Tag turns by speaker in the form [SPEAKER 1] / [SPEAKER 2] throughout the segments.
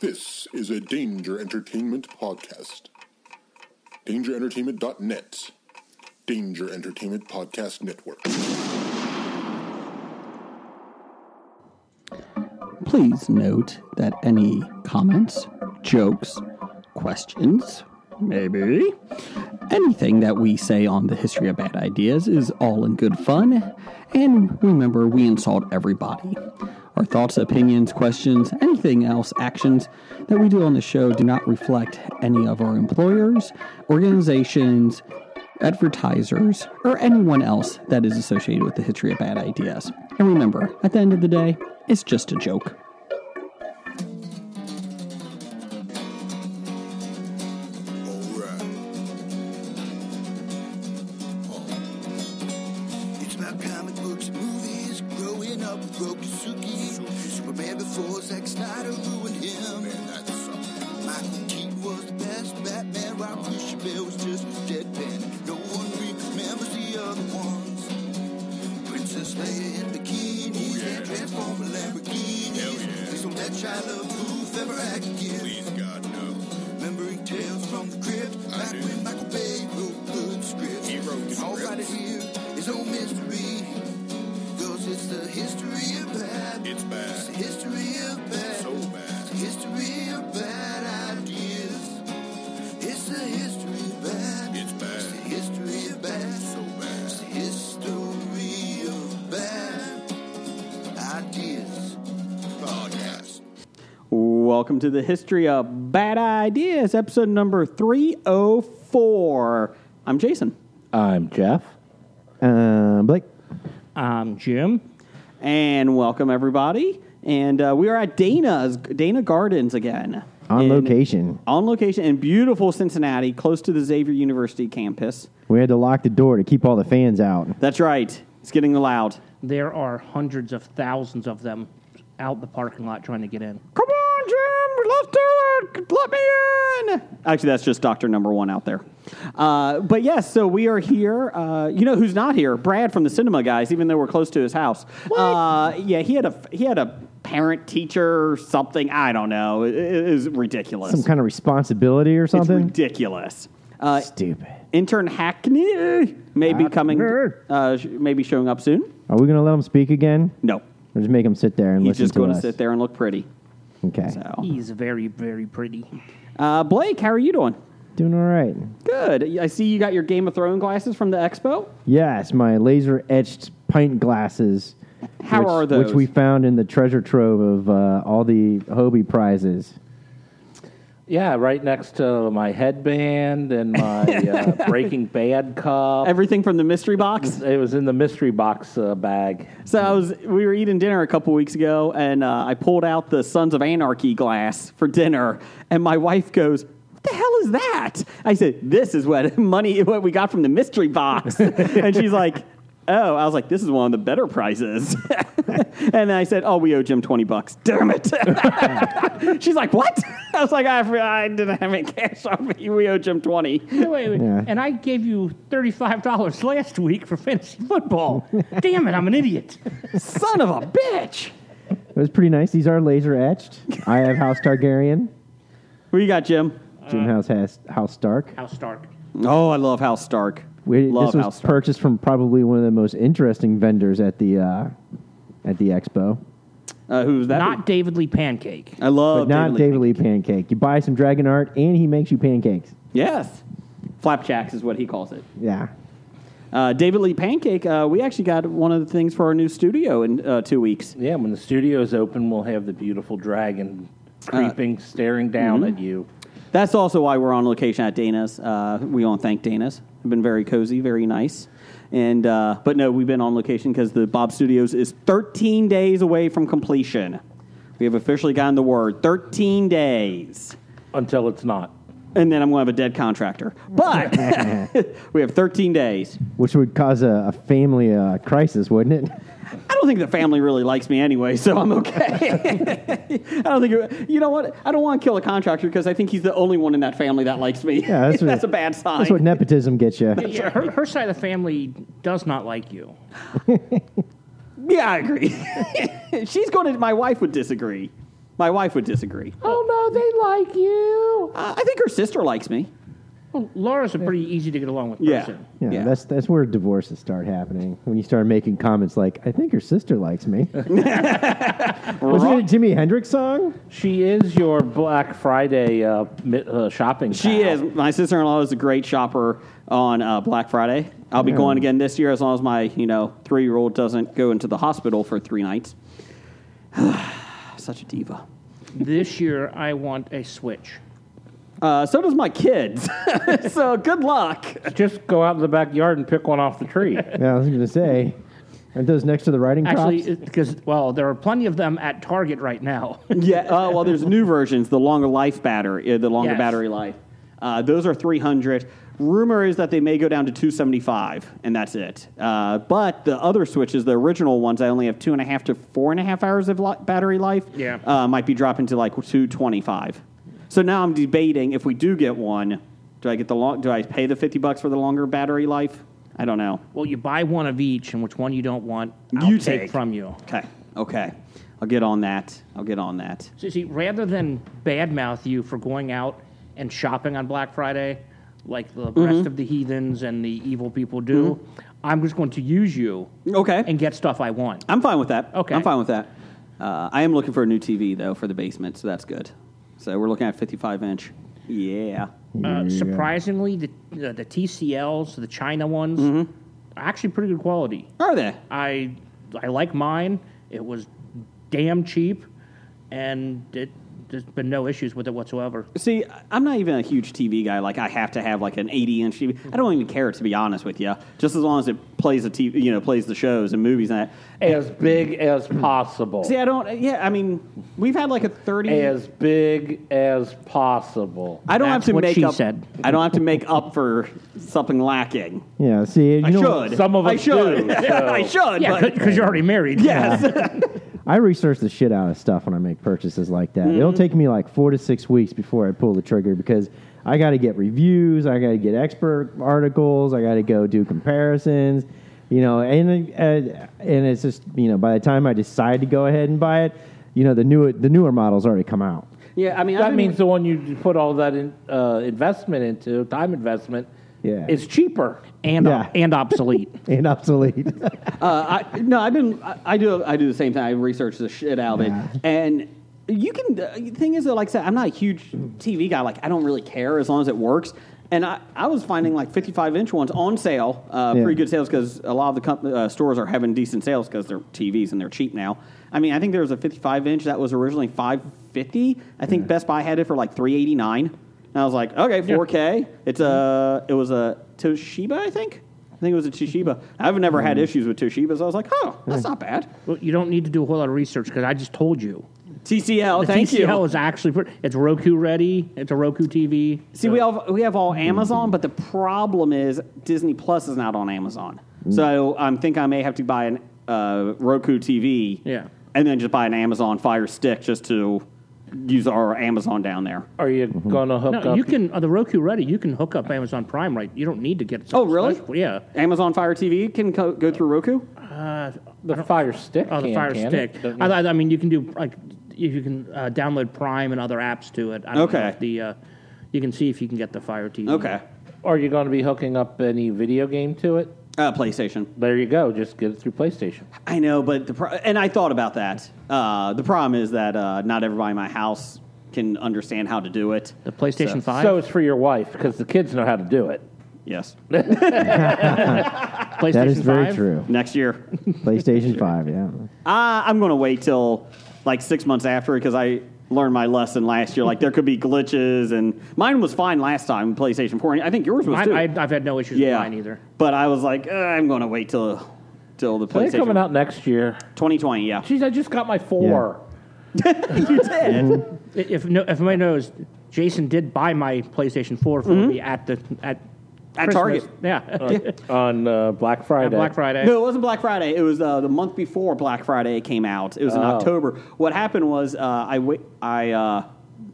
[SPEAKER 1] This is a Danger Entertainment podcast. DangerEntertainment.net. Danger Entertainment Podcast Network.
[SPEAKER 2] Please note that any comments, jokes, questions, maybe anything that we say on the history of bad ideas is all in good fun. And remember, we insult everybody. Our thoughts, opinions, questions, anything else, actions that we do on the show do not reflect any of our employers, organizations, advertisers, or anyone else that is associated with the history of bad ideas. And remember, at the end of the day, it's just a joke.
[SPEAKER 3] Alright. Oh. It's about comic books and movies, growing up with Rokusuki. Superman before Zack Snyder ruined him. Man, that's something. Michael Keaton was the best Batman, Rob Christian was just deadpan. No one remembers the other ones. Princess Leia in bikinis and transformer Lamborghinis. Please don't let Shia LaBeouf ever act again. Please, God, no. Remembering tales from the crypt, back when Michael Bay wrote good scripts. He wrote All right here is no mystery, 'cause it's the history of bad. It's bad. It's the history of bad. So bad. It's the history of bad ideas. It's the history of bad. It's bad. It's the history of bad. So bad. It's the history of bad ideas. Podcast.
[SPEAKER 2] Welcome to the History of Bad Ideas, episode number 304. I'm Jason.
[SPEAKER 4] I'm Jeff. Um, Blake.
[SPEAKER 5] I'm Jim.
[SPEAKER 2] And welcome, everybody. And uh, we are at Dana's, Dana Gardens again.
[SPEAKER 4] On
[SPEAKER 2] In-
[SPEAKER 4] location.
[SPEAKER 2] On location in beautiful Cincinnati, close to the Xavier University campus.
[SPEAKER 4] We had to lock the door to keep all the fans out.
[SPEAKER 2] That's right. It's getting loud.
[SPEAKER 5] There are hundreds of thousands of them out the parking lot trying to get in.
[SPEAKER 2] Come on, Jim. Let's do it. Let me in. Actually, that's just Doctor Number One out there. Uh, but yes, so we are here. Uh, you know who's not here? Brad from the Cinema Guys. Even though we're close to his house. Uh, yeah, he had a he had a parent teacher or something. I don't know. It, it is ridiculous.
[SPEAKER 4] Some kind of responsibility or
[SPEAKER 2] it's
[SPEAKER 4] something.
[SPEAKER 2] ridiculous. Uh,
[SPEAKER 4] Stupid.
[SPEAKER 2] intern Hackney may be coming.
[SPEAKER 4] Hackney.
[SPEAKER 2] Uh, sh- maybe showing up soon.
[SPEAKER 4] Are we going to let them speak again?
[SPEAKER 2] No,
[SPEAKER 4] Or just make them sit there and
[SPEAKER 2] he's
[SPEAKER 4] listen
[SPEAKER 2] just
[SPEAKER 4] to
[SPEAKER 2] going
[SPEAKER 4] us?
[SPEAKER 2] to sit there and look pretty.
[SPEAKER 4] Okay.
[SPEAKER 2] So,
[SPEAKER 5] He's very, very pretty.
[SPEAKER 2] uh, Blake, how are you doing?
[SPEAKER 4] Doing all right.
[SPEAKER 2] Good. I see you got your Game of Thrones glasses from the expo.
[SPEAKER 4] Yes, my laser etched pint glasses.
[SPEAKER 2] How
[SPEAKER 4] which,
[SPEAKER 2] are those?
[SPEAKER 4] Which we found in the treasure trove of uh, all the Hobie prizes.
[SPEAKER 6] Yeah, right next to my headband and my uh, Breaking Bad cup.
[SPEAKER 2] Everything from the mystery box.
[SPEAKER 6] it was in the mystery box uh, bag.
[SPEAKER 2] So I was, we were eating dinner a couple weeks ago, and uh, I pulled out the Sons of Anarchy glass for dinner, and my wife goes, "What the hell is that?" I said, "This is what money what we got from the mystery box," and she's like. Oh, I was like, this is one of the better prizes. and then I said, oh, we owe Jim 20 bucks. Damn it. She's like, what? I was like, I, for- I didn't have any cash on me. We owe Jim 20.
[SPEAKER 5] Wait, wait, wait.
[SPEAKER 4] Yeah.
[SPEAKER 5] And I gave you $35 last week for fantasy football. Damn it, I'm an idiot.
[SPEAKER 2] Son of a bitch.
[SPEAKER 4] It was pretty nice. These are laser etched. I have House Targaryen.
[SPEAKER 2] What you got, Jim?
[SPEAKER 4] Jim House has House Stark.
[SPEAKER 5] How Stark.
[SPEAKER 2] Oh, I love House Stark.
[SPEAKER 4] We,
[SPEAKER 2] love
[SPEAKER 4] this was
[SPEAKER 2] House Stark.
[SPEAKER 4] purchased from probably one of the most interesting vendors at the uh, at the expo.
[SPEAKER 2] uh, who's that?
[SPEAKER 5] Not David Lee Pancake.
[SPEAKER 2] I love
[SPEAKER 4] But not
[SPEAKER 2] David. Lee-
[SPEAKER 4] David Lee Pancake. You buy some dragon art, and he makes you pancakes.
[SPEAKER 2] Yes, flapjacks is what he calls it.
[SPEAKER 4] Yeah,
[SPEAKER 2] Uh, David Lee Pancake. Uh, we actually got one of the things for our new studio in uh, two weeks.
[SPEAKER 6] Yeah, when the studio is open, we'll have the beautiful dragon
[SPEAKER 2] Uh,
[SPEAKER 6] creeping, staring down
[SPEAKER 2] mm-hmm.
[SPEAKER 6] at you.
[SPEAKER 2] That's also why we're on location at Dana's. Uh, we want to thank Dana's. They've been very cozy, very nice. And uh, but no, we've been on location because the Bob Studios is 13 days away from completion. We have officially gotten the word 13 days.
[SPEAKER 6] Until it's not.
[SPEAKER 2] and then I'm going to have a dead contractor. But we have 13 days.
[SPEAKER 4] which would cause a, a family uh, crisis, wouldn't it?
[SPEAKER 2] I don't think the family really likes me anyway, so I'm okay. I don't think it, you know what? I don't want to kill a contractor because I think he's the only one in that family that likes me.
[SPEAKER 4] Yeah, that's what-
[SPEAKER 2] a bad sign.
[SPEAKER 4] That's what nepotism gets you.
[SPEAKER 5] Yeah, her, her side of the family does not like you.
[SPEAKER 2] yeah, I agree. She's going to. My wife would disagree. My wife would disagree.
[SPEAKER 6] Oh, no, know they like you.
[SPEAKER 2] Uh, I think her sister likes me.
[SPEAKER 5] Well, Laura's a pretty easy to get along with
[SPEAKER 2] Yeah.
[SPEAKER 5] person.
[SPEAKER 4] Oh. Yeah,
[SPEAKER 2] Yeah.
[SPEAKER 4] that's that's where divorces start happening. When you start making comments like, "I think your sister likes me." Was it a Jimi Hendrix song?
[SPEAKER 6] She is your Black Friday uh, mi- uh, shopping.
[SPEAKER 2] She
[SPEAKER 6] pal.
[SPEAKER 2] is. My sister in law is a great shopper on uh, Black Friday. I'll be going again this year as long as my you know three year old doesn't go into the hospital for three nights. Such a diva.
[SPEAKER 5] this year, I want a Switch.
[SPEAKER 2] Uh, so does my kids. so good luck.
[SPEAKER 6] Just go out in the backyard and pick one off the tree.
[SPEAKER 4] Yeah, I was going to say, aren't those next to the writing
[SPEAKER 5] Actually,
[SPEAKER 4] props?
[SPEAKER 5] it- because, well, there are plenty of them at Target right now.
[SPEAKER 2] Yeah. Uh, well, there's new versions. The longer life battery, uh, the longer
[SPEAKER 5] Yes.
[SPEAKER 2] battery life. Uh, those are 300. Rumor is that they may go down to 275, and that's it. Uh, but the other switches, the original ones, I only have two and a half to four and a half hours of li- battery life.
[SPEAKER 5] Yeah.
[SPEAKER 2] Uh, might be dropping to like 225. So now I'm debating if we do get one, do I get the long? Do I pay the 50 bucks for the longer battery life? I don't know.
[SPEAKER 5] well, you buy one of each, and which one you don't want, I'll
[SPEAKER 2] You
[SPEAKER 5] take,
[SPEAKER 2] take.
[SPEAKER 5] from you.
[SPEAKER 2] Okay. Okay. I'll get on that. I'll get on that.
[SPEAKER 5] So, you see, rather than badmouth you for going out and shopping on Black Friday, like the
[SPEAKER 2] Mm-hmm.
[SPEAKER 5] rest of the heathens and the evil people do, I'm just going to use you
[SPEAKER 2] Okay.
[SPEAKER 5] and get stuff I want.
[SPEAKER 2] I'm fine with that.
[SPEAKER 5] Okay.
[SPEAKER 2] I'm fine with that. Uh, I am looking for a new TV though for the basement, so that's good. So we're looking at 55 inch. Yeah.
[SPEAKER 5] Uh, surprisingly, the, the the TCLs, the China ones,
[SPEAKER 2] Mm-hmm.
[SPEAKER 5] are actually pretty good quality.
[SPEAKER 2] Are they?
[SPEAKER 5] I I like mine. It was damn cheap, and it there's been no issues with it whatsoever.
[SPEAKER 2] See, I'm not even a huge TV guy. Like I have to have like an 80 inch TV. I don't even care to be honest with you. Just as long as it plays the TV, you know, plays the shows and movies and that.
[SPEAKER 6] as big as possible.
[SPEAKER 2] See, I don't. Yeah, I mean, we've had like a 30.
[SPEAKER 6] As big as possible.
[SPEAKER 2] I don't have
[SPEAKER 5] That's
[SPEAKER 2] to
[SPEAKER 5] what
[SPEAKER 2] make
[SPEAKER 5] she
[SPEAKER 2] up.
[SPEAKER 5] said.
[SPEAKER 2] I don't have to make up for something lacking.
[SPEAKER 4] yeah, see, you
[SPEAKER 2] I
[SPEAKER 4] know,
[SPEAKER 2] should.
[SPEAKER 6] Some of
[SPEAKER 2] I
[SPEAKER 6] us
[SPEAKER 2] should.
[SPEAKER 6] do,
[SPEAKER 2] I should.
[SPEAKER 5] Yeah,
[SPEAKER 2] but,
[SPEAKER 5] because you're already married.
[SPEAKER 2] yes.
[SPEAKER 4] I research the shit out of stuff when I make purchases like that.
[SPEAKER 2] Mm-hmm.
[SPEAKER 4] It'll take me like four to six weeks before I pull the trigger because I got to get reviews, I got to get expert articles, I got to go do comparisons, you know, and uh, and it's just you know by the time I decide to go ahead and buy it, you know the new the newer models already come out.
[SPEAKER 2] yeah. I mean, I've
[SPEAKER 6] That
[SPEAKER 2] been-
[SPEAKER 6] means the one you put all that in, uh, investment into, time investment,
[SPEAKER 4] Yeah.
[SPEAKER 6] is cheaper.
[SPEAKER 5] and
[SPEAKER 4] Yeah.
[SPEAKER 5] and obsolete.
[SPEAKER 4] And obsolete.
[SPEAKER 2] Uh, I, no, I've been. I, I do. I do the same thing. I research the shit out of it, and you can. The thing is, though, like I said, I'm not a huge TV guy. Like I don't really care as long as it works. And I, I was finding like 55 inch ones on sale, uh,
[SPEAKER 4] Yeah.
[SPEAKER 2] pretty good sales because a lot of the comp- uh, stores are having decent sales because they're TVs and they're cheap now. I mean, I think there was a 55 inch that was originally 550. I think Best Buy had it for like 389. And I was like, okay, 4K. It's a. It was a Toshiba, I think. I think it was a Toshiba. I've never had issues with Toshibas. I was like, huh, that's not bad.
[SPEAKER 5] well, you don't need to do a whole lot of research because I just told you.
[SPEAKER 2] TCL,
[SPEAKER 5] The
[SPEAKER 2] thank
[SPEAKER 5] TCL
[SPEAKER 2] you.
[SPEAKER 5] is actually pretty, it's Roku ready. It's a Roku Uh, TV.
[SPEAKER 2] See, we all we have all Amazon, but the problem is Disney Plus is not on Amazon. So I um, think I may have to buy an uh, Roku TV,
[SPEAKER 5] Yeah.
[SPEAKER 2] and then just buy an Amazon Fire Stick just to use our Amazon down there.
[SPEAKER 6] Are you
[SPEAKER 2] Mm-hmm.
[SPEAKER 6] going to hook
[SPEAKER 5] No,
[SPEAKER 6] up?
[SPEAKER 5] you can on the Roku ready. You can hook up Amazon Prime, right? You don't need to get.
[SPEAKER 2] Oh, really?
[SPEAKER 5] special- Yeah.
[SPEAKER 2] Amazon Fire TV can co- go through Roku.
[SPEAKER 6] the Fire Stick.
[SPEAKER 5] Oh, the
[SPEAKER 6] can,
[SPEAKER 5] Fire
[SPEAKER 6] can
[SPEAKER 5] Stick.
[SPEAKER 6] it?
[SPEAKER 5] I, I I mean, you can do like if you can uh, download Prime and other apps to it. I don't
[SPEAKER 2] Okay.
[SPEAKER 5] Know if the uh, you can see if you can get the Fire TV.
[SPEAKER 2] Okay,
[SPEAKER 6] Are you going to be hooking up any video game to it?
[SPEAKER 2] uh, PlayStation.
[SPEAKER 6] There you go. Just get it through PlayStation.
[SPEAKER 2] I know, but the pro- and I thought about that. Uh, the problem is that uh, not everybody in my house can understand how to do it.
[SPEAKER 5] The PlayStation
[SPEAKER 2] So-
[SPEAKER 5] Five,
[SPEAKER 6] So it's for your wife because the kids know how to do it.
[SPEAKER 2] Yes,
[SPEAKER 5] PlayStation
[SPEAKER 4] that is very
[SPEAKER 5] 5?
[SPEAKER 4] true.
[SPEAKER 2] next year.
[SPEAKER 4] PlayStation Five, yeah.
[SPEAKER 2] Uh, I'm going to wait till like six months after because I learned my lesson last year. Like there could be glitches, and mine was fine last time. PlayStation Four. and I think yours was
[SPEAKER 5] Mine,
[SPEAKER 2] too.
[SPEAKER 5] I, I've had no issues
[SPEAKER 2] yeah,
[SPEAKER 5] with mine either.
[SPEAKER 2] But I was like, "Uh, I'm going to wait till till the
[SPEAKER 6] They're
[SPEAKER 2] PlayStation
[SPEAKER 6] coming out next year.
[SPEAKER 2] 2020. Yeah,
[SPEAKER 6] Jeez, I just got my four.
[SPEAKER 2] you did.
[SPEAKER 5] I- If no, if anybody knows, Jason did buy my PlayStation Four for me at the at
[SPEAKER 2] Mm-hmm. At
[SPEAKER 5] Christmas.
[SPEAKER 2] Target.
[SPEAKER 5] Yeah.
[SPEAKER 6] on uh, Black Friday.
[SPEAKER 5] Black Friday.
[SPEAKER 2] No, it wasn't Black Friday. It was uh, the month before Black Friday it came out. It was in
[SPEAKER 6] Oh.
[SPEAKER 2] October. What happened was uh, I wa- I uh,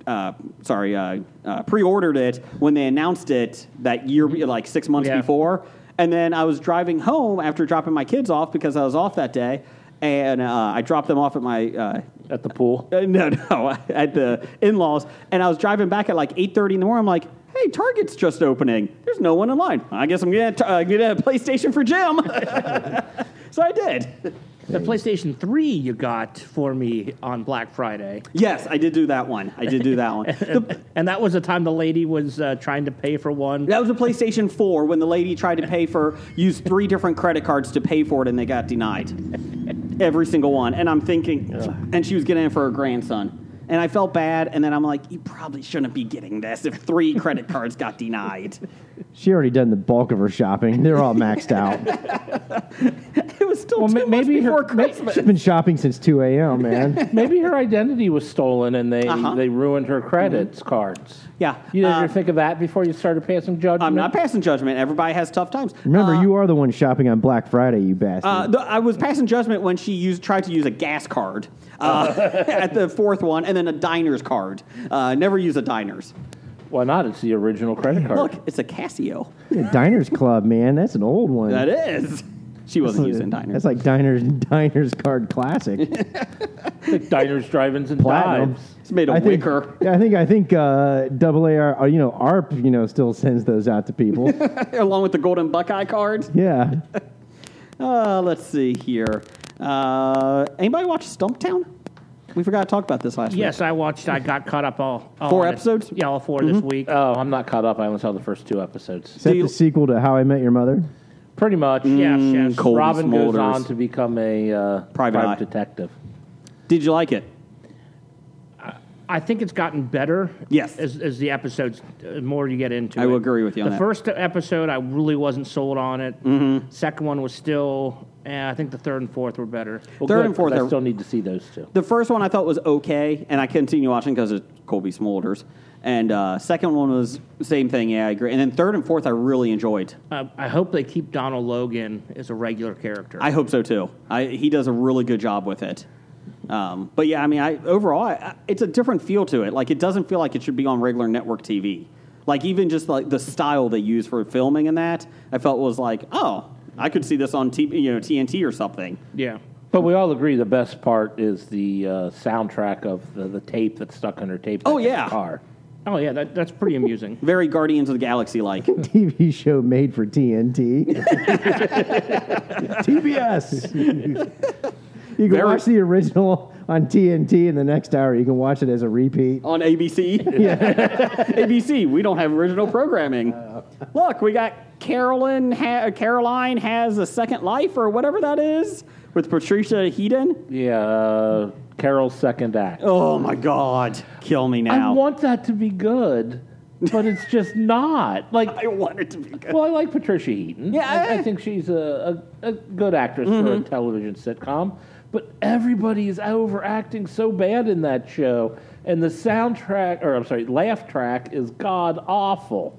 [SPEAKER 2] uh, sorry uh, uh, pre-ordered it when they announced it that year, like six months
[SPEAKER 5] Yeah.
[SPEAKER 2] before. And then I was driving home after dropping my kids off because I was off that day, and uh, I dropped them off at my uh,
[SPEAKER 6] at the pool.
[SPEAKER 2] Uh, no, no, at the in-laws, and I was driving back at like eight thirty in the morning. I'm like, "Hey, Target's just opening. There's no one in line. I guess I'm gonna t- uh, get a PlayStation for Jim." so I did.
[SPEAKER 5] The PlayStation 3 you got for me on Black Friday.
[SPEAKER 2] Yes, I did do that one. I did do that one. The-
[SPEAKER 5] And that was the time the lady was uh, trying to pay for one.
[SPEAKER 2] that was a PlayStation Four when the lady tried to pay for used three different credit cards to pay for it, and they got denied. Every single one. And I'm thinking, and she was getting it for her grandson. And I felt bad, and then I'm like, you probably shouldn't be getting this if three credit cards got denied.
[SPEAKER 4] She already done the bulk of her shopping. They're all maxed out.
[SPEAKER 2] It was still
[SPEAKER 6] Well,
[SPEAKER 2] two
[SPEAKER 6] ma-
[SPEAKER 2] months
[SPEAKER 6] maybe her-
[SPEAKER 2] before
[SPEAKER 6] ma-
[SPEAKER 2] Christmas.
[SPEAKER 4] She's been shopping since 2 a.m., man.
[SPEAKER 6] Maybe her identity was stolen and they,
[SPEAKER 2] Uh-huh.
[SPEAKER 6] they ruined her credits cards.
[SPEAKER 2] Yeah,
[SPEAKER 6] Mm-hmm. You didn't
[SPEAKER 2] uh,
[SPEAKER 6] ever think of that before you started passing judgment?
[SPEAKER 2] I'm not passing judgment. Everybody has tough times.
[SPEAKER 4] Remember, you are the one shopping on Black Friday, you bastard.
[SPEAKER 2] Uh, the, I was passing judgment when she used tried to use a gas card uh, at the fourth one, and then a diner's card. Uh, never use a diner's.
[SPEAKER 6] Why not? It's the original credit card.
[SPEAKER 2] Look, it's a Casio.
[SPEAKER 4] Yeah, Diners Club, man. That's an old one.
[SPEAKER 2] That is. She wasn't using diners.
[SPEAKER 4] That's like Diners Diners Card Classic.
[SPEAKER 6] It's diners, drive-ins, and
[SPEAKER 4] Platinum.
[SPEAKER 6] dives.
[SPEAKER 2] it's made of
[SPEAKER 4] I think,
[SPEAKER 2] wicker.
[SPEAKER 4] yeah, I think I think uh, double AR, uh, you know, ARP, you know, still sends those out to people.
[SPEAKER 2] along with the golden Buckeye card.
[SPEAKER 4] yeah.
[SPEAKER 2] Uh, let's see here. Uh, anybody watch Stumptown? We forgot to talk about this last week.
[SPEAKER 5] Yes, I watched. I got caught up all, all
[SPEAKER 2] Four
[SPEAKER 5] on it.
[SPEAKER 2] episodes? Mm-hmm. Uh,
[SPEAKER 5] Yeah, all 4 this week.
[SPEAKER 6] Oh, I'm not caught up. I only saw the first two episodes.
[SPEAKER 4] Is that
[SPEAKER 2] you-
[SPEAKER 4] the sequel to How I Met Your Mother?
[SPEAKER 6] Pretty much.
[SPEAKER 5] yes, yes.
[SPEAKER 2] Mm. cold.
[SPEAKER 6] Robin goes
[SPEAKER 2] Smolders.
[SPEAKER 6] on to become a uh,
[SPEAKER 2] Private eye.
[SPEAKER 6] detective.
[SPEAKER 2] Did you like it?
[SPEAKER 5] I think it's gotten better.
[SPEAKER 2] Yes.
[SPEAKER 5] as, as the episodes uh, more you get into.
[SPEAKER 2] I will
[SPEAKER 5] it.
[SPEAKER 2] agree with you on
[SPEAKER 5] The
[SPEAKER 2] that. Mm-hmm.
[SPEAKER 5] first episode, I really wasn't sold on it. Second one was still. Eh, I think the third and fourth were better.
[SPEAKER 6] Well,
[SPEAKER 2] Third
[SPEAKER 6] good,
[SPEAKER 2] and fourth
[SPEAKER 6] 'cause
[SPEAKER 2] are-
[SPEAKER 6] I still need to see those two.
[SPEAKER 2] The first one I thought was okay, and I continue watching because it's Colby Smulders. And uh, second one was same thing. Yeah, I agree. And then third and fourth I really enjoyed.
[SPEAKER 5] Uh, I hope they keep Donald Logan as a regular character.
[SPEAKER 2] I hope so too. I, he does a really good job with it. Um, but yeah, I mean, I overall I, I, it's a different feel to it. Like it doesn't feel like it should be on regular network TV. Like even just like the style they use for filming and that I felt was like, oh, I could see this on T you know TNT or something.
[SPEAKER 5] yeah.
[SPEAKER 6] But we all agree the best part is the uh, soundtrack of the, the tape that's stuck under tape.
[SPEAKER 2] Oh,
[SPEAKER 6] deck in the
[SPEAKER 2] yeah.
[SPEAKER 6] car.
[SPEAKER 5] Oh yeah, that, that's pretty amusing.
[SPEAKER 2] Very Guardians of the Galaxy like.
[SPEAKER 4] TV show made for TNT. TBS. you can
[SPEAKER 2] Very-
[SPEAKER 4] watch the original on TNT in the next hour. You can watch it as a repeat.
[SPEAKER 2] on ABC. ABC, we don't have original programming. Look, we got Carolyn ha- Caroline has a second life or whatever that is with Patricia Heaton.
[SPEAKER 6] Yeah, uh, Carol's second act.
[SPEAKER 2] Oh my god, kill me
[SPEAKER 6] I
[SPEAKER 2] now.
[SPEAKER 6] want that to be good, but it's just not. Like,
[SPEAKER 2] I want it to be good.
[SPEAKER 6] well, I like Patricia Heaton.
[SPEAKER 2] Yeah,
[SPEAKER 6] I,
[SPEAKER 2] I-
[SPEAKER 6] I think she's a, a, a good actress for a television sitcom. But everybody is overacting so bad in that show, and the soundtrack, or I'm sorry, laugh track is god awful.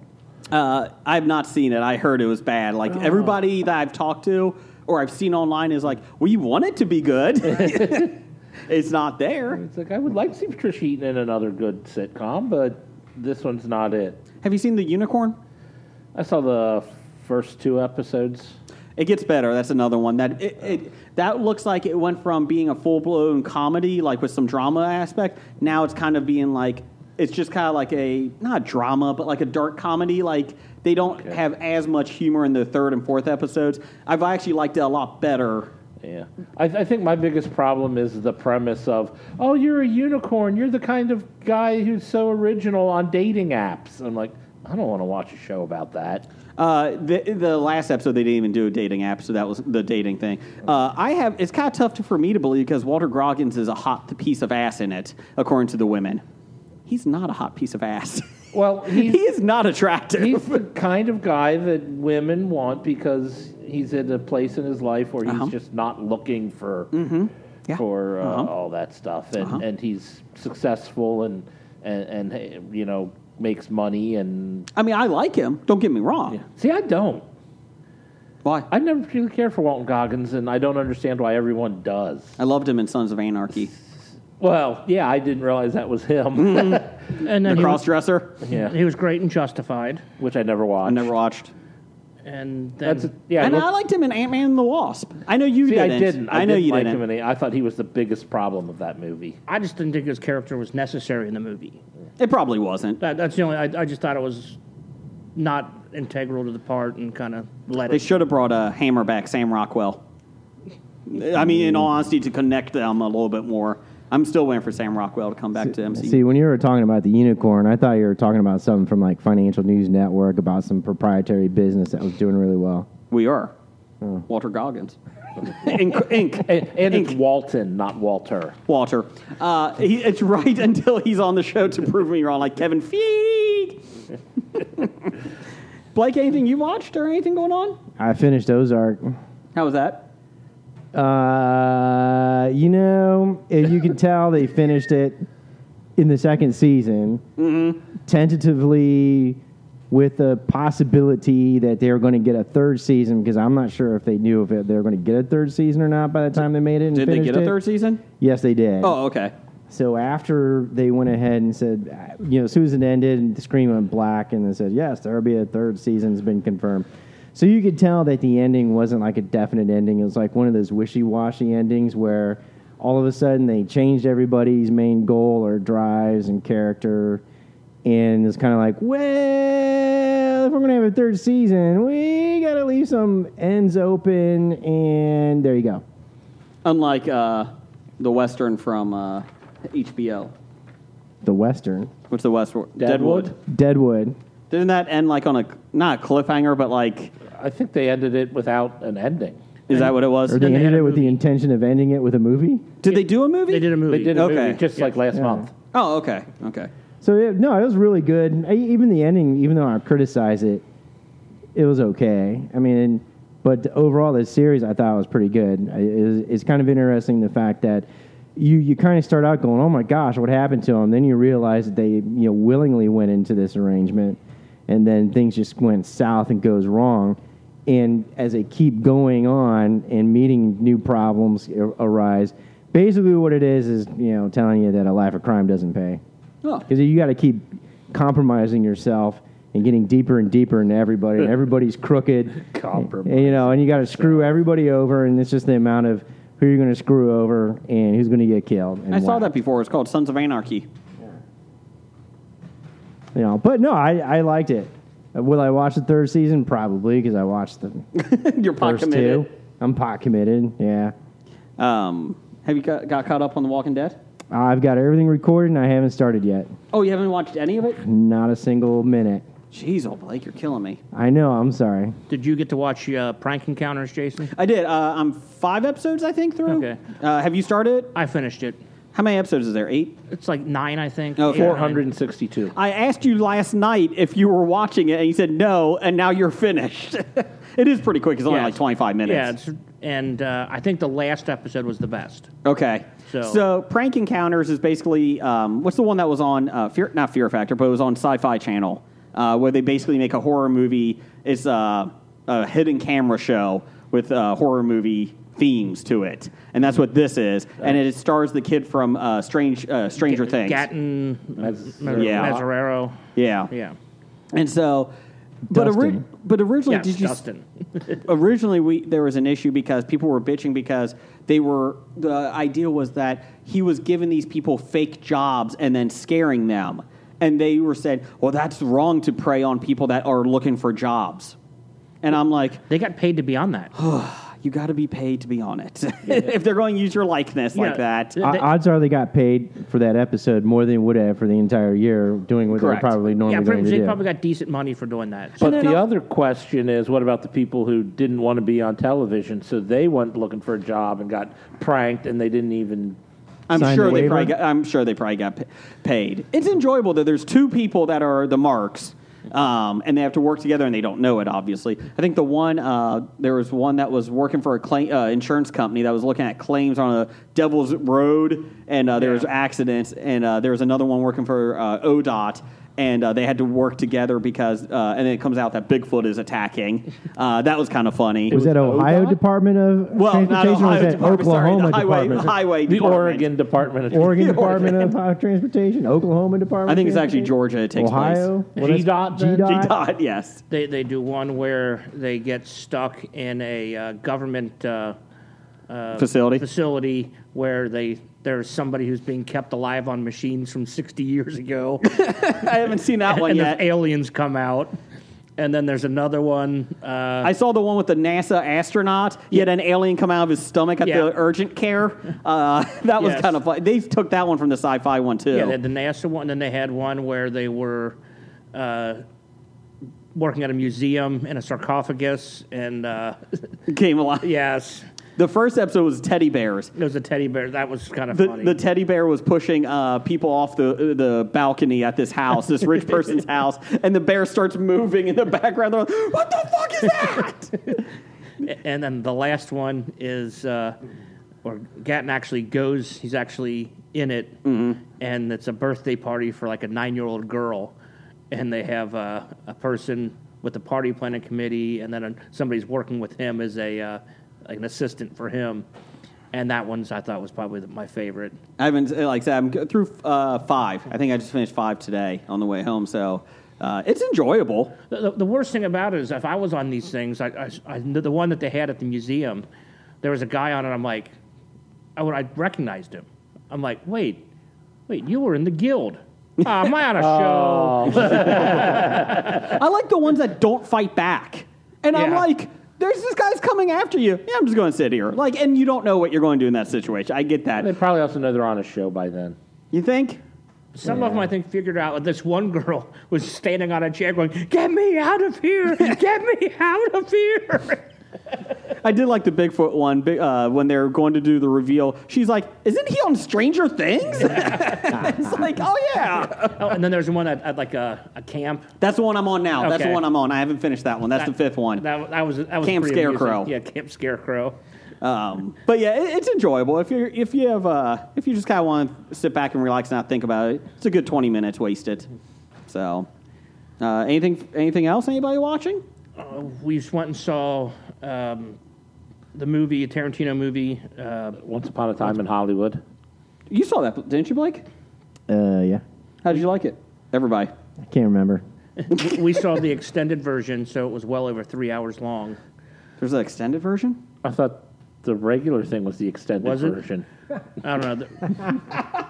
[SPEAKER 2] Uh, I've not seen it. I heard it was bad. Like everybody that I've talked to or I've seen online is like, we want it to be good. it's not there.
[SPEAKER 6] It's like I would like to see Patricia Heaton in another good sitcom, but this one's not it.
[SPEAKER 2] Have you seen the unicorn?
[SPEAKER 6] I saw the first two episodes.
[SPEAKER 2] It gets better. That's another one that it, it that looks like it went from being a full blown comedy, like with some drama aspect. Now it's kind of being like it's just kind of like a not drama, but like a dark comedy. Like they don't
[SPEAKER 6] Okay.
[SPEAKER 2] have as much humor in the third and fourth episodes. I've actually liked it a lot better.
[SPEAKER 6] Yeah, I, I think my biggest problem is the premise of, oh, you're a unicorn. You're the kind of guy who's so original on dating apps. I'm like, I don't want to watch a show about that.
[SPEAKER 2] Uh, the, the last episode they didn't even do a dating app, so that was the dating thing. Uh, I have it's kind of tough to, for me to believe because Walter Groggins is a hot piece of ass in it, according to the women. He's not a hot piece of ass.
[SPEAKER 6] Well, he's,
[SPEAKER 2] he is not attractive.
[SPEAKER 6] he's the kind of guy that women want because he's at a place in his life where he's just not looking for
[SPEAKER 2] Uh-huh. Mm-hmm. Yeah. Uh-huh.
[SPEAKER 6] for uh, all that stuff, and, and he's successful and, and and you know makes money and
[SPEAKER 2] I mean, I like him. Don't get me wrong.
[SPEAKER 6] see, I don't.
[SPEAKER 2] Why?
[SPEAKER 6] I never particularly cared for Walton Goggins, and I don't understand why everyone does.
[SPEAKER 2] I loved him in Sons of Anarchy.
[SPEAKER 6] Well, yeah, I didn't realize that was him.
[SPEAKER 5] And then
[SPEAKER 2] The
[SPEAKER 5] he was,
[SPEAKER 2] crossdresser.
[SPEAKER 6] yeah,
[SPEAKER 5] he was great and Justified.
[SPEAKER 6] which I never watched.
[SPEAKER 2] I never watched.
[SPEAKER 5] and then
[SPEAKER 6] That's a, yeah.
[SPEAKER 2] and
[SPEAKER 6] look-
[SPEAKER 2] I liked him in Ant Man and the Wasp. I know you
[SPEAKER 6] see, I
[SPEAKER 2] didn't.
[SPEAKER 6] didn't.
[SPEAKER 2] I, know
[SPEAKER 6] didn't
[SPEAKER 2] you
[SPEAKER 6] like
[SPEAKER 2] didn't.
[SPEAKER 6] him. Any, I thought he was the biggest problem of that movie.
[SPEAKER 5] I just didn't think his character was necessary in the movie.
[SPEAKER 2] It probably wasn't.
[SPEAKER 5] That, that's the only. I, I just thought it was not integral to the part and kind of let
[SPEAKER 2] They
[SPEAKER 5] it.
[SPEAKER 2] should have brought a hammer back, Sam Rockwell. I mean, in all honesty, to connect them a little bit more. I'm still waiting for Sam Rockwell to come back to MCU.
[SPEAKER 4] See, when you were talking about the unicorn, I thought you were talking about something from like Financial News Network about some proprietary business that was doing really well.
[SPEAKER 2] We are
[SPEAKER 6] Hmm.
[SPEAKER 2] Walter Goggins. Ink, ink,
[SPEAKER 6] And, and it's
[SPEAKER 2] Ink.
[SPEAKER 6] Walton, not Walter.
[SPEAKER 2] Walter. Uh, he, it's right until he's on the show to prove me wrong, like Kevin Feig. Blake, anything you watched or anything going on?
[SPEAKER 4] I finished Ozark.
[SPEAKER 2] How was that?
[SPEAKER 4] Uh, you know, if you can tell, they finished it in the second season,
[SPEAKER 2] Mm-hmm.
[SPEAKER 4] tentatively with the possibility that they were going to get a third season because I'm not sure if they knew if it- they were going to get a third season or not by the time they made it. And
[SPEAKER 2] Did they
[SPEAKER 4] finished
[SPEAKER 2] get a
[SPEAKER 4] it.
[SPEAKER 2] third season?
[SPEAKER 4] Yes, they did.
[SPEAKER 2] Oh, okay.
[SPEAKER 4] So after they went ahead and said, you know, Susan ended and the screen went black, and they said, yes, there will be a third season has been confirmed. So you could tell that the ending wasn't like a definite ending. It was like one of those wishy-washy endings where all of a sudden they changed everybody's main goal or drives and character, and it's kind of like, well, if we're gonna have a third season, we gotta leave some ends open, and there you go.
[SPEAKER 2] Unlike uh, the Western from uh, HBO.
[SPEAKER 4] The Western
[SPEAKER 2] What's the Western?
[SPEAKER 6] Deadwood?
[SPEAKER 4] Deadwood.
[SPEAKER 2] Didn't that end like on a not a cliffhanger, but like
[SPEAKER 6] I think they ended it without an ending.
[SPEAKER 2] is that what it was?
[SPEAKER 4] Or they
[SPEAKER 5] they
[SPEAKER 4] ended
[SPEAKER 5] had
[SPEAKER 4] it
[SPEAKER 5] a
[SPEAKER 4] with the intention of ending it with a movie.
[SPEAKER 2] Did they do a movie?
[SPEAKER 5] They did a movie.
[SPEAKER 6] They did a
[SPEAKER 2] Okay.
[SPEAKER 6] movie just like last month.
[SPEAKER 2] Oh, okay, okay.
[SPEAKER 4] So it, no, it was really good. I, even the ending, even though I criticize it, it was okay. I mean, but overall, the series I thought was pretty good. I- It was, it's kind of interesting the fact that you you kind of start out going, "Oh my gosh, what happened to him?" Then you realize that they you know willingly went into this arrangement, and then things just went south and goes wrong. And as they keep going on and meeting new problems a- arise, basically what it is is you know telling you that a life of crime doesn't pay.
[SPEAKER 2] Oh,
[SPEAKER 4] Because you got to keep compromising yourself and getting deeper and deeper into everybody, and everybody's crooked.
[SPEAKER 6] Compromise.
[SPEAKER 4] And, you know, and you got to screw everybody over, and it's just the amount of who you're going to screw over and who's going to get killed. And
[SPEAKER 2] I saw
[SPEAKER 4] why.
[SPEAKER 2] that before. It's called Sons of Anarchy.
[SPEAKER 4] You know, but no, I, I liked it. Uh, Will I watch the third season? Probably, because I watched the
[SPEAKER 2] You're pot
[SPEAKER 4] first two.
[SPEAKER 2] committed.
[SPEAKER 4] I'm pot committed. Yeah,
[SPEAKER 2] Um, have you got, got caught up on The Walking Dead?
[SPEAKER 4] I've got everything recorded, and I haven't started yet.
[SPEAKER 2] Oh, you haven't watched any of it?
[SPEAKER 4] Not a single minute.
[SPEAKER 2] Jeez, oh Blake, you're killing me.
[SPEAKER 4] I know. I'm sorry.
[SPEAKER 5] Did you get to watch uh, Prank Encounters, Jason?
[SPEAKER 2] I did. Uh, I'm five episodes, I think, through.
[SPEAKER 5] Okay.
[SPEAKER 2] Uh, have you started?
[SPEAKER 5] I finished it.
[SPEAKER 2] How many episodes is there? Eight.
[SPEAKER 5] It's like nine, I think.
[SPEAKER 2] Oh,
[SPEAKER 5] Eight or nine.
[SPEAKER 6] 462.
[SPEAKER 2] I asked you last night if you were watching it, and you said no, and now you're finished. it is pretty quick. It's only
[SPEAKER 5] Yeah.
[SPEAKER 2] like 25 minutes.
[SPEAKER 5] Yeah, it's, and uh, I think the last episode was the best.
[SPEAKER 2] Okay. So,
[SPEAKER 5] So-
[SPEAKER 2] Prank Encounters is basically um, what's the one that was on uh, Fear, not Fear Factor, but it was on Sci-Fi Channel, uh, where they basically make a horror movie. It's uh, a hidden camera show with uh, horror movie themes to it, and that's what this is. And it stars the kid from uh, Strange uh, Stranger Things.
[SPEAKER 5] Gatton,
[SPEAKER 6] That's-
[SPEAKER 2] Yeah.
[SPEAKER 5] Mazzarero.
[SPEAKER 2] yeah.
[SPEAKER 5] Yeah.
[SPEAKER 2] And so, but ori-
[SPEAKER 4] Dustin.
[SPEAKER 2] but originally,
[SPEAKER 5] Yeah,
[SPEAKER 2] did you?
[SPEAKER 5] Dustin.
[SPEAKER 2] originally we there was an issue because people were bitching because they were the idea was that he was giving these people fake jobs and then scaring them and they were saying well that's wrong to prey on people that are looking for jobs and i'm like
[SPEAKER 5] They got paid to be on that.
[SPEAKER 2] Oh, you got to be paid to be on it if they're going to use your likeness like
[SPEAKER 5] Yeah.
[SPEAKER 2] that
[SPEAKER 5] Yeah.
[SPEAKER 4] O-
[SPEAKER 5] They-
[SPEAKER 4] odds are they got paid for that episode more than they would have for the entire year doing what
[SPEAKER 2] Correct.
[SPEAKER 4] they're probably normally
[SPEAKER 5] yeah,
[SPEAKER 4] going
[SPEAKER 5] pretty,
[SPEAKER 4] to
[SPEAKER 5] they
[SPEAKER 4] do.
[SPEAKER 5] probably got decent money for doing that.
[SPEAKER 6] But
[SPEAKER 2] then
[SPEAKER 6] the
[SPEAKER 2] I'll-
[SPEAKER 6] other question is, what about the people who didn't want to be on television, so they went looking for a job and got pranked, and they didn't even.
[SPEAKER 2] I'm
[SPEAKER 4] Sign
[SPEAKER 2] sure
[SPEAKER 4] the
[SPEAKER 2] they
[SPEAKER 4] waiver?
[SPEAKER 2] probably got, I'm sure they probably got pa- paid. It's enjoyable that there's two people that are the marks, um, and they have to work together, and they don't know it. Obviously, I think the one uh, there was one that was working for a claim, uh, insurance company that was looking at claims on a Devil's Road, and uh, there was accidents, and uh, there was another one working for uh, ODOT. and uh, they had to work together because, uh, and then it comes out that Bigfoot is attacking. Uh, that was kind of funny.
[SPEAKER 4] Was that Ohio
[SPEAKER 6] ODOT?
[SPEAKER 4] Department of
[SPEAKER 2] well, not
[SPEAKER 4] Transportation?
[SPEAKER 2] Ohio
[SPEAKER 4] or was that
[SPEAKER 2] Department, sorry,
[SPEAKER 4] Oklahoma
[SPEAKER 2] the highway,
[SPEAKER 4] Department?
[SPEAKER 2] the highway
[SPEAKER 6] The
[SPEAKER 2] Department.
[SPEAKER 6] Oregon Department of
[SPEAKER 4] Oregon Department of Ohio Transportation, Oklahoma Department.
[SPEAKER 2] I think
[SPEAKER 4] of
[SPEAKER 2] it's actually
[SPEAKER 4] Transportation?
[SPEAKER 2] Georgia. It takes
[SPEAKER 4] Ohio.
[SPEAKER 2] place.
[SPEAKER 4] What else?
[SPEAKER 6] GDOT, then?
[SPEAKER 4] GDOT.
[SPEAKER 2] Dot, yes.
[SPEAKER 5] They they do one where they get stuck in a uh, government uh, uh,
[SPEAKER 2] Facility.
[SPEAKER 5] facility where they there's somebody who's being kept alive on machines from 60 years ago,
[SPEAKER 2] I haven't seen that one
[SPEAKER 5] and
[SPEAKER 2] yet.
[SPEAKER 5] the aliens come out. And then there's another one. Uh,
[SPEAKER 2] I saw the one with the NASA astronaut. He had an alien come out of his stomach at
[SPEAKER 5] Yeah.
[SPEAKER 2] the urgent care. Uh, that was
[SPEAKER 5] Yes.
[SPEAKER 2] kind of fun. They took that one from the sci-fi one too.
[SPEAKER 5] Yeah, they had the NASA one, then they had one where they were uh, working at a museum in a sarcophagus, and uh,
[SPEAKER 2] Came alive.
[SPEAKER 5] yes,
[SPEAKER 2] The first episode was teddy bears.
[SPEAKER 5] there was a teddy bear. That was kind of
[SPEAKER 2] The,
[SPEAKER 5] funny.
[SPEAKER 2] the teddy bear was pushing uh, people off the the balcony at this house, this rich person's house, and the bear starts moving in the background. They're like, "What the fuck is that?"
[SPEAKER 5] and then the last one is, uh, or Gatton actually goes. He's actually in it, and it's a birthday party for like a nine-year-old girl, and they have uh, a person with the party planning committee, and then uh, somebody's working with him as a uh, like an assistant for him. And that one's I thought was probably the, my favorite.
[SPEAKER 2] I haven't eh, like I said, I'm go- through uh, five. I think I just finished five today on the way home, so uh, it's enjoyable.
[SPEAKER 5] The- The, the worst thing about it is if I was on these things, I, I, I- the one that they had at the museum, there was a guy on it. I'm like, I, would- I recognized him. I'm like, wait, wait, you were in the guild. Oh, am I on a
[SPEAKER 2] Oh,
[SPEAKER 5] show?
[SPEAKER 2] I like the ones that don't fight back. And I'm
[SPEAKER 5] Yeah.
[SPEAKER 2] like, there's this guy's coming after you. Yeah, I'm just going to sit here. Like, and you don't know what you're going to do in that situation. I get
[SPEAKER 6] They
[SPEAKER 2] that.
[SPEAKER 6] probably also know they're on a show by then.
[SPEAKER 2] You think?
[SPEAKER 5] Some of them I think figured out. This one girl was standing on a chair going, "Get me out of here! Get me out of here!"
[SPEAKER 2] I did like the Bigfoot one big- uh, when they're going to do the reveal. She's like, isn't he on Stranger Things? it's like, oh yeah.
[SPEAKER 5] oh, and then there's one at, at like a, a camp.
[SPEAKER 2] That's the one I'm on now. That's the
[SPEAKER 5] Okay.
[SPEAKER 2] one I'm on. I haven't finished that one. That's the fifth one.
[SPEAKER 5] That, that was that was
[SPEAKER 2] Camp
[SPEAKER 5] pretty amusing.
[SPEAKER 2] Scarecrow.
[SPEAKER 5] Yeah, Camp Scarecrow.
[SPEAKER 2] Um, but yeah, it, it's enjoyable if you if you have uh, if you just kind of want to sit back and relax and not think about it. It's a good twenty minutes wasted. So, uh, anything anything else? Anybody watching?
[SPEAKER 5] we just went and saw um, the movie, Tarantino movie. Uh,
[SPEAKER 6] Once upon a time in Hollywood.
[SPEAKER 2] You saw that, didn't you, Blake?
[SPEAKER 4] Uh, yeah,
[SPEAKER 2] How did you like it? Everybody.
[SPEAKER 4] I can't remember.
[SPEAKER 5] we saw the extended version, so it was well over three hours long.
[SPEAKER 2] There's an extended version.
[SPEAKER 6] I thought the regular thing was the extended
[SPEAKER 5] Was it?
[SPEAKER 6] version.
[SPEAKER 5] I don't know. The,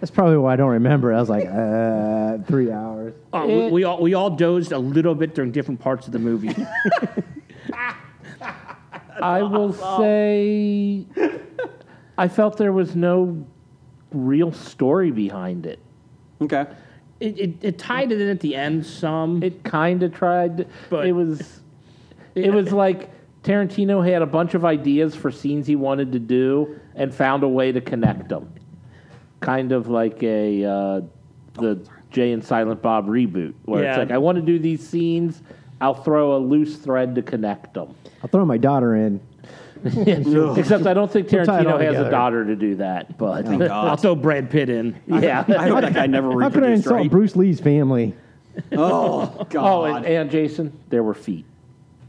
[SPEAKER 4] That's probably why I don't remember. I was like, uh, three hours.
[SPEAKER 5] uh, we, we all we all dozed a little bit during different parts of the movie.
[SPEAKER 6] I will say I felt there was no real story behind it.
[SPEAKER 2] Okay.
[SPEAKER 5] it, it, it tied it in at the end some.
[SPEAKER 6] It kind of tried,
[SPEAKER 5] But-
[SPEAKER 6] it was it was like Tarantino had a bunch of ideas for scenes he wanted to do and found a way to connect them. Kind of like a uh, the Jay and Silent Bob reboot where it's
[SPEAKER 5] Yeah.
[SPEAKER 6] like I want to do these scenes, I'll throw a loose thread to connect them.
[SPEAKER 4] I'll throw my daughter in.
[SPEAKER 6] Except I don't think
[SPEAKER 4] tie it all
[SPEAKER 6] Tarantino has
[SPEAKER 4] together.
[SPEAKER 6] a daughter to do that, but
[SPEAKER 5] I'll throw Brad Pitt in.
[SPEAKER 6] yeah.
[SPEAKER 2] Oh, I hope that guy never
[SPEAKER 4] How could I
[SPEAKER 2] reproduced.
[SPEAKER 4] insult
[SPEAKER 2] Right?
[SPEAKER 4] Bruce Lee's family?
[SPEAKER 2] Oh
[SPEAKER 6] Oh, and,
[SPEAKER 2] God. Oh,
[SPEAKER 6] and Jason, there were feet.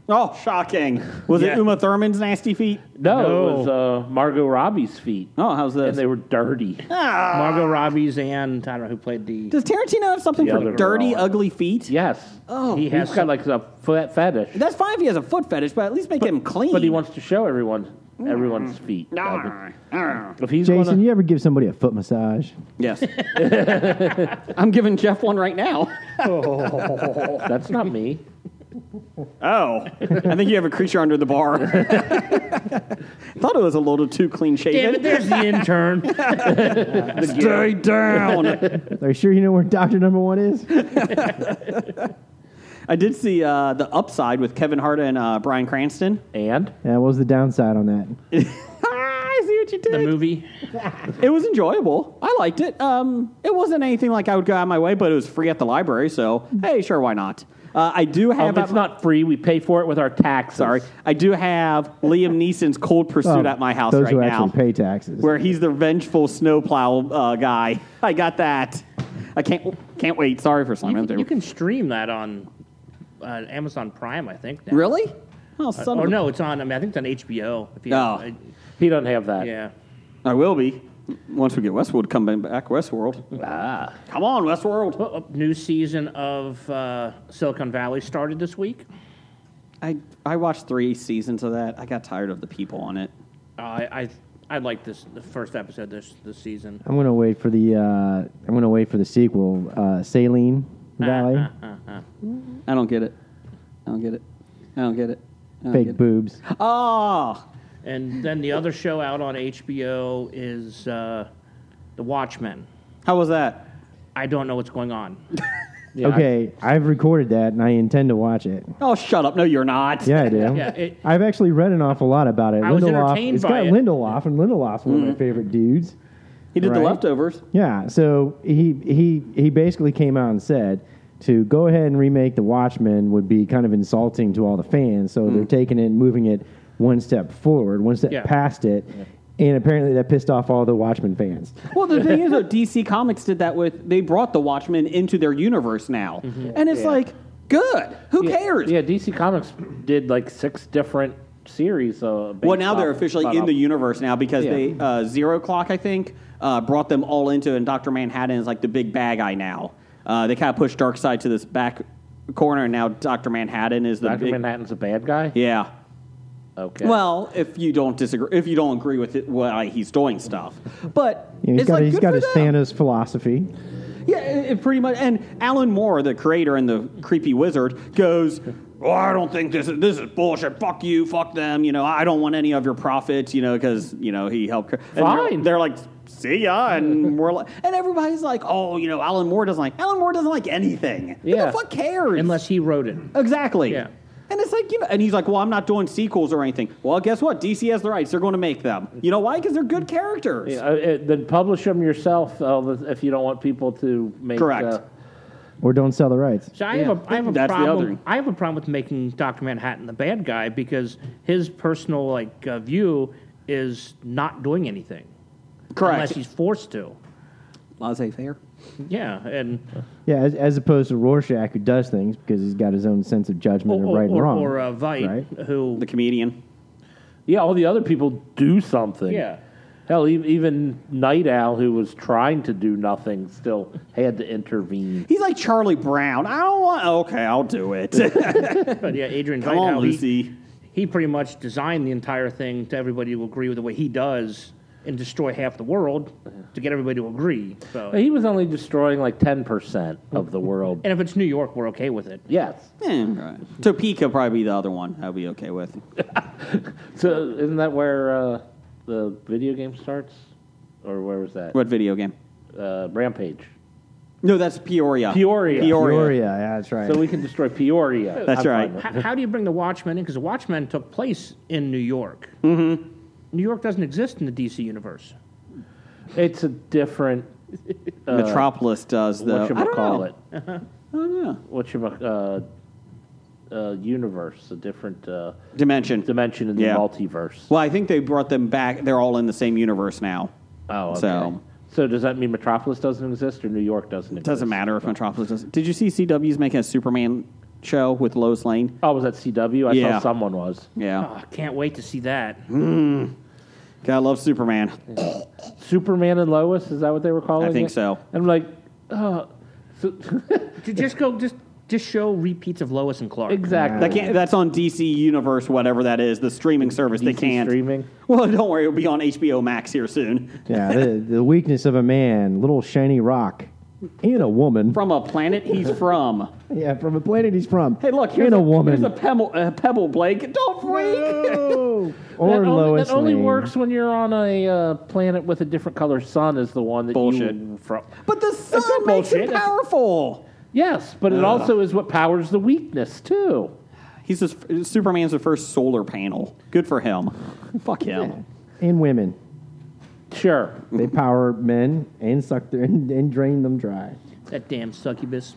[SPEAKER 2] shocking. Was
[SPEAKER 5] Yeah.
[SPEAKER 2] it Uma Thurman's nasty feet?
[SPEAKER 6] No,
[SPEAKER 5] No.
[SPEAKER 6] it was uh, Margot Robbie's feet,
[SPEAKER 2] Oh, how's this?
[SPEAKER 6] and they were dirty. Uh,
[SPEAKER 5] Margot Robbie's and I don't know who played the.
[SPEAKER 2] Does Tarantino have something
[SPEAKER 6] The
[SPEAKER 2] for
[SPEAKER 6] other
[SPEAKER 2] dirty,
[SPEAKER 6] girl.
[SPEAKER 2] ugly feet?
[SPEAKER 6] yes,
[SPEAKER 2] Oh,
[SPEAKER 5] He
[SPEAKER 6] he's
[SPEAKER 5] has
[SPEAKER 6] got like a foot fetish,
[SPEAKER 2] that's fine if he has a foot fetish, but at least make him clean.
[SPEAKER 6] but he wants to show everyone everyone's
[SPEAKER 2] Mm-hmm.
[SPEAKER 6] feet. Like,
[SPEAKER 2] Uh.
[SPEAKER 6] if he's
[SPEAKER 4] Jason,
[SPEAKER 6] gonna,
[SPEAKER 4] you ever give somebody a foot massage?
[SPEAKER 2] Yes. I'm giving Jeff one right now.
[SPEAKER 6] that's not me.
[SPEAKER 2] Oh. I think you have a creature under the bar. Thought it was a little too clean
[SPEAKER 5] Damn
[SPEAKER 2] shaven.
[SPEAKER 5] it, there's the intern.
[SPEAKER 2] Stay down.
[SPEAKER 4] Are you sure you know where Doctor Number One is?
[SPEAKER 2] I did see uh, the upside with Kevin Hart and uh, Brian Cranston.
[SPEAKER 6] And
[SPEAKER 4] Yeah, what was the downside on that?
[SPEAKER 2] I see what you
[SPEAKER 5] the
[SPEAKER 2] did.
[SPEAKER 5] movie.
[SPEAKER 2] It was enjoyable. I liked it. Um, it wasn't anything like I would go out of my way, but it was free at the library, so hey, sure, why not? Uh, I
[SPEAKER 5] Oh,
[SPEAKER 2] do have.
[SPEAKER 6] um, it's not free. We pay for it with our taxes.
[SPEAKER 2] sorry. I do have Liam Neeson's Cold Pursuit
[SPEAKER 5] Oh,
[SPEAKER 2] at my house
[SPEAKER 4] Those
[SPEAKER 2] right
[SPEAKER 4] who
[SPEAKER 2] now.
[SPEAKER 4] actually pay taxes.
[SPEAKER 2] where he's the vengeful snowplow uh, guy. I got that. I can't can't wait. Sorry for
[SPEAKER 5] You
[SPEAKER 2] slamming
[SPEAKER 5] can,
[SPEAKER 2] there.
[SPEAKER 5] you can stream that on uh, Amazon Prime, I think. Now.
[SPEAKER 2] really? Oh,
[SPEAKER 5] Uh,
[SPEAKER 2] son
[SPEAKER 5] or
[SPEAKER 2] of a-
[SPEAKER 5] no, it's on. I mean, I think it's on HBO. If you,
[SPEAKER 2] Oh.
[SPEAKER 5] I-
[SPEAKER 6] He doesn't have that.
[SPEAKER 5] yeah.
[SPEAKER 2] I will be once we get Westworld coming back. Westworld. Ah, come on, Westworld.
[SPEAKER 5] Well, a new season of uh, Silicon Valley started this week.
[SPEAKER 2] I I watched three seasons of that. I got tired of the people on it.
[SPEAKER 5] Uh, I, I I like this the first episode this this season.
[SPEAKER 4] I'm gonna wait for the. Uh, I'm gonna wait for the sequel, uh, Saline Valley,
[SPEAKER 5] Uh-huh. Uh,
[SPEAKER 2] I don't get it. I don't get it. I don't get it. I don't get
[SPEAKER 4] fake
[SPEAKER 2] it.
[SPEAKER 4] boobs.
[SPEAKER 2] Oh,
[SPEAKER 5] And then the other show out on HBO is uh, The Watchmen.
[SPEAKER 2] how was that?
[SPEAKER 5] I don't know what's going on.
[SPEAKER 4] okay, I've recorded that and I intend to watch it.
[SPEAKER 2] Oh, shut up! No, you're not.
[SPEAKER 4] Yeah, I do.
[SPEAKER 5] Yeah, it-
[SPEAKER 4] I've actually read an awful lot about it.
[SPEAKER 5] I was entertained
[SPEAKER 4] it's
[SPEAKER 5] by
[SPEAKER 4] got
[SPEAKER 5] it. Mm-hmm.
[SPEAKER 4] Lindelof, and Lindelof's one of my favorite dudes.
[SPEAKER 2] He did the
[SPEAKER 4] Right.
[SPEAKER 2] leftovers.
[SPEAKER 4] Yeah, so he he he basically came out and said to go ahead and remake The Watchmen would be kind of insulting to all the fans, so they're taking it and moving it one step forward, one step
[SPEAKER 5] Yeah.
[SPEAKER 4] past it. And apparently that pissed off all the Watchmen fans.
[SPEAKER 2] Well, the thing is, though, DC Comics did that with they brought the Watchmen into their universe now, and it's like good. Who cares?
[SPEAKER 6] Mm-hmm. Yeah, DC Comics did like six different series. Uh, based
[SPEAKER 2] Well, now they're
[SPEAKER 6] off-
[SPEAKER 2] officially
[SPEAKER 6] off-
[SPEAKER 2] in the universe now because
[SPEAKER 6] Yeah.
[SPEAKER 2] they uh, Zero Clock, I think, uh, brought them all into, and Doctor Manhattan is like the big bad guy now. Uh, they kind of pushed Darkseid to this back corner, and now Doctor Manhattan is the
[SPEAKER 6] Dr.
[SPEAKER 2] big,
[SPEAKER 6] Manhattan's a bad guy?
[SPEAKER 2] yeah.
[SPEAKER 6] Okay.
[SPEAKER 2] Well, if you don't disagree, if you don't agree with it, why he's doing stuff, but
[SPEAKER 4] You know, he's
[SPEAKER 2] it's
[SPEAKER 4] got
[SPEAKER 2] like
[SPEAKER 4] he's
[SPEAKER 2] good
[SPEAKER 4] got
[SPEAKER 2] for
[SPEAKER 4] his
[SPEAKER 2] them.
[SPEAKER 4] Thanos philosophy.
[SPEAKER 2] Yeah, it, it pretty much. And Alan Moore, the creator and the creepy wizard, goes, "Oh, I don't think this is this is bullshit. Fuck you, fuck them. You know, I don't want any of your profits. You know, because you know he helped. cre-" And they're-
[SPEAKER 6] Fine.
[SPEAKER 2] They're, like, see ya, and we're like, and everybody's like, oh, you know, Alan Moore doesn't like Alan Moore doesn't like anything. Who
[SPEAKER 6] Yeah.
[SPEAKER 2] the fuck cares?
[SPEAKER 5] Unless he wrote it.
[SPEAKER 2] exactly.
[SPEAKER 5] Yeah.
[SPEAKER 2] And it's like, you know, and he's like, well, I'm not doing sequels or anything. Well, guess what? DC has the rights. They're going to make them. You know why? Because they're good characters.
[SPEAKER 6] Yeah, uh, it- then publish them yourself uh, if you don't want people to make.
[SPEAKER 2] Correct.
[SPEAKER 6] uh,
[SPEAKER 4] Or don't sell the rights.
[SPEAKER 5] So I have a I have a
[SPEAKER 2] That's the
[SPEAKER 5] problem.
[SPEAKER 2] other-
[SPEAKER 5] I have a problem with making Doctor Manhattan the bad guy because his personal like uh, view is not doing anything unless
[SPEAKER 2] Correct.
[SPEAKER 5] he's forced to.
[SPEAKER 2] Laissez faire.
[SPEAKER 5] Yeah, and
[SPEAKER 4] Yeah, as, as opposed to Rorschach who does things because he's got his own sense of judgment
[SPEAKER 5] or
[SPEAKER 4] of
[SPEAKER 5] or,
[SPEAKER 4] right and
[SPEAKER 5] or,
[SPEAKER 4] wrong.
[SPEAKER 5] or, uh, Vite,
[SPEAKER 4] right?
[SPEAKER 5] who
[SPEAKER 2] The comedian.
[SPEAKER 6] yeah, all the other people do something.
[SPEAKER 5] yeah.
[SPEAKER 6] Hell, e- even Night Owl, who was trying to do nothing, still had to intervene.
[SPEAKER 2] He's like Charlie Brown. I don't want. Okay, I'll do it.
[SPEAKER 5] But yeah, Adrian
[SPEAKER 2] Come
[SPEAKER 5] Veidt,
[SPEAKER 2] on,
[SPEAKER 5] how he-
[SPEAKER 2] Lucy.
[SPEAKER 5] He, pretty much designed the entire thing to everybody to agree with the way he does and destroy half the world to get everybody to agree. So,
[SPEAKER 6] He was only destroying like 10% of the world.
[SPEAKER 5] and if it's New York, we're okay with it.
[SPEAKER 6] yes.
[SPEAKER 2] Eh, right. Topeka would probably be the other one. I'll be okay with.
[SPEAKER 6] So isn't that where uh, the video game starts? Or where was that?
[SPEAKER 2] What video game?
[SPEAKER 6] Uh, Rampage.
[SPEAKER 2] No, that's Peoria.
[SPEAKER 6] Peoria.
[SPEAKER 2] Peoria.
[SPEAKER 4] Peoria, yeah, that's right.
[SPEAKER 6] So we can destroy Peoria.
[SPEAKER 2] That's
[SPEAKER 6] I'm fine
[SPEAKER 2] right.
[SPEAKER 6] with
[SPEAKER 5] How, how do you bring the Watchmen in? Because the Watchmen took place in New York.
[SPEAKER 2] Mm-hmm.
[SPEAKER 5] New York doesn't exist in the DC universe.
[SPEAKER 6] it. It's a different. uh,
[SPEAKER 2] Metropolis does the.
[SPEAKER 6] What
[SPEAKER 2] I
[SPEAKER 6] you
[SPEAKER 2] don't
[SPEAKER 6] call
[SPEAKER 2] know.
[SPEAKER 6] it?
[SPEAKER 2] I don't know.
[SPEAKER 6] What you uh, uh, universe? A different uh,
[SPEAKER 2] Dimension.
[SPEAKER 6] dimension in the
[SPEAKER 2] Yeah.
[SPEAKER 6] multiverse.
[SPEAKER 2] Well, I think they brought them back. They're all in the same universe now.
[SPEAKER 6] Oh, okay.
[SPEAKER 2] So-
[SPEAKER 6] So, does that mean Metropolis doesn't exist or New York doesn't exist?
[SPEAKER 2] Doesn't matter if Metropolis does. Did you see CW's making a Superman show with Lois Lane?
[SPEAKER 6] Oh, was that CW? I
[SPEAKER 2] Yeah.
[SPEAKER 6] saw someone was.
[SPEAKER 2] Yeah.
[SPEAKER 5] I can't wait to see that.
[SPEAKER 2] Mm-hmm. God, I love Superman.
[SPEAKER 6] Superman and Lois, is that what they were calling
[SPEAKER 2] I think
[SPEAKER 6] it?
[SPEAKER 2] so.
[SPEAKER 6] I'm like, uh, so-
[SPEAKER 5] Ju- just go, just just show repeats of Lois and Clark.
[SPEAKER 6] exactly.
[SPEAKER 2] That can't, that's on DC Universe, whatever that is, the streaming service. they
[SPEAKER 6] DC
[SPEAKER 2] can't.
[SPEAKER 6] streaming.
[SPEAKER 2] Well, don't worry, it'll be on HBO Max here soon.
[SPEAKER 4] yeah, the, the weakness of a man, little shiny rock, and a woman.
[SPEAKER 2] From a planet he's from.
[SPEAKER 4] Yeah, from a planet he's from.
[SPEAKER 2] Hey, look, here's
[SPEAKER 4] and a,
[SPEAKER 2] a,
[SPEAKER 4] woman.
[SPEAKER 2] Here's a pebble, a pebble, Blake. Don't freak.
[SPEAKER 4] No. Oh,
[SPEAKER 6] That
[SPEAKER 4] or
[SPEAKER 6] only,
[SPEAKER 4] Lois
[SPEAKER 6] that only
[SPEAKER 4] Lane.
[SPEAKER 6] works when you're on a uh, planet with a different color sun is the one that you
[SPEAKER 2] Bullshit.
[SPEAKER 6] from.
[SPEAKER 2] But the sun
[SPEAKER 6] not
[SPEAKER 2] makes him
[SPEAKER 6] bullshit. That's-
[SPEAKER 2] powerful.
[SPEAKER 6] Yes, but it also is what powers the weakness too.
[SPEAKER 2] He's just, Superman's the first solar panel. Good for him. Fuck him.
[SPEAKER 4] And women.
[SPEAKER 6] Sure.
[SPEAKER 4] They power men and suck their and, and drain them dry.
[SPEAKER 5] That damn succubus.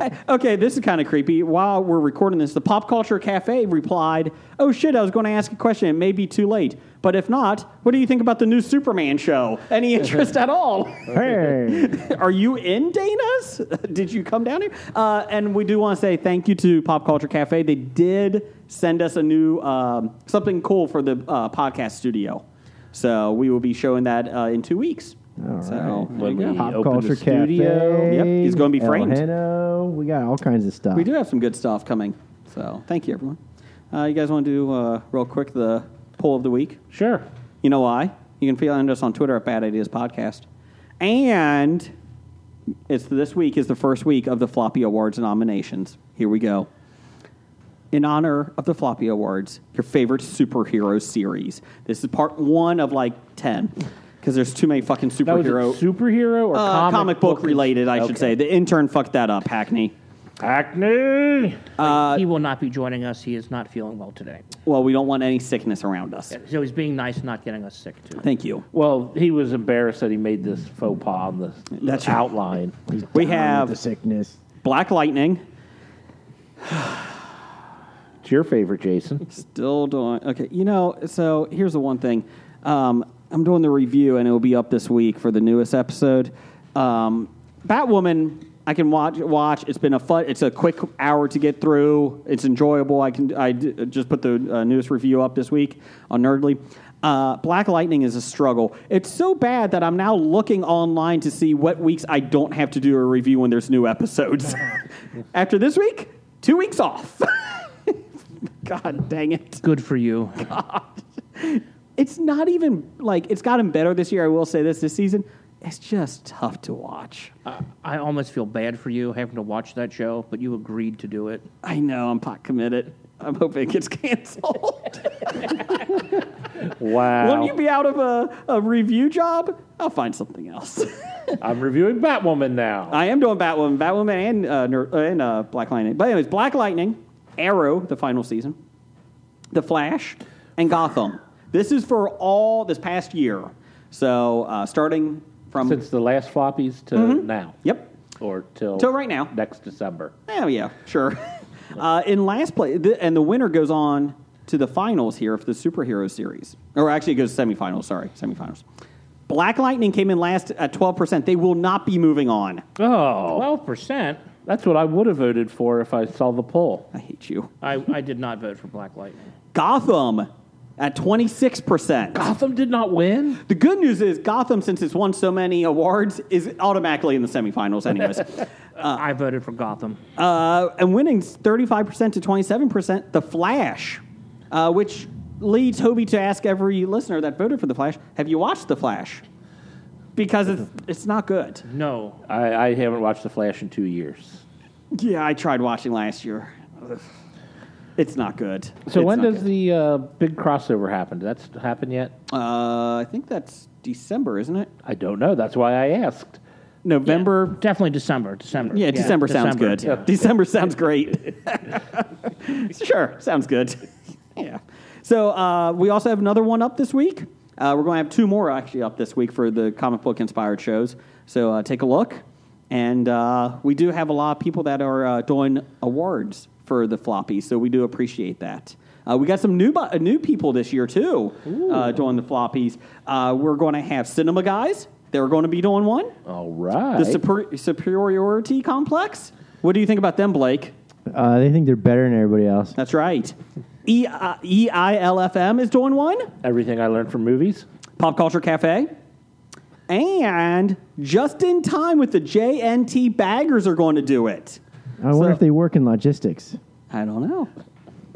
[SPEAKER 4] right.
[SPEAKER 2] Okay, this is kind of creepy. While we're recording this, the Pop Culture Cafe replied, Oh shit, I was going to ask a question. It may be too late. But if not, what do you think about the new Superman show? Any interest at all?
[SPEAKER 4] Hey,
[SPEAKER 2] Are you in Dana's? Did you come down here? Uh, and we do want to say thank you to Pop Culture Cafe. They did send us a new um, something cool for the uh, podcast studio. So we will be showing that uh, in two weeks.
[SPEAKER 4] All
[SPEAKER 2] so,
[SPEAKER 4] right.
[SPEAKER 2] there you
[SPEAKER 6] When
[SPEAKER 2] go.
[SPEAKER 6] we-
[SPEAKER 4] pop
[SPEAKER 6] opened
[SPEAKER 4] culture
[SPEAKER 6] the studio.
[SPEAKER 4] cafe.
[SPEAKER 2] Yep, he's gonna be
[SPEAKER 4] El
[SPEAKER 2] framed.
[SPEAKER 4] Heno. We got all kinds of stuff.
[SPEAKER 2] We do have some good stuff coming. So thank you, everyone. Uh, you guys want to do uh, real quick the poll of the week?
[SPEAKER 6] Sure.
[SPEAKER 2] You know why? You can find us on Twitter at Bad Ideas Podcast. And it's this week is the first week of the Floppy Awards nominations. Here we go. In honor of the Floppy Awards, your favorite superhero series. This is part one of like ten because there's too many fucking
[SPEAKER 6] That was
[SPEAKER 2] superhero
[SPEAKER 6] Oh, it superhero or
[SPEAKER 2] uh,
[SPEAKER 6] comic,
[SPEAKER 2] book, related. I
[SPEAKER 6] Okay.
[SPEAKER 2] should say the intern fucked that up, Hackney.
[SPEAKER 6] Acne.
[SPEAKER 2] Uh,
[SPEAKER 5] he will not be joining us. He is not feeling well today.
[SPEAKER 2] Well, we don't want any sickness around us.
[SPEAKER 5] So he's being nice, and not getting us sick too.
[SPEAKER 2] Thank you.
[SPEAKER 6] Well, he was embarrassed that he made this faux pas on the
[SPEAKER 2] That's right.
[SPEAKER 6] outline.
[SPEAKER 2] We
[SPEAKER 4] Down with
[SPEAKER 2] have
[SPEAKER 4] the sickness.
[SPEAKER 2] Black Lightning.
[SPEAKER 6] It's your favorite, Jason.
[SPEAKER 2] Still doing okay. You know, so here's the one thing. Um, I'm doing the review, and it will be up this week for the newest episode. Um, Batwoman, I can watch. Watch. It's been a fun. It's a quick hour to get through. It's enjoyable. I can. I d- just put the uh, newest review up this week on Nerdly. Uh, Black Lightning is a struggle. It's so bad that I'm now looking online to see what weeks I don't have to do a review when there's new episodes. After this week, two weeks off. God dang it.
[SPEAKER 5] Good for you.
[SPEAKER 2] It's not even like it's gotten better this year. I will say this this season. It's just tough to watch.
[SPEAKER 5] I almost feel bad for you having to watch that show, but you agreed to do it.
[SPEAKER 2] I know I'm pot committed. I'm hoping it gets canceled.
[SPEAKER 6] Wow.
[SPEAKER 2] Won't you be out of a, a review job? I'll find something else.
[SPEAKER 6] I'm reviewing Batwoman now.
[SPEAKER 2] I am doing Batwoman, Batwoman, and uh, Ner- uh, and uh, Black Lightning. But anyways, Black Lightning, Arrow, the final season, The Flash, and Gotham. This is for all this past year. So uh, starting from
[SPEAKER 6] Since the last floppies to now.
[SPEAKER 2] yep
[SPEAKER 6] Or Mm-hmm. till
[SPEAKER 2] Till right now.
[SPEAKER 6] Next December.
[SPEAKER 2] Oh yeah, sure. uh, in last place, th- and the winner goes on to the finals here for the superhero series, or actually it goes semifinals. Sorry, semifinals. Black Lightning came in last at twelve percent. They will not be moving on.
[SPEAKER 6] Oh.
[SPEAKER 5] Twelve percent.
[SPEAKER 6] That's what I would have voted for if I saw the poll.
[SPEAKER 2] I hate you.
[SPEAKER 5] I, I did not vote for Black Lightning.
[SPEAKER 2] Gotham at twenty six percent.
[SPEAKER 6] Gotham did not win.
[SPEAKER 2] The good news is Gotham, since it's won so many awards, is automatically in the semifinals. Anyways.
[SPEAKER 5] I voted for Gotham.
[SPEAKER 2] uh, and winning 35% to 27%, The Flash, uh, which leads Hobie to ask every listener that voted for The Flash, have you watched The Flash? Because it's, it's not good.
[SPEAKER 5] No,
[SPEAKER 6] I, I haven't watched The Flash in two years.
[SPEAKER 2] Yeah, I tried watching last year. Ugh. It's not good.
[SPEAKER 6] So
[SPEAKER 2] It's
[SPEAKER 6] when
[SPEAKER 2] not
[SPEAKER 6] does
[SPEAKER 2] good.
[SPEAKER 6] the uh, big crossover happen? Did that happen yet?
[SPEAKER 2] Uh, I think that's December, isn't it?
[SPEAKER 6] I don't know. That's why I asked.
[SPEAKER 2] November.
[SPEAKER 5] definitely December. December.
[SPEAKER 2] Yeah, December sounds
[SPEAKER 5] December,
[SPEAKER 2] good.
[SPEAKER 5] yeah.
[SPEAKER 2] December sounds great. sure, sounds good. yeah. So uh, we also have another one up this week. Uh, we're going to have two more actually up this week for the comic book inspired shows. So uh, take a look. And uh, we do have a lot of people that are uh, doing awards for the floppy, so we do appreciate that. Uh, we got some new bu- uh, new people this year too uh, doing the floppies. Uh, we're going to have Cinema Guys. They're going to be doing one.
[SPEAKER 6] All right.
[SPEAKER 2] The super- superiority complex. What do you think about them, Blake?
[SPEAKER 4] Uh, they think they're better than everybody else.
[SPEAKER 2] That's right. E I L F M is doing one.
[SPEAKER 6] Everything I learned from movies.
[SPEAKER 2] Pop Culture Cafe. And just in time with the JNT baggers are going to do it.
[SPEAKER 4] I wonder
[SPEAKER 2] So-
[SPEAKER 4] if they work in logistics.
[SPEAKER 2] I don't know.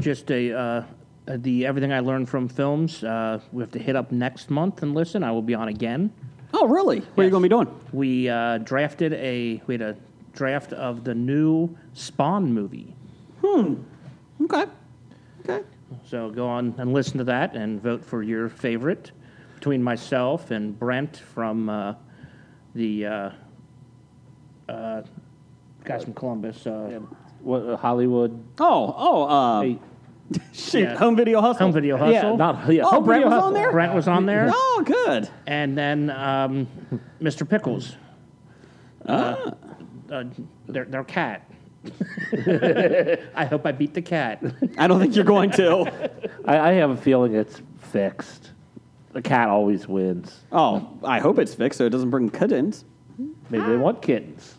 [SPEAKER 5] Just a uh, the everything I learned from films. Uh, we have to hit up next month and listen. I will be on again.
[SPEAKER 2] Oh, really? What are you going
[SPEAKER 5] Yes.
[SPEAKER 2] to be doing?
[SPEAKER 5] We uh, drafted a we had a draft of the new Spawn movie.
[SPEAKER 2] Okay. Okay.
[SPEAKER 5] So go on and listen to that and vote for your favorite between myself and Brent from uh, the uh, uh, guys from Columbus. Uh,
[SPEAKER 6] What, uh, Hollywood.
[SPEAKER 2] Oh, oh, uh,
[SPEAKER 6] Hey.
[SPEAKER 2] shoot,
[SPEAKER 5] Yeah.
[SPEAKER 2] home video hustle.
[SPEAKER 5] Home Video Hustle.
[SPEAKER 6] Yeah, not yeah.
[SPEAKER 2] Oh,
[SPEAKER 6] Home
[SPEAKER 2] Brent
[SPEAKER 6] Video
[SPEAKER 2] was on
[SPEAKER 6] Hustle.
[SPEAKER 2] there?
[SPEAKER 5] Brent was on there.
[SPEAKER 2] Oh, good.
[SPEAKER 6] Ah.
[SPEAKER 5] and then um, Mr. Pickles. Uh, uh, their their cat. I hope I beat the cat.
[SPEAKER 2] I don't think you're going to.
[SPEAKER 6] I, I have a feeling it's fixed. The cat always wins.
[SPEAKER 2] Oh, I hope it's fixed so it doesn't bring kittens.
[SPEAKER 6] Maybe
[SPEAKER 2] Ah.
[SPEAKER 6] they want kittens.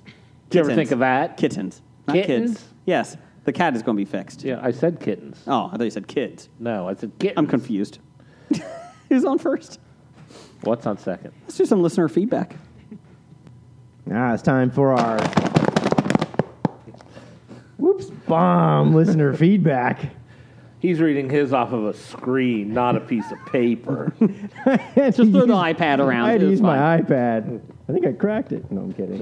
[SPEAKER 6] Do you ever
[SPEAKER 2] Kittens.
[SPEAKER 6] think of that?
[SPEAKER 2] Kittens, not kids.
[SPEAKER 6] Kittens?
[SPEAKER 2] Yes, the cat is going to be fixed.
[SPEAKER 6] Yeah, I said kittens.
[SPEAKER 2] Oh, I thought you said kids.
[SPEAKER 6] No, I said kittens.
[SPEAKER 2] I'm confused. Who's on first?
[SPEAKER 6] What's on second?
[SPEAKER 2] Let's do some listener feedback.
[SPEAKER 4] Now Ah, it's time for our whoops bomb listener feedback.
[SPEAKER 6] He's reading his off of a screen, not a piece of paper.
[SPEAKER 4] Just
[SPEAKER 2] throw the iPad around.
[SPEAKER 4] I had
[SPEAKER 2] It
[SPEAKER 4] to
[SPEAKER 2] was
[SPEAKER 4] use my
[SPEAKER 2] fine.
[SPEAKER 4] iPad. I think I cracked it. No, I'm kidding.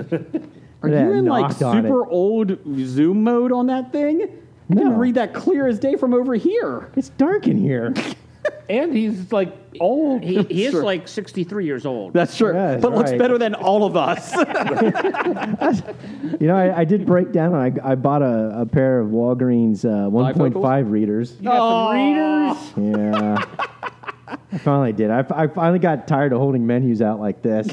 [SPEAKER 2] Are
[SPEAKER 4] Yeah,
[SPEAKER 2] you in like
[SPEAKER 4] knocked on
[SPEAKER 2] super old Zoom mode on that thing? I
[SPEAKER 4] No.
[SPEAKER 2] can read that clear as day from over here.
[SPEAKER 4] It's dark in here.
[SPEAKER 6] and he's like old.
[SPEAKER 5] He, he is like 63 years old.
[SPEAKER 2] That's true.
[SPEAKER 4] Yeah,
[SPEAKER 2] but looks
[SPEAKER 4] right.
[SPEAKER 2] better than all of us.
[SPEAKER 4] You know, I, I did break down. I, I bought a, a pair of Walgreens uh, 1.5 readers.
[SPEAKER 5] You got some readers.
[SPEAKER 4] Yeah. I finally did. I, I finally got tired of holding menus out like this.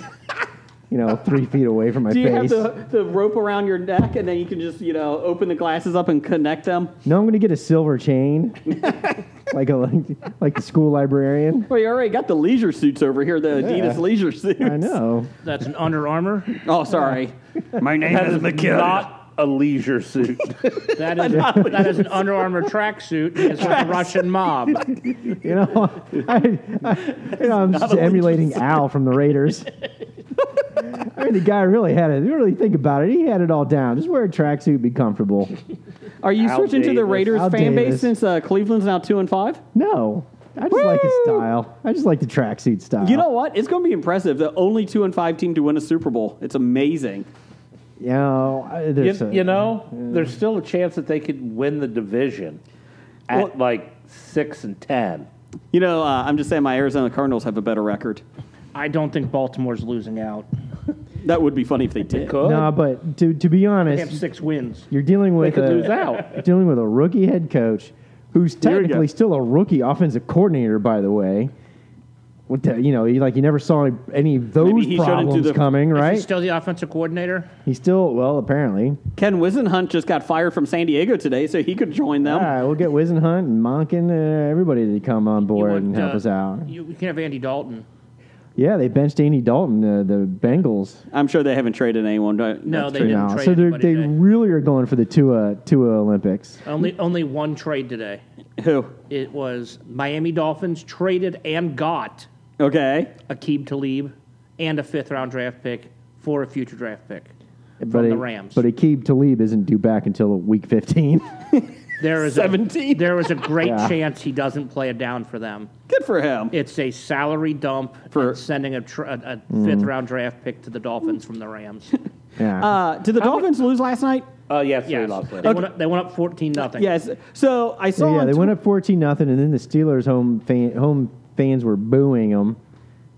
[SPEAKER 4] You know, three feet away from my
[SPEAKER 2] Do you have
[SPEAKER 4] face.
[SPEAKER 2] the, the rope around your neck and then you can just, you know, open the glasses up and connect them?
[SPEAKER 4] No, I'm going to get a silver chain, like a like, like the school librarian.
[SPEAKER 2] Well, you already got the leisure suits over here, the Adidas leisure suits.
[SPEAKER 4] I know.
[SPEAKER 5] That's an Under Armour.
[SPEAKER 2] Oh, sorry. My name
[SPEAKER 6] That is not a leisure suit.
[SPEAKER 5] That is that is an Under Armour tracksuit. It's like a Russian mob.
[SPEAKER 4] You know, I, I, you know I'm just emulating Al from the Raiders. I mean, the guy really had it. You really think about it. He had it all down. Just wear a tracksuit, be comfortable.
[SPEAKER 2] Are you
[SPEAKER 6] Al
[SPEAKER 2] switching to the
[SPEAKER 6] Davis.
[SPEAKER 2] Raiders
[SPEAKER 4] Al
[SPEAKER 2] fan base
[SPEAKER 4] Davis.
[SPEAKER 2] since uh, Cleveland's now two and five?
[SPEAKER 4] No, I just like his
[SPEAKER 2] Woo!
[SPEAKER 4] style. I just like the tracksuit style.
[SPEAKER 2] You know what? It's going to be impressive. The only two and five team to win a Super Bowl. It's amazing.
[SPEAKER 4] you know, I-
[SPEAKER 6] you,
[SPEAKER 4] there's a-
[SPEAKER 6] you know, there's still a chance that they could win the division at
[SPEAKER 2] Well-
[SPEAKER 6] like six and ten.
[SPEAKER 2] You know, uh, I'm just saying my Arizona Cardinals have a better record.
[SPEAKER 5] I don't think Baltimore's losing out.
[SPEAKER 2] That would be funny if they did.
[SPEAKER 6] Could
[SPEAKER 4] No, but to to be
[SPEAKER 5] They have
[SPEAKER 4] honest,
[SPEAKER 5] six wins.
[SPEAKER 4] you're dealing
[SPEAKER 6] they
[SPEAKER 4] with
[SPEAKER 6] could
[SPEAKER 4] a,
[SPEAKER 6] lose out?
[SPEAKER 4] you're dealing with a rookie head coach who's
[SPEAKER 2] There you go.
[SPEAKER 4] technically still a rookie offensive coordinator, by the way. What the, you know, he, like you never saw any, any of
[SPEAKER 2] Maybe
[SPEAKER 4] those
[SPEAKER 2] he showed it to
[SPEAKER 4] problems
[SPEAKER 2] the-
[SPEAKER 4] coming,
[SPEAKER 5] Is
[SPEAKER 4] right?
[SPEAKER 5] he still the offensive coordinator?
[SPEAKER 4] He's still well, apparently.
[SPEAKER 2] Ken Wisenhunt just got fired from San Diego today, so he could join them.
[SPEAKER 4] All right, we'll get Wizenhunt and Monken, uh, everybody to come on
[SPEAKER 5] You
[SPEAKER 4] board
[SPEAKER 5] want,
[SPEAKER 4] and help
[SPEAKER 5] uh,
[SPEAKER 4] us out.
[SPEAKER 5] You, you can have Andy Dalton.
[SPEAKER 4] Yeah, they benched Andy Dalton, uh, the Bengals.
[SPEAKER 2] I'm sure they haven't traded anyone. but-
[SPEAKER 5] No, they
[SPEAKER 4] right
[SPEAKER 5] didn't
[SPEAKER 4] now.
[SPEAKER 5] trade
[SPEAKER 4] so they're- they
[SPEAKER 5] anybody today.
[SPEAKER 4] really are going for the Tua Tua Olympics.
[SPEAKER 5] Only only one trade today.
[SPEAKER 2] Who?
[SPEAKER 5] It was Miami Dolphins traded and got
[SPEAKER 2] Okay.
[SPEAKER 5] Akib Talib and a fifth round draft pick for a future draft pick.
[SPEAKER 4] but
[SPEAKER 5] the
[SPEAKER 4] it-
[SPEAKER 5] Rams.
[SPEAKER 4] But Akib Talib isn't due back until week 15.
[SPEAKER 5] There is
[SPEAKER 2] 17.
[SPEAKER 5] A, there is a great
[SPEAKER 4] Yeah.
[SPEAKER 5] chance he doesn't play a down for them.
[SPEAKER 2] Good for him.
[SPEAKER 5] It's a salary dump
[SPEAKER 2] For-
[SPEAKER 5] for sending a, tr- a, a
[SPEAKER 4] Mm.
[SPEAKER 5] fifth round draft pick to the Dolphins from the Rams.
[SPEAKER 4] yeah.
[SPEAKER 2] Uh, did the Dolphins lose last night?
[SPEAKER 6] Uh, yes, they
[SPEAKER 5] yes.
[SPEAKER 6] lost.
[SPEAKER 5] they,
[SPEAKER 6] it.
[SPEAKER 5] went up, they went up fourteen nothing.
[SPEAKER 2] Yes. So I
[SPEAKER 4] So
[SPEAKER 2] saw.
[SPEAKER 4] yeah,
[SPEAKER 2] on
[SPEAKER 4] they
[SPEAKER 2] Tw-
[SPEAKER 4] went up 14 nothing, and then the Steelers home fan, home fans were booing them,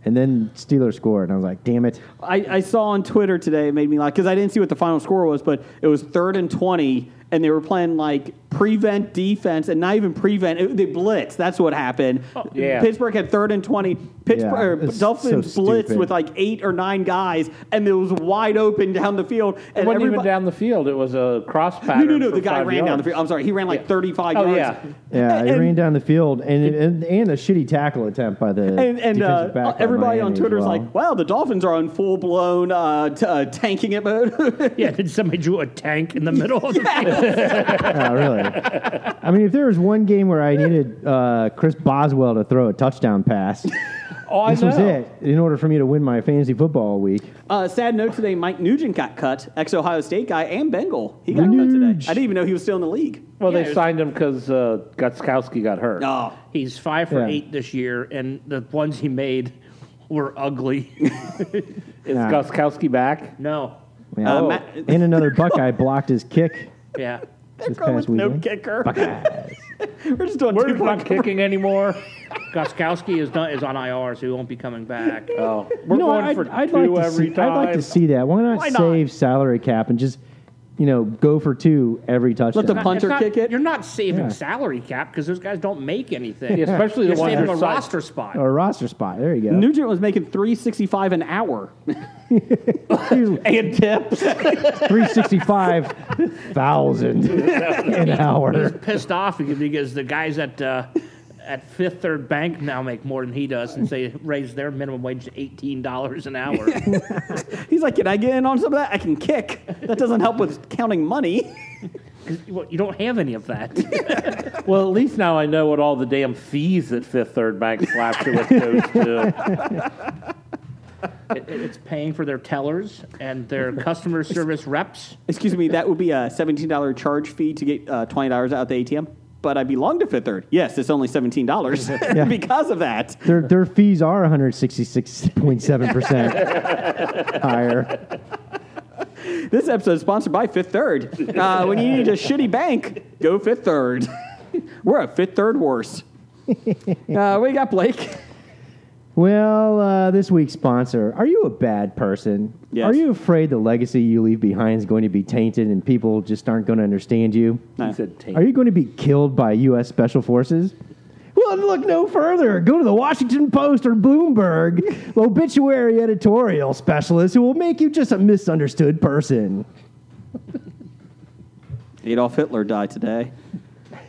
[SPEAKER 4] and then Steelers scored, and I was like, "Damn it!"
[SPEAKER 2] I, I saw on Twitter today. It made me laugh because I didn't see what the final score was, but it was third and twenty, and they were playing like prevent defense, and not even prevent. It, they blitz. That's what happened.
[SPEAKER 6] Oh, yeah.
[SPEAKER 2] Pittsburgh had third and twenty. Pittsburgh or
[SPEAKER 4] Yeah, it's
[SPEAKER 2] Dolphins
[SPEAKER 4] so
[SPEAKER 2] blitz
[SPEAKER 4] stupid.
[SPEAKER 2] with like eight or nine guys, and it was wide open down the field.
[SPEAKER 6] It
[SPEAKER 2] And
[SPEAKER 6] wasn't even
[SPEAKER 2] everybo-
[SPEAKER 6] down the field. It was a cross pattern.
[SPEAKER 2] No, no, no.
[SPEAKER 6] for
[SPEAKER 2] The guy
[SPEAKER 6] five
[SPEAKER 2] ran down the
[SPEAKER 6] yards.
[SPEAKER 2] field. I'm sorry, he ran like
[SPEAKER 6] Yeah.
[SPEAKER 2] 35
[SPEAKER 6] Oh,
[SPEAKER 2] yards.
[SPEAKER 6] yeah.
[SPEAKER 4] Yeah, they
[SPEAKER 2] And-
[SPEAKER 4] ran down the field, and and, and a shitty tackle attempt by the
[SPEAKER 2] and, and
[SPEAKER 4] defensive
[SPEAKER 2] uh,
[SPEAKER 4] back
[SPEAKER 2] everybody
[SPEAKER 4] Miami
[SPEAKER 2] on
[SPEAKER 4] as
[SPEAKER 2] Twitter is
[SPEAKER 4] well.
[SPEAKER 2] like, "Wow, the Dolphins are on full blown uh, t- uh, tanking it mode."
[SPEAKER 5] Yeah, Did somebody drew a tank in the middle of the
[SPEAKER 4] "Yeah, really." I mean, if there was one game where I needed uh, Chris Boswell to throw a touchdown pass,
[SPEAKER 6] Oh, I
[SPEAKER 4] this
[SPEAKER 6] know.
[SPEAKER 4] was it in order for me to win my fantasy football week.
[SPEAKER 2] uh, sad note today: Mike Nugent got cut, ex Ohio State guy, and Bengal. He got cut
[SPEAKER 4] Nuge.
[SPEAKER 2] today. I didn't even know he was still in the league.
[SPEAKER 6] Well,
[SPEAKER 5] Yeah, it
[SPEAKER 6] they
[SPEAKER 5] was-
[SPEAKER 6] signed him because uh, Gutskowski got hurt.
[SPEAKER 2] Oh,
[SPEAKER 5] He's five for
[SPEAKER 4] Yeah.
[SPEAKER 5] eight this year, and the ones he made were ugly.
[SPEAKER 6] Is
[SPEAKER 4] Yeah.
[SPEAKER 6] Gutskowski back?
[SPEAKER 5] no,
[SPEAKER 4] Yeah.
[SPEAKER 2] Uh, Ma-
[SPEAKER 4] and another Buckeye blocked his kick.
[SPEAKER 5] yeah,
[SPEAKER 2] they're
[SPEAKER 4] This
[SPEAKER 2] going
[SPEAKER 4] past
[SPEAKER 2] with no
[SPEAKER 4] weekend?
[SPEAKER 2] kicker. We're just doing
[SPEAKER 6] We're
[SPEAKER 2] two
[SPEAKER 6] not
[SPEAKER 2] point
[SPEAKER 6] kicking anymore.
[SPEAKER 5] Goskowski is done, is on IR, so he won't be coming back.
[SPEAKER 6] Oh, we're
[SPEAKER 4] You know,
[SPEAKER 6] going
[SPEAKER 4] I'd,
[SPEAKER 6] for
[SPEAKER 4] I'd
[SPEAKER 6] two
[SPEAKER 4] like to
[SPEAKER 6] every
[SPEAKER 4] see,
[SPEAKER 6] time.
[SPEAKER 4] I'd like to see that. Why not
[SPEAKER 2] Why not?
[SPEAKER 4] save salary cap and just you know, go for two every touchdown.
[SPEAKER 2] the punter
[SPEAKER 5] It's not-
[SPEAKER 2] kick it?
[SPEAKER 5] You're not saving
[SPEAKER 4] Yeah.
[SPEAKER 5] salary cap because those guys don't make anything.
[SPEAKER 6] Yeah, especially
[SPEAKER 5] you're
[SPEAKER 6] the ones
[SPEAKER 5] saving
[SPEAKER 6] that
[SPEAKER 5] a
[SPEAKER 6] suck. Oh.
[SPEAKER 5] roster spot.
[SPEAKER 4] or a roster spot. There you go.
[SPEAKER 2] Nugent was making three sixty five an hour. and tips.
[SPEAKER 4] 365,000 an hour.
[SPEAKER 5] pissed off because the guys at uh, at Fifth Third Bank now make more than he does, and they raise their minimum wage to eighteen dollars an hour.
[SPEAKER 2] He's like, can I get in on some of that? I can kick. That doesn't help with counting money.
[SPEAKER 5] 'Cause, well, you don't have any of that.
[SPEAKER 6] Well, at least now I know what all the damn fees that Fifth Third Bank slaps you with goes to.
[SPEAKER 5] It- it's paying for their tellers and their customer service reps.
[SPEAKER 2] Excuse me, that would be a seventeen dollar charge fee to get uh, twenty dollars out the ATM. But I belong to Fifth Third. Yes, it's only seventeen dollars because of that.
[SPEAKER 4] Their, their fees are 166.7% higher.
[SPEAKER 2] This episode is sponsored by Fifth Third. Uh, when you need a shitty bank, go Fifth Third. We're a Fifth Third worse. Uh, what you got, Blake?
[SPEAKER 4] Well, uh, this week's sponsor, are you a bad person?
[SPEAKER 2] Yes.
[SPEAKER 4] Are you afraid the legacy you leave behind is going to be tainted and people just aren't going to understand you?
[SPEAKER 6] He said, "Take
[SPEAKER 4] Are you going to be killed by U.S. Special Forces? Well, look no further. Go to the Washington Post or Bloomberg, obituary editorial specialist who will make you just a misunderstood person.
[SPEAKER 2] Adolf Hitler died today.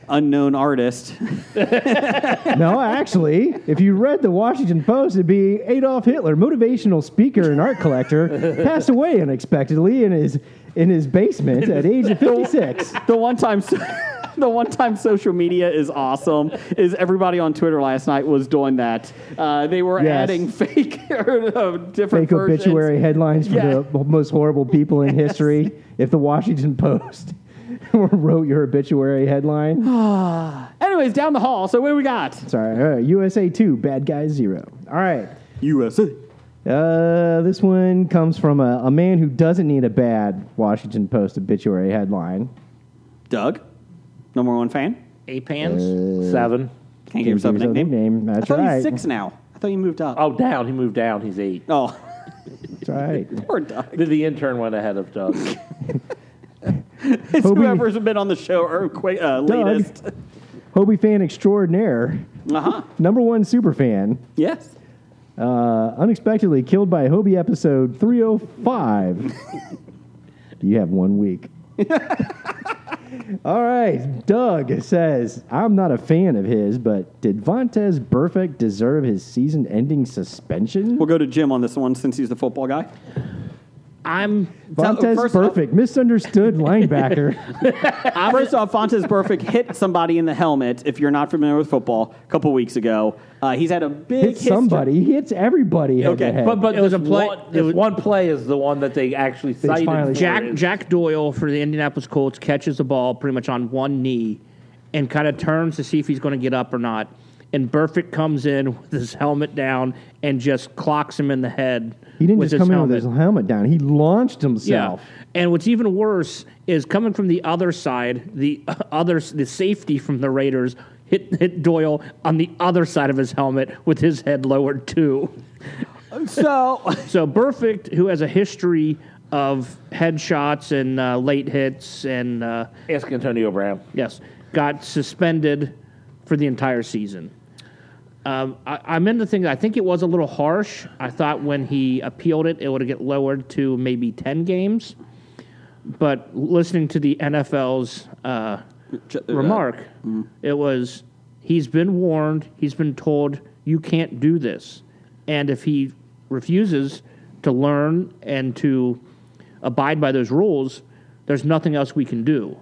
[SPEAKER 2] Unknown artist.
[SPEAKER 4] no, actually, if you read the Washington Post, it'd be Adolf Hitler, motivational speaker and art collector, passed away unexpectedly in his in his basement at age of 56.
[SPEAKER 2] The one time. So- The one time social media is awesome is everybody on Twitter last night was doing that. Uh, they were
[SPEAKER 4] Yes.
[SPEAKER 2] adding fake or uh, different
[SPEAKER 4] fake
[SPEAKER 2] versions.
[SPEAKER 4] obituary headlines for
[SPEAKER 2] Yeah.
[SPEAKER 4] the most horrible people in history. If the Washington Post wrote your obituary headline,
[SPEAKER 2] Anyways, down the hall. So what do we got?
[SPEAKER 4] sorry, uh, USA two, bad guy zero. All right,
[SPEAKER 2] USA.
[SPEAKER 4] uh, this one comes from a, a man who doesn't need a bad Washington Post obituary headline.
[SPEAKER 2] Doug, number one fan.
[SPEAKER 5] A pans.
[SPEAKER 6] seven.
[SPEAKER 2] Can't give yourself a
[SPEAKER 4] Give yourself a
[SPEAKER 2] nickname.
[SPEAKER 4] nickname,
[SPEAKER 2] I
[SPEAKER 4] that's
[SPEAKER 2] thought
[SPEAKER 4] right.
[SPEAKER 2] he's six now. I thought you moved up.
[SPEAKER 6] Oh, down. He moved down. He's eight.
[SPEAKER 2] Oh,
[SPEAKER 4] That's right.
[SPEAKER 2] poor Doug.
[SPEAKER 6] The, the intern went ahead of Doug.
[SPEAKER 2] It's
[SPEAKER 4] Hobie-
[SPEAKER 2] whoever's been on the show or qu- uh, latest.
[SPEAKER 4] Hobie fan extraordinaire,
[SPEAKER 2] Uh huh.
[SPEAKER 4] number one super fan,
[SPEAKER 2] Yes.
[SPEAKER 4] uh, unexpectedly killed by Hobie episode three hundred five. you have one week. All right, Doug says, I'm not a fan of his, but did Vontez Burfict deserve his season ending suspension?
[SPEAKER 2] We'll go to Jim on this one since he's the football guy.
[SPEAKER 5] I'm
[SPEAKER 4] Vontez
[SPEAKER 2] first off-
[SPEAKER 4] Burfict, misunderstood linebacker.
[SPEAKER 2] First off, Fontes Burfict hit somebody in the helmet. If you're not familiar with football, a couple weeks ago, uh, he's had a big
[SPEAKER 4] hits
[SPEAKER 2] history-
[SPEAKER 4] somebody, he hits everybody.
[SPEAKER 2] Okay,
[SPEAKER 4] head
[SPEAKER 6] But but
[SPEAKER 5] It was
[SPEAKER 6] this
[SPEAKER 5] a play-
[SPEAKER 6] One,
[SPEAKER 5] it
[SPEAKER 6] this
[SPEAKER 5] was-
[SPEAKER 6] one play is the one that they actually cited.
[SPEAKER 4] finally-
[SPEAKER 6] for
[SPEAKER 5] Jack
[SPEAKER 6] it.
[SPEAKER 5] Jack Doyle for the Indianapolis Colts catches the ball pretty much on one knee and kind of turns to see if he's going to get up or not. And Burfict comes in with his helmet down and just clocks him in the head.
[SPEAKER 4] he didn't
[SPEAKER 5] with
[SPEAKER 4] just
[SPEAKER 5] his
[SPEAKER 4] come
[SPEAKER 5] helmet.
[SPEAKER 4] in with his helmet down. He launched himself.
[SPEAKER 5] And what's even worse is coming from the other side, the other the safety from the Raiders hit hit Doyle on the other side of his helmet with his head lowered too.
[SPEAKER 2] So
[SPEAKER 5] So Burfict, who has a history of headshots and uh, late hits, and uh,
[SPEAKER 6] Ask Antonio Brown.
[SPEAKER 5] yes, got suspended for the entire season. Um, I, I'm into things. I think it was a little harsh. I thought when he appealed it, it would get lowered to maybe ten games. But listening to the NFL's uh, remark, it was he's been warned. He's been told you can't do this, and if he refuses to learn and to abide by those rules, there's nothing else we can do.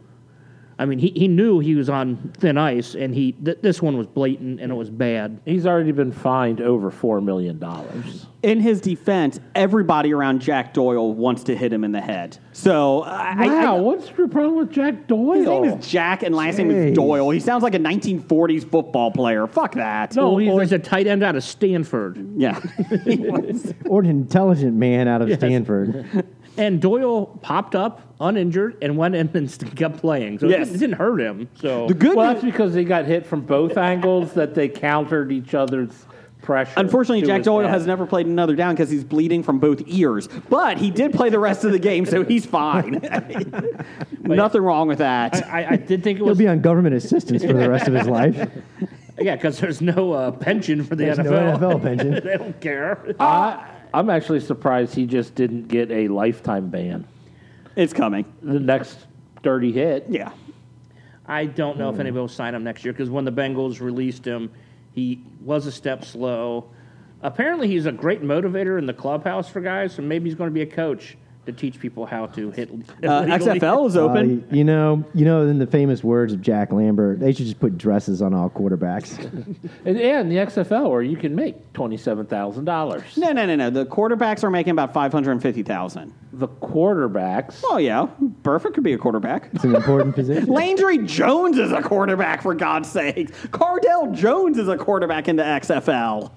[SPEAKER 5] I mean, he, he knew he was on thin ice, and he th- this one was blatant and it was bad.
[SPEAKER 6] He's already been fined over four million dollars.
[SPEAKER 2] in his defense, everybody around Jack Doyle wants to hit him in the head. So I, I-
[SPEAKER 6] Wow, what's the problem with Jack Doyle?
[SPEAKER 2] His name is Jack, and last name is
[SPEAKER 4] Jeez.
[SPEAKER 2] Doyle. He sounds like a 1940s football player. Fuck that.
[SPEAKER 5] Oh,
[SPEAKER 6] No, he's
[SPEAKER 5] or
[SPEAKER 6] a-
[SPEAKER 5] he's a tight end out of Stanford.
[SPEAKER 2] Yeah.
[SPEAKER 4] Or an intelligent man out of Stanford.
[SPEAKER 5] And Doyle popped up uninjured and went in and st- kept playing. So it
[SPEAKER 2] Yes.
[SPEAKER 5] didn't- it didn't hurt him. So
[SPEAKER 2] the good
[SPEAKER 6] well,
[SPEAKER 2] news,
[SPEAKER 6] that's because they got hit from both angles that they countered each other's pressure.
[SPEAKER 2] Unfortunately,
[SPEAKER 6] to
[SPEAKER 2] Jack
[SPEAKER 6] his
[SPEAKER 2] Doyle
[SPEAKER 6] head.
[SPEAKER 2] has never played another down because he's bleeding from both ears. But he did play the rest of the game, so he's fine. Nothing wrong with
[SPEAKER 5] I,
[SPEAKER 2] that.
[SPEAKER 5] I, I did think it
[SPEAKER 4] He'll
[SPEAKER 5] was
[SPEAKER 4] be on government assistance for the rest of his life.
[SPEAKER 5] yeah because there's no uh, pension for the
[SPEAKER 4] There's no
[SPEAKER 5] NFL.
[SPEAKER 4] NFL pension.
[SPEAKER 5] they don't care.
[SPEAKER 6] I, I'm actually surprised he just didn't get a lifetime ban.
[SPEAKER 2] It's coming.
[SPEAKER 6] The next dirty hit.
[SPEAKER 2] Yeah.
[SPEAKER 5] I don't know if anybody will sign him next year because when the Bengals released him, he was a step slow. Apparently, he's a great motivator in the clubhouse for guys, so maybe he's going to be a coach to teach people how to hit.
[SPEAKER 2] Uh,
[SPEAKER 5] illegally.
[SPEAKER 2] XFL is
[SPEAKER 4] Uh,
[SPEAKER 2] open.
[SPEAKER 4] you you know, you know, in the famous words of Jack Lambert, they should just put dresses on all quarterbacks.
[SPEAKER 6] And, and the XFL, where you can make $27,000.
[SPEAKER 2] no, no, no, no. The quarterbacks are making about five hundred and fifty thousand.
[SPEAKER 6] The quarterbacks.
[SPEAKER 2] Oh yeah, Burfict could be a quarterback.
[SPEAKER 4] It's an important position.
[SPEAKER 2] Landry Jones is a quarterback, for God's sake. Cardell Jones is a quarterback in the XFL.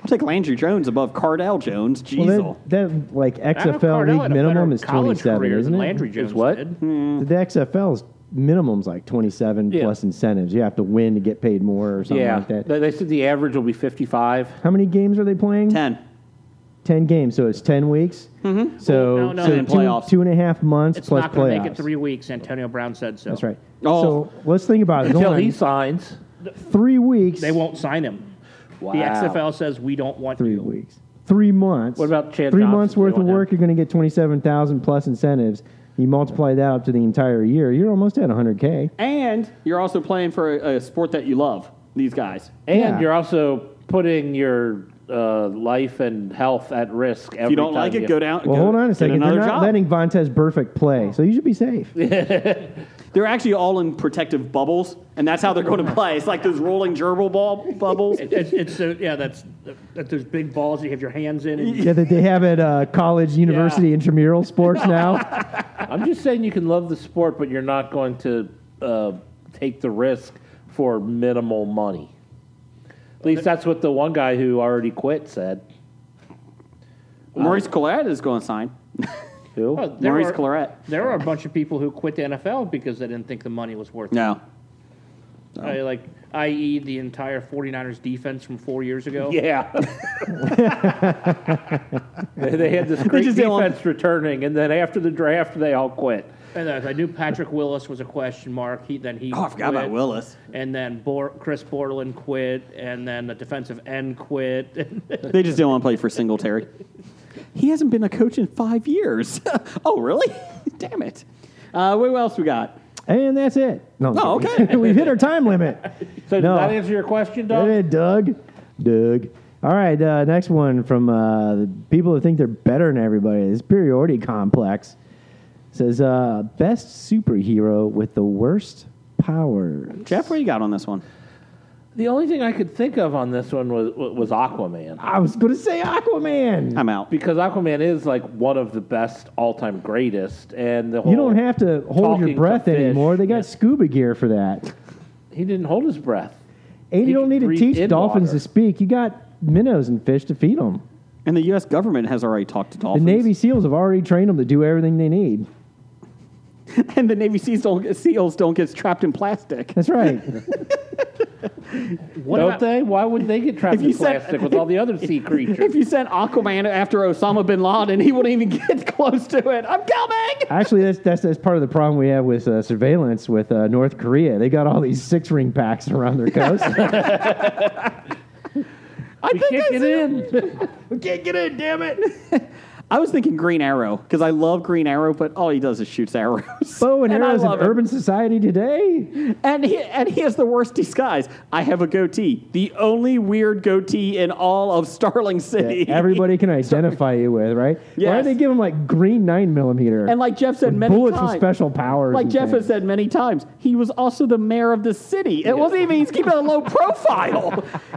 [SPEAKER 2] I'll take Landry Jones above Cardell Jones. Jeez.
[SPEAKER 4] Well, that, that like
[SPEAKER 5] Adam
[SPEAKER 4] XFL
[SPEAKER 5] Cardell
[SPEAKER 4] league
[SPEAKER 5] had a
[SPEAKER 4] minimum
[SPEAKER 5] better
[SPEAKER 4] is
[SPEAKER 5] college
[SPEAKER 4] twenty seven,
[SPEAKER 5] career
[SPEAKER 4] isn't
[SPEAKER 5] than
[SPEAKER 4] it?
[SPEAKER 5] Landry Jones
[SPEAKER 6] what?
[SPEAKER 5] did.
[SPEAKER 4] The XFL's minimum's like twenty seven
[SPEAKER 6] Yeah.
[SPEAKER 4] plus incentives. You have to win to get paid more or something
[SPEAKER 6] yeah.
[SPEAKER 4] like that.
[SPEAKER 6] They, they said the average will be 55.
[SPEAKER 4] How many games are they playing?
[SPEAKER 2] Ten.
[SPEAKER 4] Ten games, so it's ten weeks. Mm-hmm. So,
[SPEAKER 5] Well, no, no,
[SPEAKER 4] so
[SPEAKER 5] and
[SPEAKER 4] two-
[SPEAKER 2] playoffs.
[SPEAKER 4] two and a half months
[SPEAKER 5] It's
[SPEAKER 4] plus
[SPEAKER 5] not going to
[SPEAKER 4] playoffs.
[SPEAKER 5] make it three weeks. Antonio Brown said so.
[SPEAKER 4] That's right.
[SPEAKER 2] Oh.
[SPEAKER 4] So let's think about it.
[SPEAKER 6] Until
[SPEAKER 4] Going
[SPEAKER 6] he signs.
[SPEAKER 4] three weeks.
[SPEAKER 5] They won't sign him.
[SPEAKER 6] Wow.
[SPEAKER 5] The XFL says we don't want
[SPEAKER 4] three
[SPEAKER 5] you.
[SPEAKER 4] weeks. Three months.
[SPEAKER 6] What about Chad
[SPEAKER 4] three
[SPEAKER 6] Johnson
[SPEAKER 4] months worth of
[SPEAKER 6] doing
[SPEAKER 4] work? You're going to get twenty-seven thousand plus incentives. You multiply that up to the entire year. You're almost at hundred k.
[SPEAKER 2] And you're also playing for a, a sport that you love. These guys.
[SPEAKER 6] And
[SPEAKER 4] Yeah.
[SPEAKER 6] you're also putting your uh, life and health at risk every
[SPEAKER 2] If you don't
[SPEAKER 6] time
[SPEAKER 2] like it,
[SPEAKER 6] you-
[SPEAKER 2] go down.
[SPEAKER 4] Well,
[SPEAKER 2] go
[SPEAKER 4] hold on a
[SPEAKER 2] get
[SPEAKER 4] second. They're
[SPEAKER 2] Another
[SPEAKER 4] not
[SPEAKER 2] job.
[SPEAKER 4] letting Vontez Burfict play, so you should be safe.
[SPEAKER 2] They're actually all in protective bubbles, and that's how they're going to play. It's like those rolling gerbil ball bubbles.
[SPEAKER 5] It, it's- it's so yeah. That's that. Those big balls that you have your hands in. And
[SPEAKER 4] yeah, that they have at uh, college, university, intramural sports now.
[SPEAKER 6] I'm just saying you can love the sport, but you're not going to uh, take the risk for minimal money. At least that's what the one guy who already quit said.
[SPEAKER 2] Maurice Collette is going to sign.
[SPEAKER 6] Who?
[SPEAKER 5] Oh, there
[SPEAKER 2] Maurice
[SPEAKER 5] are-
[SPEAKER 2] Claret.
[SPEAKER 5] There are a bunch of people who quit the NFL because they didn't think the money was worth it.
[SPEAKER 2] No.
[SPEAKER 5] I, like, i.e., the entire 49ers defense from four years ago.
[SPEAKER 6] Yeah. they, they had this great
[SPEAKER 2] just didn't want-
[SPEAKER 6] defense returning, and then after the draft, they all quit.
[SPEAKER 5] And I I knew Patrick Willis was a question mark. He then he.
[SPEAKER 2] Oh, I forgot
[SPEAKER 5] quit.
[SPEAKER 2] about Willis.
[SPEAKER 5] And then Bor- Chris Borland quit, and then the defensive end quit.
[SPEAKER 2] They just didn't want to play for Singletary. He hasn't been a coach in five years. oh, really? Damn it. Uh, what else we got?
[SPEAKER 4] and that's it. No, I'm
[SPEAKER 2] Oh,
[SPEAKER 4] kidding.
[SPEAKER 2] okay.
[SPEAKER 4] We've hit our time limit.
[SPEAKER 6] So
[SPEAKER 4] No.
[SPEAKER 6] did that answer your question, Doug?
[SPEAKER 4] Hey, Doug. Doug. All right, uh, next one from uh, the people who think they're better than everybody. The superiority complex says uh, best superhero with the worst power.
[SPEAKER 2] Jeff, what you got on this one?
[SPEAKER 6] The only thing I could think of on this one was was Aquaman.
[SPEAKER 4] I was going to say Aquaman.
[SPEAKER 2] I'm out.
[SPEAKER 6] Because Aquaman is like one of the best all time greatest, and the whole
[SPEAKER 4] You don't have to hold
[SPEAKER 6] Talking
[SPEAKER 4] your
[SPEAKER 6] to
[SPEAKER 4] breath
[SPEAKER 6] fish.
[SPEAKER 4] anymore. They got scuba gear for that.
[SPEAKER 6] he didn't hold his breath.
[SPEAKER 4] And
[SPEAKER 6] He
[SPEAKER 4] you don't
[SPEAKER 6] can
[SPEAKER 4] need to
[SPEAKER 6] breathe
[SPEAKER 4] teach
[SPEAKER 6] in
[SPEAKER 4] dolphins
[SPEAKER 6] water.
[SPEAKER 4] to speak. You got minnows and fish to feed them.
[SPEAKER 2] And the U.S. government has already talked to
[SPEAKER 4] The
[SPEAKER 2] dolphins.
[SPEAKER 4] Navy SEALs have already trained them to do everything they need.
[SPEAKER 2] and the Navy Seals don't, Seals don't get trapped in plastic.
[SPEAKER 4] That's right.
[SPEAKER 5] What
[SPEAKER 6] don't
[SPEAKER 5] about-
[SPEAKER 6] they? Why would they get trapped
[SPEAKER 2] If
[SPEAKER 6] in
[SPEAKER 2] you said-
[SPEAKER 6] plastic with all the other sea
[SPEAKER 2] If
[SPEAKER 6] creatures?
[SPEAKER 2] you sent Aquaman after Osama bin Laden, he wouldn't even get close to it. I'm coming.
[SPEAKER 4] Actually, that's, that's that's part of the problem we have with uh, surveillance with uh, North Korea. They got all these six ring packs around their coast.
[SPEAKER 2] I
[SPEAKER 6] We can't get in.
[SPEAKER 2] We can't get in. Damn it. I was thinking Green Arrow because I love Green Arrow, but all he does is shoots arrows.
[SPEAKER 4] Bow and
[SPEAKER 2] I
[SPEAKER 4] arrows in
[SPEAKER 2] love it.
[SPEAKER 4] urban society today.
[SPEAKER 2] And he, and he has the worst disguise. I have a goatee. The only weird goatee in all of Starling City.
[SPEAKER 4] Everybody can identify you with, right? Why do
[SPEAKER 2] Yes.
[SPEAKER 4] they give them like green nine millimeter
[SPEAKER 2] and like Jeff said many
[SPEAKER 4] bullets
[SPEAKER 2] times.
[SPEAKER 4] with special powers?
[SPEAKER 2] like
[SPEAKER 4] and
[SPEAKER 2] Jeff has
[SPEAKER 4] things.
[SPEAKER 2] said many times, he was also the mayor of the city. It wasn't even he's keeping a low profile.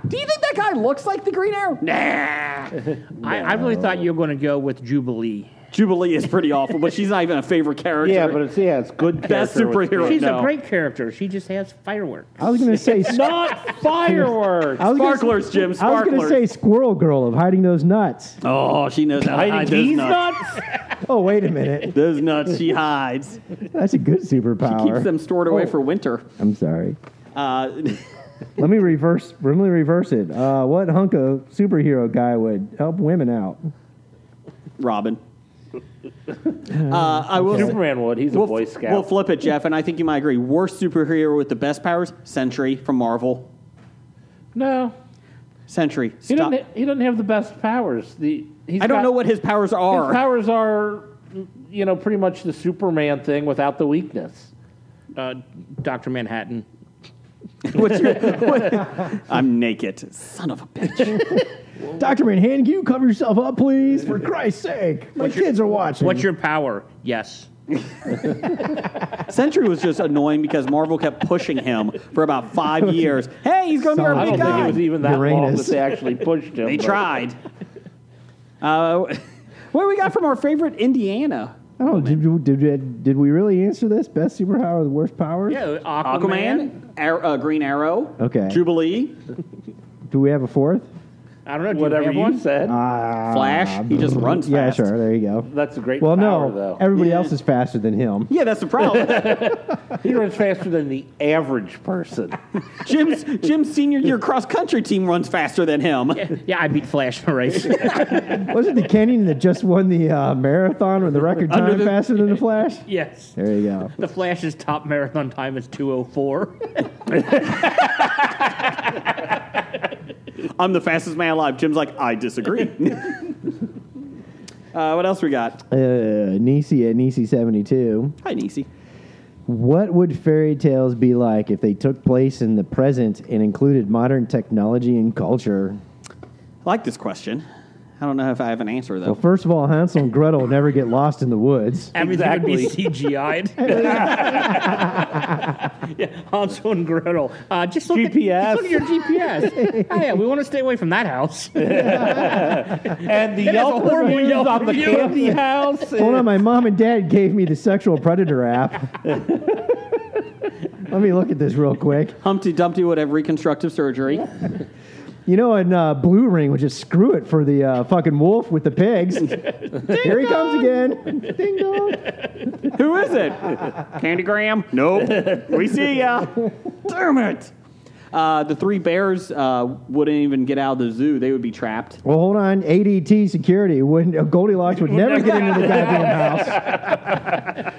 [SPEAKER 2] Do you think that guy looks like the Green Arrow? Nah.
[SPEAKER 5] I, I really thought you were going to go with Jubilee.
[SPEAKER 2] Jubilee is pretty awful, but she's not even a favorite character.
[SPEAKER 6] yeah, but it's yeah, it's good.
[SPEAKER 2] Best
[SPEAKER 6] character with-
[SPEAKER 2] superhero.
[SPEAKER 5] She's
[SPEAKER 2] no. Mm-hmm.
[SPEAKER 5] a great character. She just has fireworks.
[SPEAKER 4] I was going to say not.
[SPEAKER 6] Fireworks.
[SPEAKER 4] I was gonna-
[SPEAKER 2] Sparklers, Jim.
[SPEAKER 4] I was
[SPEAKER 2] Sparklers.
[SPEAKER 4] going to say Squirrel Girl of hiding those nuts.
[SPEAKER 2] oh, she knows how to hide those
[SPEAKER 6] He's
[SPEAKER 2] nuts.
[SPEAKER 6] nuts.
[SPEAKER 4] Oh, wait a minute.
[SPEAKER 2] Those nuts she hides.
[SPEAKER 4] That's a good superpower.
[SPEAKER 6] Oh.
[SPEAKER 2] Keeps them stored away for winter.
[SPEAKER 4] I'm sorry.
[SPEAKER 2] Uh,
[SPEAKER 4] let me reverse. Let me reverse it. Uh, what hunk of superhero guy would help women out?
[SPEAKER 2] Robin. uh, I will.
[SPEAKER 6] Superman would. He's
[SPEAKER 2] we'll,
[SPEAKER 6] a Boy Scout.
[SPEAKER 2] we'll flip it, Jeff, and I think you might agree. Worst superhero with the best powers, Sentry from Marvel.
[SPEAKER 6] no,
[SPEAKER 2] Sentry.
[SPEAKER 6] he
[SPEAKER 2] Stop.
[SPEAKER 6] doesn't. ha- He doesn't have the best powers. The he's
[SPEAKER 2] I don't
[SPEAKER 6] got-
[SPEAKER 2] know what his powers are.
[SPEAKER 6] His powers are, you know, pretty much the Superman thing without the weakness.
[SPEAKER 5] Uh, Dr. Manhattan.
[SPEAKER 2] What's your, what- I'm naked. Son of a bitch.
[SPEAKER 4] Doctor Manhattan, can you cover yourself up, please? For Christ's sake, my kids are watching.
[SPEAKER 5] What's your power? Yes.
[SPEAKER 2] Sentry was just annoying because Marvel kept pushing him for about five years. Hey, he's going to be our
[SPEAKER 4] Solid.
[SPEAKER 6] I
[SPEAKER 2] big
[SPEAKER 6] don't think it was
[SPEAKER 2] guy.
[SPEAKER 6] even that long that
[SPEAKER 4] Uranus.
[SPEAKER 6] they actually pushed him.
[SPEAKER 2] They
[SPEAKER 6] but-
[SPEAKER 2] tried. Uh, what do we got from our favorite Indiana?
[SPEAKER 4] oh, did, you- did, did did we really answer this? Best superpower, the worst power?
[SPEAKER 5] Yeah, Aquaman.
[SPEAKER 2] Aquaman, Ar- uh, Green Arrow,
[SPEAKER 4] Okay.
[SPEAKER 2] Jubilee,
[SPEAKER 4] Do we have a fourth?
[SPEAKER 5] I don't know. Do you
[SPEAKER 6] Whatever
[SPEAKER 5] have
[SPEAKER 6] you
[SPEAKER 5] one?
[SPEAKER 6] said.
[SPEAKER 4] Ah,
[SPEAKER 2] Flash. He just runs
[SPEAKER 4] yeah,
[SPEAKER 2] fast.
[SPEAKER 4] sure. There you go.
[SPEAKER 6] That's a great
[SPEAKER 4] Well,
[SPEAKER 6] power,
[SPEAKER 4] no,
[SPEAKER 6] though.
[SPEAKER 4] everybody
[SPEAKER 2] Yeah.
[SPEAKER 4] else is faster than him.
[SPEAKER 2] Yeah, that's the problem.
[SPEAKER 6] he runs faster than the average person.
[SPEAKER 2] Jim's Jim's senior year cross country team runs faster than him.
[SPEAKER 5] Yeah, I beat Flash in a race.
[SPEAKER 4] Wasn't the Kenyon that just won the uh, marathon with the record
[SPEAKER 2] Under
[SPEAKER 4] time
[SPEAKER 2] the-
[SPEAKER 4] faster than the Flash?
[SPEAKER 5] yes.
[SPEAKER 4] There you go.
[SPEAKER 5] The Flash's top marathon time is 204.
[SPEAKER 2] I'm the fastest man alive. Jim's like, I disagree. uh, what else we got?
[SPEAKER 4] Uh, Nisi at Nisi seventy two.
[SPEAKER 2] Hi, Niecy.
[SPEAKER 4] What would fairy tales be like if they took place in the present and included modern technology and culture?
[SPEAKER 2] I like this question. I don't know if I have an answer though.
[SPEAKER 4] Well, first of all, Hansel and Gretel never get lost in the woods.
[SPEAKER 5] Everything would be CGI'd. yeah, Hansel and Gretel. Uh, just look
[SPEAKER 6] GPS.
[SPEAKER 5] At, just look at your GPS. oh, yeah, we want to stay away from that house.
[SPEAKER 6] And the
[SPEAKER 5] has a
[SPEAKER 6] Yelp
[SPEAKER 5] horrible
[SPEAKER 6] reviews
[SPEAKER 5] Yelp
[SPEAKER 6] on the
[SPEAKER 5] review.
[SPEAKER 6] candy house.
[SPEAKER 4] Hold on, my mom and dad gave me the sexual predator app. Let me look at this real quick.
[SPEAKER 2] Humpty Dumpty would have reconstructive surgery.
[SPEAKER 4] You know, in uh, Blue Ring would just screw it for the uh, fucking wolf with the pigs. Here he comes again. Ding dong.
[SPEAKER 2] Who is it? Candy Graham? Nope. we see ya. Damn it. Uh, the three bears uh, wouldn't even get out of the zoo. They would be trapped.
[SPEAKER 4] Well, hold on. ADT security wouldn't. Goldilocks would never get into the goddamn house.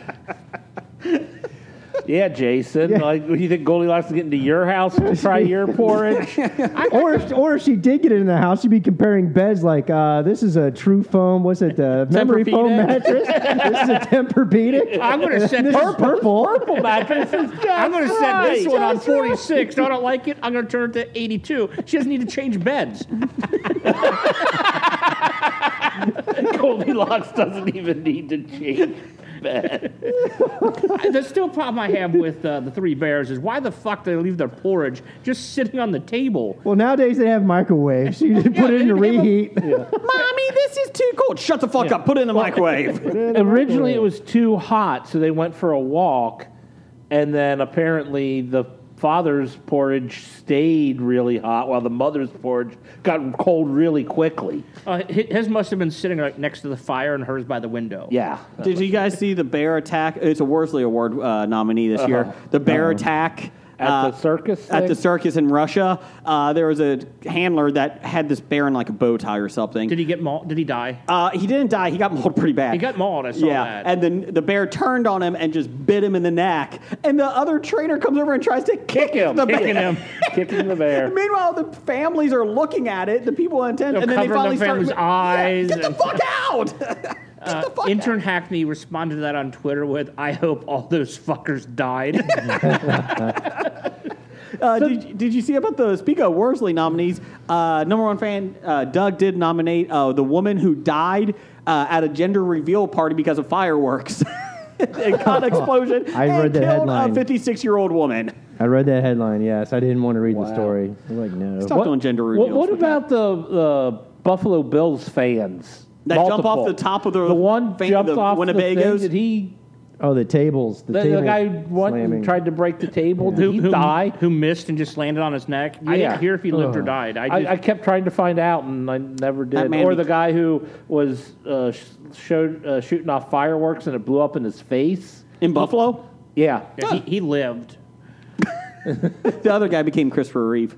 [SPEAKER 6] Yeah, Jason. Like, do you think Goldilocks is getting to your house to try your porridge?
[SPEAKER 4] Or if, or if she did get into the house, she'd be comparing beds like uh, this is a true foam. What's it? The memory foam
[SPEAKER 2] Tempur-Pedic.
[SPEAKER 4] mattress. this is a Tempur-Pedic.
[SPEAKER 5] I'm going to set
[SPEAKER 4] This
[SPEAKER 5] this.
[SPEAKER 4] is purple.
[SPEAKER 5] I'm going to set this
[SPEAKER 6] right.
[SPEAKER 5] one on
[SPEAKER 6] That's right.
[SPEAKER 5] 46. I don't like it. I'm going to turn it to 82. She doesn't need to change beds.
[SPEAKER 6] Goldilocks doesn't even need to change.
[SPEAKER 5] The still problem I have with uh, the three bears is why the fuck they leave their porridge just sitting on the table?
[SPEAKER 4] Well, nowadays they have microwaves. You just put it in to
[SPEAKER 5] they have a-
[SPEAKER 4] reheat.
[SPEAKER 2] Mommy, this is too cold. Shut the fuck up. Put it in the microwave.
[SPEAKER 6] Originally, it was too hot, so they went for a walk, and then apparently the father's porridge stayed really hot while the mother's porridge got cold really quickly.
[SPEAKER 5] Uh, hi- his must have been sitting like next to the fire and hers by the window.
[SPEAKER 6] Yeah.
[SPEAKER 2] Did you guys see the bear attack? It's a Worsley Award uh, nominee this
[SPEAKER 5] Uh-huh.
[SPEAKER 2] year. The bear attack.
[SPEAKER 6] At
[SPEAKER 2] uh,
[SPEAKER 6] the circus?
[SPEAKER 2] at
[SPEAKER 6] thing?
[SPEAKER 2] the circus in Russia, uh, there was a handler that had this bear in like a bow tie or something.
[SPEAKER 5] Did he get mauled? Did he die?
[SPEAKER 6] Um,
[SPEAKER 2] Uh, he didn't die. He got mauled pretty bad.
[SPEAKER 5] He got mauled. I saw
[SPEAKER 2] Yeah,
[SPEAKER 5] that.
[SPEAKER 2] and then the bear turned on him and just bit him in the neck. And the other trainer comes over and tries to kick,
[SPEAKER 6] Kick him.
[SPEAKER 2] The
[SPEAKER 6] Kicking
[SPEAKER 2] bear.
[SPEAKER 6] him. Kicking the bear.
[SPEAKER 2] Meanwhile, the families are looking at it. The people in tent,
[SPEAKER 5] They're
[SPEAKER 2] and then they finally
[SPEAKER 5] covering the family's
[SPEAKER 2] start.
[SPEAKER 5] eyes
[SPEAKER 2] Yeah, get the
[SPEAKER 5] and- Uh,
[SPEAKER 2] fuck out! get the fuck
[SPEAKER 5] Intern Hackney responded to that on Twitter with, "I hope all those fuckers died."
[SPEAKER 2] out! Uh, did, did you see about the speak of Worsley nominees? Uh, number one fan uh, Doug did nominate uh, the woman who died uh, at a gender reveal party because of fireworks. it got an explosion.
[SPEAKER 4] I
[SPEAKER 2] and
[SPEAKER 4] read that
[SPEAKER 2] killed a
[SPEAKER 4] headline.
[SPEAKER 2] fifty-six-year-old woman.
[SPEAKER 4] I read that headline. Yes, I didn't want to read the story. I'm like, no.
[SPEAKER 2] Stop doing gender
[SPEAKER 6] What,
[SPEAKER 2] reveals.
[SPEAKER 6] what
[SPEAKER 2] with that.
[SPEAKER 6] about the the Buffalo Bills fans?
[SPEAKER 2] That jump off
[SPEAKER 6] Multiple.
[SPEAKER 2] the top of the-
[SPEAKER 6] the one
[SPEAKER 2] fan-
[SPEAKER 6] jumped
[SPEAKER 2] the
[SPEAKER 6] off
[SPEAKER 2] Winnebagos?
[SPEAKER 6] The thing, did he?
[SPEAKER 4] Oh, the tables. The,
[SPEAKER 6] The,
[SPEAKER 4] table
[SPEAKER 6] the guy who went
[SPEAKER 4] slamming.
[SPEAKER 6] and tried to break the table. Did he
[SPEAKER 5] who,
[SPEAKER 6] die?
[SPEAKER 5] Who missed and just landed on his neck? I
[SPEAKER 6] Yeah. Uh,
[SPEAKER 5] didn't hear if he lived or died. I, just,
[SPEAKER 6] I, I kept trying to find out, and I never
[SPEAKER 2] That
[SPEAKER 6] did.
[SPEAKER 2] man
[SPEAKER 6] Or
[SPEAKER 2] be-
[SPEAKER 6] the guy who was uh, sh- showed uh, shooting off fireworks and it blew up in his face.
[SPEAKER 2] in Buffalo?
[SPEAKER 6] Yeah,
[SPEAKER 5] he, he lived.
[SPEAKER 2] the other guy became Christopher Reeve.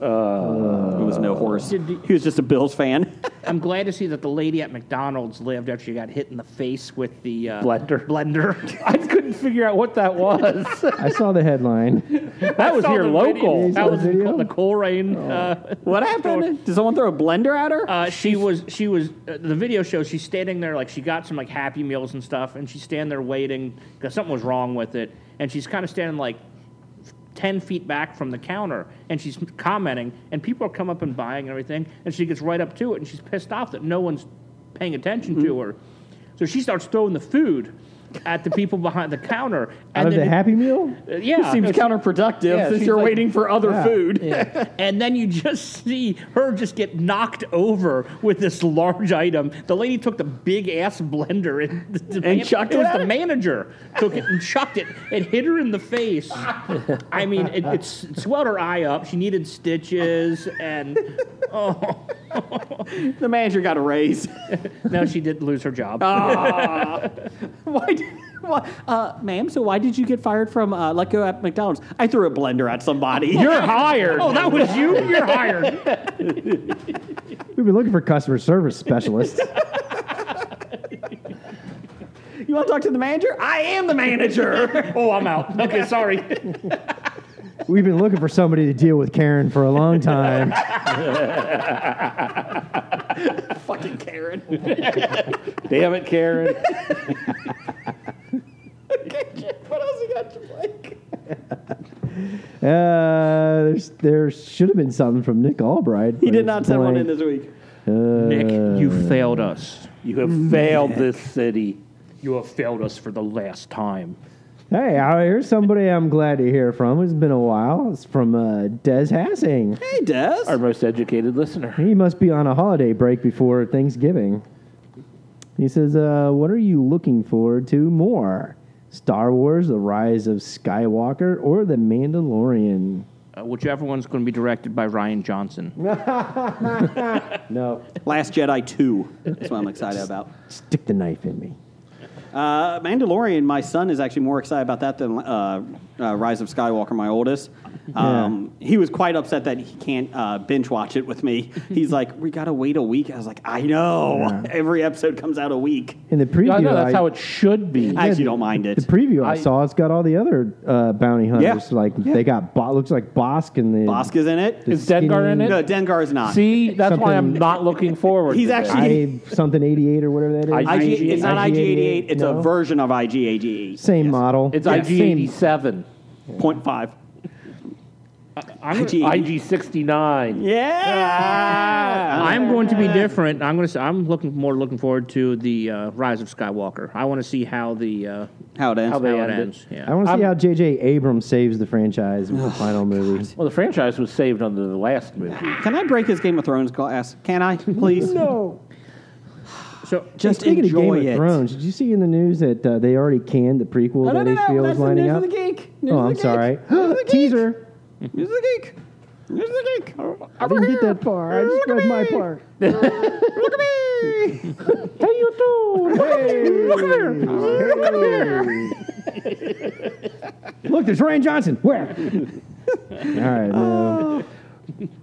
[SPEAKER 2] Uh, it was no horse. He was just a Bills fan.
[SPEAKER 5] I'm glad to see that the lady at McDonald's lived after she got hit in the face with the uh,
[SPEAKER 6] Blender.
[SPEAKER 5] Blender.
[SPEAKER 6] I couldn't figure out what that was.
[SPEAKER 4] I saw the headline.
[SPEAKER 6] that was
[SPEAKER 5] Saw
[SPEAKER 6] here
[SPEAKER 5] the
[SPEAKER 6] local.
[SPEAKER 5] video-
[SPEAKER 4] Saw
[SPEAKER 5] That was
[SPEAKER 4] the
[SPEAKER 5] in
[SPEAKER 4] video?
[SPEAKER 5] the Coleraine.
[SPEAKER 6] Oh.
[SPEAKER 5] Uh,
[SPEAKER 2] what happened? Did someone throw a blender at her?
[SPEAKER 5] Uh, she was she was uh, the video shows she's standing there like she got some like happy meals and stuff and she's standing there waiting because something was wrong with it and she's kind of standing like 10 feet back from the counter and she's commenting and people are come up and buying and everything and she gets right up to it and she's pissed off that no one's paying attention
[SPEAKER 4] Mm-hmm.
[SPEAKER 5] to her so she starts throwing the food at the people behind the counter
[SPEAKER 4] Out
[SPEAKER 5] and
[SPEAKER 4] of the
[SPEAKER 5] it-
[SPEAKER 4] Happy Meal?
[SPEAKER 5] uh, yeah
[SPEAKER 2] Seems counterproductive
[SPEAKER 6] Yeah,
[SPEAKER 2] since
[SPEAKER 6] she's
[SPEAKER 2] you're
[SPEAKER 6] like-
[SPEAKER 2] waiting for other
[SPEAKER 4] Yeah.
[SPEAKER 2] food.
[SPEAKER 5] And then you just see her just get knocked over with this large item. The lady took the big ass blender and, the, the
[SPEAKER 2] And chucked
[SPEAKER 5] it.
[SPEAKER 2] it
[SPEAKER 5] was
[SPEAKER 2] at
[SPEAKER 5] the
[SPEAKER 2] her?
[SPEAKER 5] manager took it and chucked it. It hit her in the face. I mean, it, it, s- it swelled her eye up. She needed stitches, and oh,
[SPEAKER 2] The manager got a raise.
[SPEAKER 5] no, she did lose her job.
[SPEAKER 2] why? Did, why uh, ma'am, so why did you get fired from uh, Let Go at McDonald's? I threw a blender at somebody. You're hired.
[SPEAKER 5] oh, that was you. You're hired.
[SPEAKER 4] We've been looking for customer service specialists.
[SPEAKER 2] You want to talk to the manager? I am the manager.
[SPEAKER 5] Oh, I'm out. Okay, sorry.
[SPEAKER 4] We've been looking for somebody to deal with Karen for a long time.
[SPEAKER 2] Fucking Karen.
[SPEAKER 6] Damn it, Karen.
[SPEAKER 2] what else you got to play?
[SPEAKER 4] Uh, there's, there should have been something from Nick Albright.
[SPEAKER 2] He did not send one in this week.
[SPEAKER 5] Nick, you failed us.
[SPEAKER 6] you have failed this city.
[SPEAKER 5] You have failed us for the last time.
[SPEAKER 4] Hey, out here's somebody I'm glad to hear from. It's been a while. It's from uh, Des Hassing.
[SPEAKER 2] Hey, Des.
[SPEAKER 6] Our most educated listener.
[SPEAKER 4] He must be on a holiday break before Thanksgiving. He says, uh, What are you looking forward to more? Star Wars, The Rise of Skywalker, or The Mandalorian?
[SPEAKER 5] Uh, whichever one's going to be directed by Ryan Johnson.
[SPEAKER 4] No.
[SPEAKER 2] Last Jedi 2. That's what I'm excited about.
[SPEAKER 4] Stick the knife in me.
[SPEAKER 2] Uh, Mandalorian, my son is actually more excited about that than uh, uh, Rise of Skywalker, my oldest. Um, He was quite upset that he can't uh, binge watch it with me. He's like, we got to wait a week. I was like, I know. Every episode comes out a week.
[SPEAKER 4] In the preview,
[SPEAKER 6] I know
[SPEAKER 4] I-
[SPEAKER 6] that's how it should be.
[SPEAKER 2] I actually don't mind it.
[SPEAKER 4] The preview I,
[SPEAKER 6] I-
[SPEAKER 4] saw, it's got all the other uh, bounty hunters.
[SPEAKER 2] Yeah.
[SPEAKER 4] Like they got, Bo- looks like Bosk and the
[SPEAKER 2] Bosk is in it.
[SPEAKER 6] Is Dengar in
[SPEAKER 4] skinny-
[SPEAKER 6] it?
[SPEAKER 2] No, Dengar's not.
[SPEAKER 6] See, that's why I'm
[SPEAKER 4] Something-
[SPEAKER 6] not looking forward.
[SPEAKER 2] He's
[SPEAKER 6] to
[SPEAKER 2] actually-
[SPEAKER 4] I something eighty eight or whatever that is.
[SPEAKER 6] I-
[SPEAKER 2] IG, it's not
[SPEAKER 4] IG-88,
[SPEAKER 2] IG88. It's
[SPEAKER 4] no?
[SPEAKER 2] a version of IG88.
[SPEAKER 4] Same model.
[SPEAKER 6] this. It's
[SPEAKER 4] Yeah.
[SPEAKER 6] IG eighty seven,
[SPEAKER 2] 0.5.
[SPEAKER 5] I'm-
[SPEAKER 2] IG.
[SPEAKER 6] IG sixty nine.
[SPEAKER 2] Yeah.
[SPEAKER 5] I'm going to be different. I'm going to. Say, I'm looking more looking forward to the uh, Rise of Skywalker. I want to see how the uh,
[SPEAKER 2] How it ends.
[SPEAKER 6] How
[SPEAKER 5] how
[SPEAKER 6] they
[SPEAKER 5] it
[SPEAKER 6] end it.
[SPEAKER 5] ends.
[SPEAKER 4] I
[SPEAKER 5] Yeah.
[SPEAKER 4] want to see
[SPEAKER 6] I'm-
[SPEAKER 4] how J.J. Abrams saves the franchise with the final movie.
[SPEAKER 6] Well, the franchise was saved under the last movie.
[SPEAKER 2] Can I break his Game of Thrones glass? Can I, please?
[SPEAKER 4] No,
[SPEAKER 5] So
[SPEAKER 2] Just
[SPEAKER 4] speaking of
[SPEAKER 2] enjoy
[SPEAKER 4] Game
[SPEAKER 2] it.
[SPEAKER 4] of Thrones, did you see in the news that uh, they already canned the prequel
[SPEAKER 2] No, no,
[SPEAKER 4] that
[SPEAKER 2] no,
[SPEAKER 4] HBO
[SPEAKER 2] no.
[SPEAKER 4] is
[SPEAKER 2] That's the
[SPEAKER 4] lining
[SPEAKER 2] news
[SPEAKER 4] up?
[SPEAKER 2] of the geek. News
[SPEAKER 4] oh,
[SPEAKER 2] of the
[SPEAKER 4] I'm
[SPEAKER 2] geek.
[SPEAKER 4] sorry.
[SPEAKER 2] News of the geek.
[SPEAKER 4] Teaser.
[SPEAKER 2] News of the geek. News of the geek.
[SPEAKER 4] I didn't get that far. I just
[SPEAKER 2] Look at
[SPEAKER 4] read my
[SPEAKER 2] me.
[SPEAKER 4] part.
[SPEAKER 2] Look at me.
[SPEAKER 4] Hey, you too. Hey, look here. Look there's Ryan Johnson. Where? All right, no.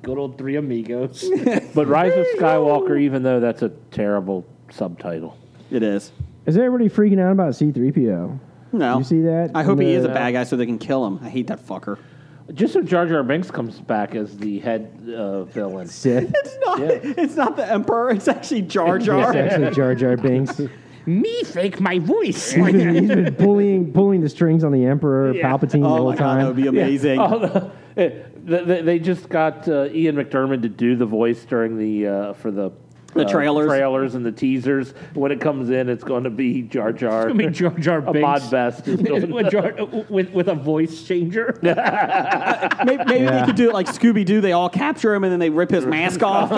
[SPEAKER 5] good old Three Amigos.
[SPEAKER 6] But Rise of Skywalker, even though that's a terrible subtitle.
[SPEAKER 2] It is.
[SPEAKER 4] Is everybody freaking out about C-3PO?
[SPEAKER 2] No.
[SPEAKER 4] You see that?
[SPEAKER 2] I hope he is a
[SPEAKER 4] No.
[SPEAKER 2] bad guy so they can kill him. I hate that fucker.
[SPEAKER 6] Just so Jar Jar Binks comes back as the head uh, villain.
[SPEAKER 4] Sith.
[SPEAKER 2] It's not. It's not the emperor. It's actually Jar
[SPEAKER 4] It's
[SPEAKER 2] Jar.
[SPEAKER 4] actually Jar Jar Binks.
[SPEAKER 5] Me fake my voice.
[SPEAKER 4] He's been, he's been pulling pulling the strings on the Emperor Palpatine the
[SPEAKER 2] oh
[SPEAKER 4] whole
[SPEAKER 2] my god, that would
[SPEAKER 4] time.
[SPEAKER 2] be amazing.
[SPEAKER 6] Oh, the, they, they just got uh, Ian McDermott to do the voice during the uh, for the
[SPEAKER 2] The
[SPEAKER 6] uh,
[SPEAKER 2] trailers.
[SPEAKER 6] trailers and the teasers. When it comes in, it's going to be Jar Jar.
[SPEAKER 5] I mean, Jar Jar
[SPEAKER 6] a mod
[SPEAKER 5] Binks.
[SPEAKER 6] best. is doing-
[SPEAKER 5] with, Jar, with, with a voice changer.
[SPEAKER 2] Maybe, maybe
[SPEAKER 4] Yeah.
[SPEAKER 2] they could do it like Scooby Doo. They all capture him and then they rip his mask off.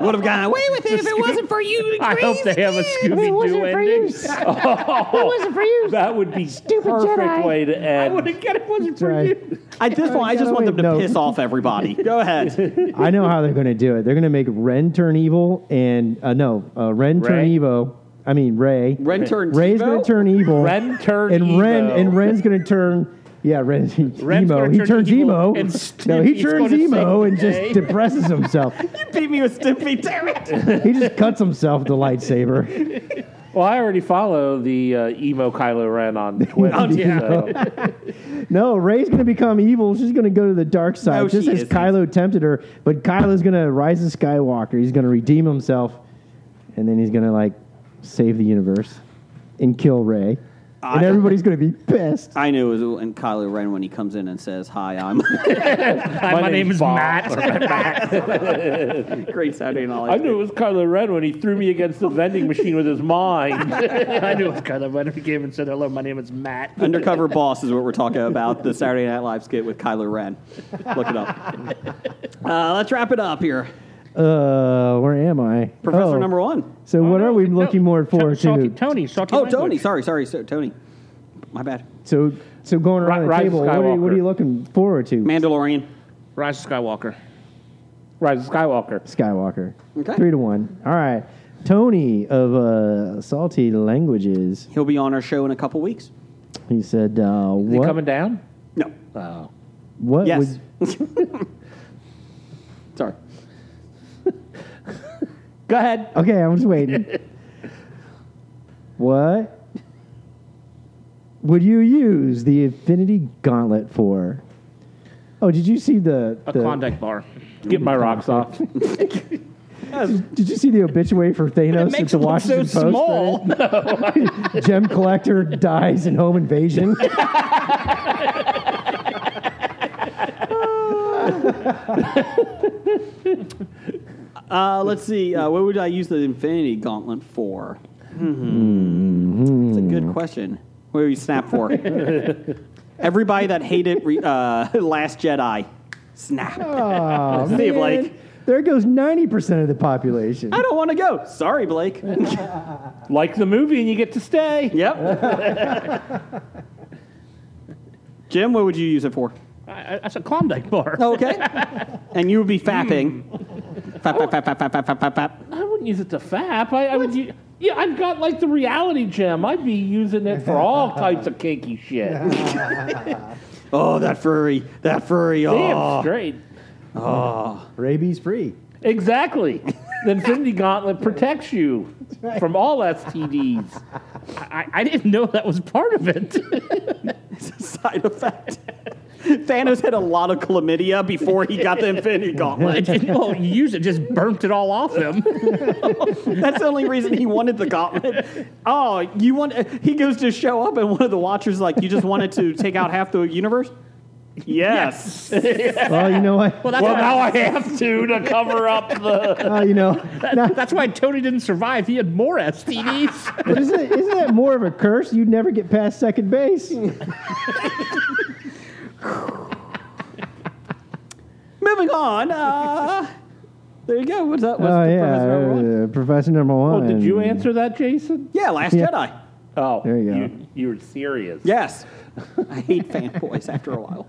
[SPEAKER 2] Would have gotten away with it if it wasn't for you.
[SPEAKER 5] I hope they have a Scooby Doo ending.
[SPEAKER 6] Oh, that would be perfect way to
[SPEAKER 5] I
[SPEAKER 6] end.
[SPEAKER 5] wouldn't get it. Wasn't for
[SPEAKER 4] Right.
[SPEAKER 5] you.
[SPEAKER 2] At this point, I just want them to
[SPEAKER 4] No.
[SPEAKER 2] piss off everybody. Go ahead.
[SPEAKER 4] I know how they're going to do it. They're going to make Ren turn evil, and uh, no, uh, Ren turn
[SPEAKER 6] Rey?
[SPEAKER 4] evil. I mean Ray.
[SPEAKER 2] Ren turns.
[SPEAKER 4] Ray's
[SPEAKER 2] Tebow?
[SPEAKER 4] going to turn evil.
[SPEAKER 6] Ren turn
[SPEAKER 4] and Ren
[SPEAKER 6] Evo.
[SPEAKER 4] and Ren's going to turn Yeah, Ren's he,
[SPEAKER 5] Ren's
[SPEAKER 4] emo.
[SPEAKER 5] gonna
[SPEAKER 4] He
[SPEAKER 5] turn
[SPEAKER 4] turns
[SPEAKER 5] evil
[SPEAKER 4] emo.
[SPEAKER 5] and
[SPEAKER 4] no, he
[SPEAKER 5] Stimpy's
[SPEAKER 4] turns
[SPEAKER 5] gonna
[SPEAKER 4] emo
[SPEAKER 5] save
[SPEAKER 4] and
[SPEAKER 5] the
[SPEAKER 4] just
[SPEAKER 5] day.
[SPEAKER 4] depresses himself.
[SPEAKER 2] Beat me with Stimpy, damn it!
[SPEAKER 4] he just cuts himself with a lightsaber.
[SPEAKER 6] Well, I already follow the uh, emo Kylo Ren on Twitter.
[SPEAKER 5] yeah.
[SPEAKER 6] so-
[SPEAKER 4] No, Ray's gonna become evil. She's gonna go to the dark side,
[SPEAKER 2] No,
[SPEAKER 4] just
[SPEAKER 2] she
[SPEAKER 4] as
[SPEAKER 2] isn't.
[SPEAKER 4] Kylo tempted her. But Kylo's gonna rise as Skywalker. He's gonna redeem himself, and then he's gonna like save the universe and kill Ray. And
[SPEAKER 2] I-
[SPEAKER 4] everybody's gonna be pissed.
[SPEAKER 2] I knew it was in Kylo Ren when he comes in and says, "Hi, I'm."
[SPEAKER 5] Hi, my, name
[SPEAKER 6] name's
[SPEAKER 5] is
[SPEAKER 6] Bob.
[SPEAKER 5] Matt.
[SPEAKER 2] Great Saturday night.
[SPEAKER 6] I knew it was Kylo Ren when he threw me against the vending machine with his mind.
[SPEAKER 5] I knew it was kind of when he came and said hello. My name is Matt.
[SPEAKER 2] Undercover Boss is what we're talking about. The Saturday Night Live skit with Kylo Ren. Look it up. Uh, let's wrap it up here,
[SPEAKER 4] Uh, where am I?
[SPEAKER 2] Professor
[SPEAKER 4] Oh,
[SPEAKER 2] Number One.
[SPEAKER 4] So what
[SPEAKER 5] No,
[SPEAKER 4] are we
[SPEAKER 5] no,
[SPEAKER 4] looking more forward
[SPEAKER 5] Salty
[SPEAKER 4] to?
[SPEAKER 5] Tony, salty
[SPEAKER 2] Oh,
[SPEAKER 5] language.
[SPEAKER 2] Tony. Sorry, sorry, so, Tony. My bad.
[SPEAKER 4] So so going around
[SPEAKER 6] Ri-
[SPEAKER 4] the
[SPEAKER 6] Rise of
[SPEAKER 4] table, what are, you, what are
[SPEAKER 6] Skywalker.
[SPEAKER 4] you looking forward to?
[SPEAKER 2] Mandalorian.
[SPEAKER 5] Rise of Skywalker.
[SPEAKER 6] Rise of Skywalker.
[SPEAKER 4] Skywalker.
[SPEAKER 2] Okay.
[SPEAKER 4] Three to one. All right. Tony of uh, Salty Languages.
[SPEAKER 2] He'll be on our show in a couple weeks.
[SPEAKER 4] He said, uh,
[SPEAKER 6] Is he
[SPEAKER 4] "What?
[SPEAKER 6] coming down?
[SPEAKER 2] No.
[SPEAKER 6] Oh.
[SPEAKER 4] what
[SPEAKER 2] Yes.
[SPEAKER 4] would
[SPEAKER 2] sorry.
[SPEAKER 6] Go ahead.
[SPEAKER 4] Okay, I'm just waiting. what would you use the Infinity Gauntlet for? Oh, did you see the,
[SPEAKER 5] A
[SPEAKER 4] the-
[SPEAKER 5] Klondike bar.
[SPEAKER 6] Get my rocks off.
[SPEAKER 4] Did you see the obituary for Thanos at
[SPEAKER 5] makes
[SPEAKER 4] the
[SPEAKER 5] it look so
[SPEAKER 4] Washington Post?
[SPEAKER 5] small.
[SPEAKER 4] that Gem collector dies in home invasion.
[SPEAKER 2] Uh, let's see. Uh, what would I use the Infinity Gauntlet for? It's a good question. What would you snap for? Everybody that hated re- uh, Last Jedi, snap.
[SPEAKER 4] Aw,
[SPEAKER 2] See you, Blake.
[SPEAKER 4] man. There goes ninety percent of the population.
[SPEAKER 2] I don't want to go. Sorry, Blake.
[SPEAKER 6] like the movie, and you get to stay.
[SPEAKER 2] Yep. Jim, what would you use it for?
[SPEAKER 5] I, I- that's a Klondike bar.
[SPEAKER 2] Okay. and you would be fapping. Fap, fap, fap, fap, fap, fap, fap, fap, fap.
[SPEAKER 6] I wouldn't use it to fap. I, I would. u- yeah, I've got like the reality gem. I'd be using it for all types of kinky shit.
[SPEAKER 2] Oh, that furry. That furry.
[SPEAKER 6] Damn
[SPEAKER 2] Oh.
[SPEAKER 6] straight.
[SPEAKER 4] Rabies free.
[SPEAKER 6] Exactly. The Infinity Gauntlet protects you from all STDs.
[SPEAKER 5] I, I didn't know that was part of it.
[SPEAKER 2] Side effect. Thanos had a lot of chlamydia before he got the Infinity
[SPEAKER 5] I
[SPEAKER 2] Gauntlet.
[SPEAKER 5] didn't well, use it, just burnt it all off him.
[SPEAKER 2] That's the only reason he wanted the gauntlet. Oh, you want? He goes to show up, and one of the Watchers is like, "You just wanted to take out half the universe." Yes.
[SPEAKER 4] Well, you know what?
[SPEAKER 5] Well, that's,
[SPEAKER 6] Well,
[SPEAKER 5] why,
[SPEAKER 6] now I have to to cover up the.
[SPEAKER 4] Uh, you know, now,
[SPEAKER 5] that's why Tony didn't survive. He had more STDs.
[SPEAKER 4] but isn't, it, isn't that more of a curse? You'd never get past second base.
[SPEAKER 2] Moving on. Uh, there you go. What's that? What's
[SPEAKER 4] Oh
[SPEAKER 2] the
[SPEAKER 4] yeah,
[SPEAKER 2] premise number one?
[SPEAKER 4] uh, professor number one.
[SPEAKER 6] Well, did you answer that, Jason?
[SPEAKER 2] Yeah, Last
[SPEAKER 4] Yeah.
[SPEAKER 2] Jedi.
[SPEAKER 6] Oh,
[SPEAKER 4] There you go.
[SPEAKER 6] You, you were serious.
[SPEAKER 2] Yes. I hate fanboys after a while.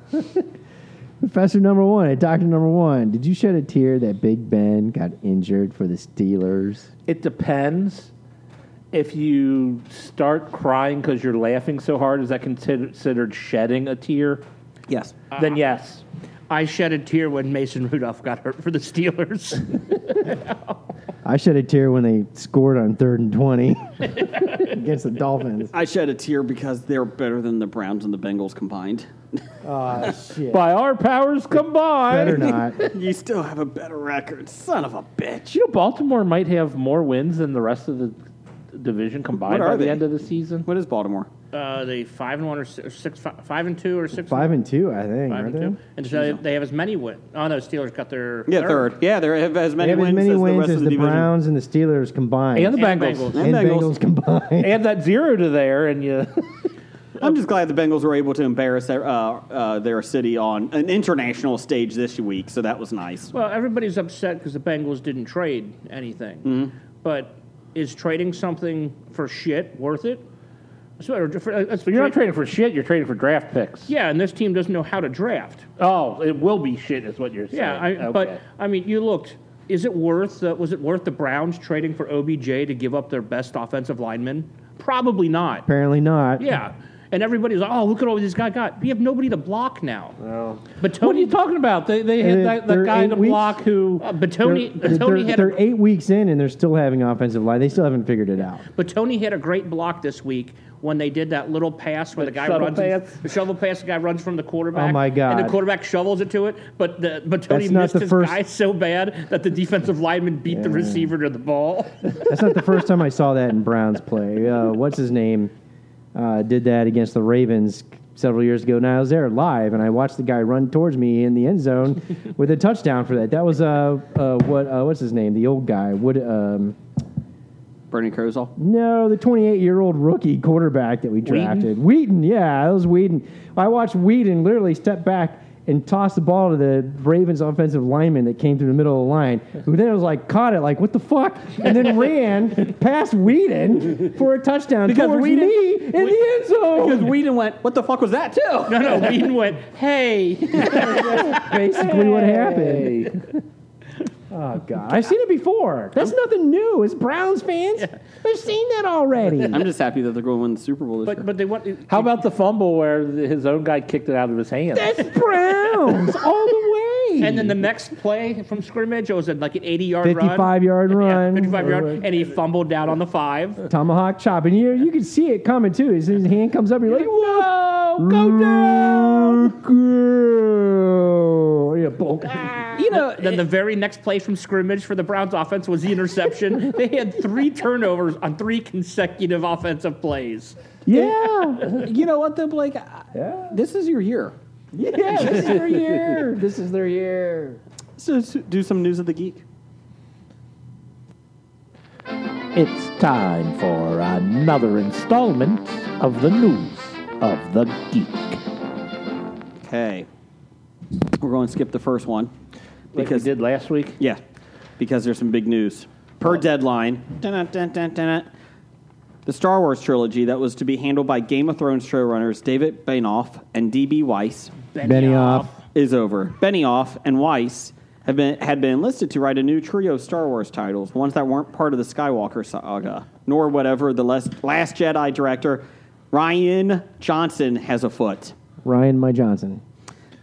[SPEAKER 4] Professor number one, Doctor number one. Did you shed a tear that Big Ben got injured for the Steelers?
[SPEAKER 6] It depends. If you start crying because you're laughing so hard, is that consider- considered shedding a tear?
[SPEAKER 2] Yes.
[SPEAKER 6] then yes.
[SPEAKER 5] I shed a tear when Mason Rudolph got hurt for the Steelers.
[SPEAKER 4] I shed a tear when they scored on third and twenty against the Dolphins.
[SPEAKER 2] I shed a tear because they're better than the Browns and the Bengals combined.
[SPEAKER 4] Oh shit!
[SPEAKER 6] By our powers combined.
[SPEAKER 4] Better not.
[SPEAKER 2] You still have a better record, son of a bitch.
[SPEAKER 6] You know, Baltimore might have more wins than the rest of the division combined
[SPEAKER 2] What are
[SPEAKER 6] by
[SPEAKER 2] they?
[SPEAKER 6] the end of the season.
[SPEAKER 2] What is Baltimore?
[SPEAKER 5] Uh, they five and one or six, or six fi- five and two or six
[SPEAKER 4] Five and two, I think.
[SPEAKER 5] five
[SPEAKER 4] aren't
[SPEAKER 5] and
[SPEAKER 4] they?
[SPEAKER 5] two. And so they, they have as many wins. Oh no, Steelers got their
[SPEAKER 2] Yeah, third. Yeah, they have as
[SPEAKER 4] They
[SPEAKER 2] many
[SPEAKER 4] have
[SPEAKER 2] wins
[SPEAKER 4] as many
[SPEAKER 2] as the
[SPEAKER 4] wins
[SPEAKER 2] rest
[SPEAKER 4] as
[SPEAKER 2] of
[SPEAKER 4] the,
[SPEAKER 2] the, division.
[SPEAKER 4] Browns and the Steelers combined,
[SPEAKER 6] And the
[SPEAKER 5] And
[SPEAKER 6] Bengals.
[SPEAKER 5] Bengals.
[SPEAKER 4] And
[SPEAKER 2] and Bengals.
[SPEAKER 4] Bengals combined.
[SPEAKER 6] Add that zero to there, and you.
[SPEAKER 2] I'm just glad the Bengals were able to embarrass their uh, uh, their city on an international stage this week, so that was nice.
[SPEAKER 5] Well, everybody's upset because the Bengals didn't trade anything.
[SPEAKER 2] Mm-hmm.
[SPEAKER 5] But is trading something for shit worth it? So, or for, uh, that's for
[SPEAKER 6] You're not
[SPEAKER 5] trade-
[SPEAKER 6] trading for shit. You're trading for draft picks.
[SPEAKER 5] Yeah, and this team doesn't know how to draft.
[SPEAKER 6] Oh, it will be shit, is what you're saying.
[SPEAKER 5] Yeah, I,
[SPEAKER 6] okay.
[SPEAKER 5] but I mean, you looked. Is it worth? Uh, was it worth the Browns trading for OBJ to give up their best offensive lineman? Probably not.
[SPEAKER 4] Apparently not.
[SPEAKER 5] Yeah, And everybody's like, oh, look at all this guy got. We have nobody to block now. But
[SPEAKER 6] What are
[SPEAKER 5] Tony,
[SPEAKER 6] you talking about? They they had
[SPEAKER 4] Uh,
[SPEAKER 6] that,
[SPEAKER 4] they're
[SPEAKER 6] that guy
[SPEAKER 4] eight
[SPEAKER 6] to
[SPEAKER 4] weeks.
[SPEAKER 6] block who.
[SPEAKER 5] uh, but Tony,
[SPEAKER 4] they're,
[SPEAKER 5] Tony
[SPEAKER 4] they're-
[SPEAKER 5] had
[SPEAKER 4] they're
[SPEAKER 5] a,
[SPEAKER 4] eight weeks in and they're still having offensive line. They still haven't figured it out.
[SPEAKER 5] but Tony had a great block this week when they did that little pass where the, guy
[SPEAKER 6] shuttle
[SPEAKER 5] runs
[SPEAKER 6] pass?
[SPEAKER 5] the shovel pass. The guy runs from the quarterback.
[SPEAKER 4] Oh, my
[SPEAKER 5] And
[SPEAKER 4] God.
[SPEAKER 5] the quarterback shovels it to it, but the, but Tony
[SPEAKER 4] That's not
[SPEAKER 5] missed
[SPEAKER 4] the
[SPEAKER 5] his
[SPEAKER 4] first-
[SPEAKER 5] guy so bad that the defensive lineman beat the receiver to the ball.
[SPEAKER 4] That's not the first time I saw that in Browns play. Uh, what's his name? Uh, did that against the Ravens several years ago. Now I was there live, and I watched the guy run towards me in the end zone with a touchdown for that. That was uh, uh what uh, what's his name? The old guy. Would um,
[SPEAKER 2] Bernie Kosel.
[SPEAKER 4] no, the 28 year old rookie quarterback that we drafted. Wheaton, yeah, that was Wheaton. I watched Wheaton literally step back and toss the ball to the Ravens offensive lineman that came through the middle of the line, who then was like, caught it, like, what the fuck? And then ran past Wheaton for a touchdown
[SPEAKER 2] Because
[SPEAKER 4] towards
[SPEAKER 2] Whedon-
[SPEAKER 4] me in the end
[SPEAKER 2] Because
[SPEAKER 4] zone.
[SPEAKER 2] Whedon went, what the fuck was that, too?
[SPEAKER 5] No, no, Whedon went, hey.
[SPEAKER 4] Basically, what happened. Oh god! I've seen it before. That's nothing new. It's Browns fans. I've seen that already.
[SPEAKER 2] I'm just happy that they're going to win the Super Bowl this
[SPEAKER 5] But
[SPEAKER 2] year.
[SPEAKER 5] but they want.
[SPEAKER 6] How about the fumble where the- his own guy kicked it out of his hand?
[SPEAKER 4] That's Browns all the way.
[SPEAKER 5] And then the next play from scrimmage, it was like an 80 yard run.
[SPEAKER 4] 55 yard run.
[SPEAKER 5] 55 yard, and he fumbled down on the five.
[SPEAKER 4] Tomahawk chop. And you, you can see it coming too. As soon as his hand comes up, you're like, whoa, go down. Girl. Yeah, bulk.
[SPEAKER 2] you know,
[SPEAKER 5] Then the very next play from scrimmage for the Browns offense was the interception. they had three turnovers on three consecutive offensive plays.
[SPEAKER 4] Yeah.
[SPEAKER 2] you know what, though, Blake? I-
[SPEAKER 4] Yeah.
[SPEAKER 2] This is your year.
[SPEAKER 4] Yeah, this is their year. This is their year.
[SPEAKER 2] So s- do some news of the geek.
[SPEAKER 6] It's time for another installment of the news of the geek.
[SPEAKER 2] Okay. We're going to skip the first one.
[SPEAKER 6] Because did last week.
[SPEAKER 2] Yeah, because there's some big news. Per deadline, dun-dun, dun-dun, dun-dun, the Star Wars trilogy that was to be handled by Game of Thrones showrunners David Benioff and D.B. Weiss
[SPEAKER 4] Benioff.
[SPEAKER 2] is over. Benioff and Weiss have been, had been enlisted to write a new trio of Star Wars titles, ones that weren't part of the Skywalker saga, nor whatever the Les- Last Jedi director Ryan Johnson has afoot.
[SPEAKER 4] Ryan My Johnson.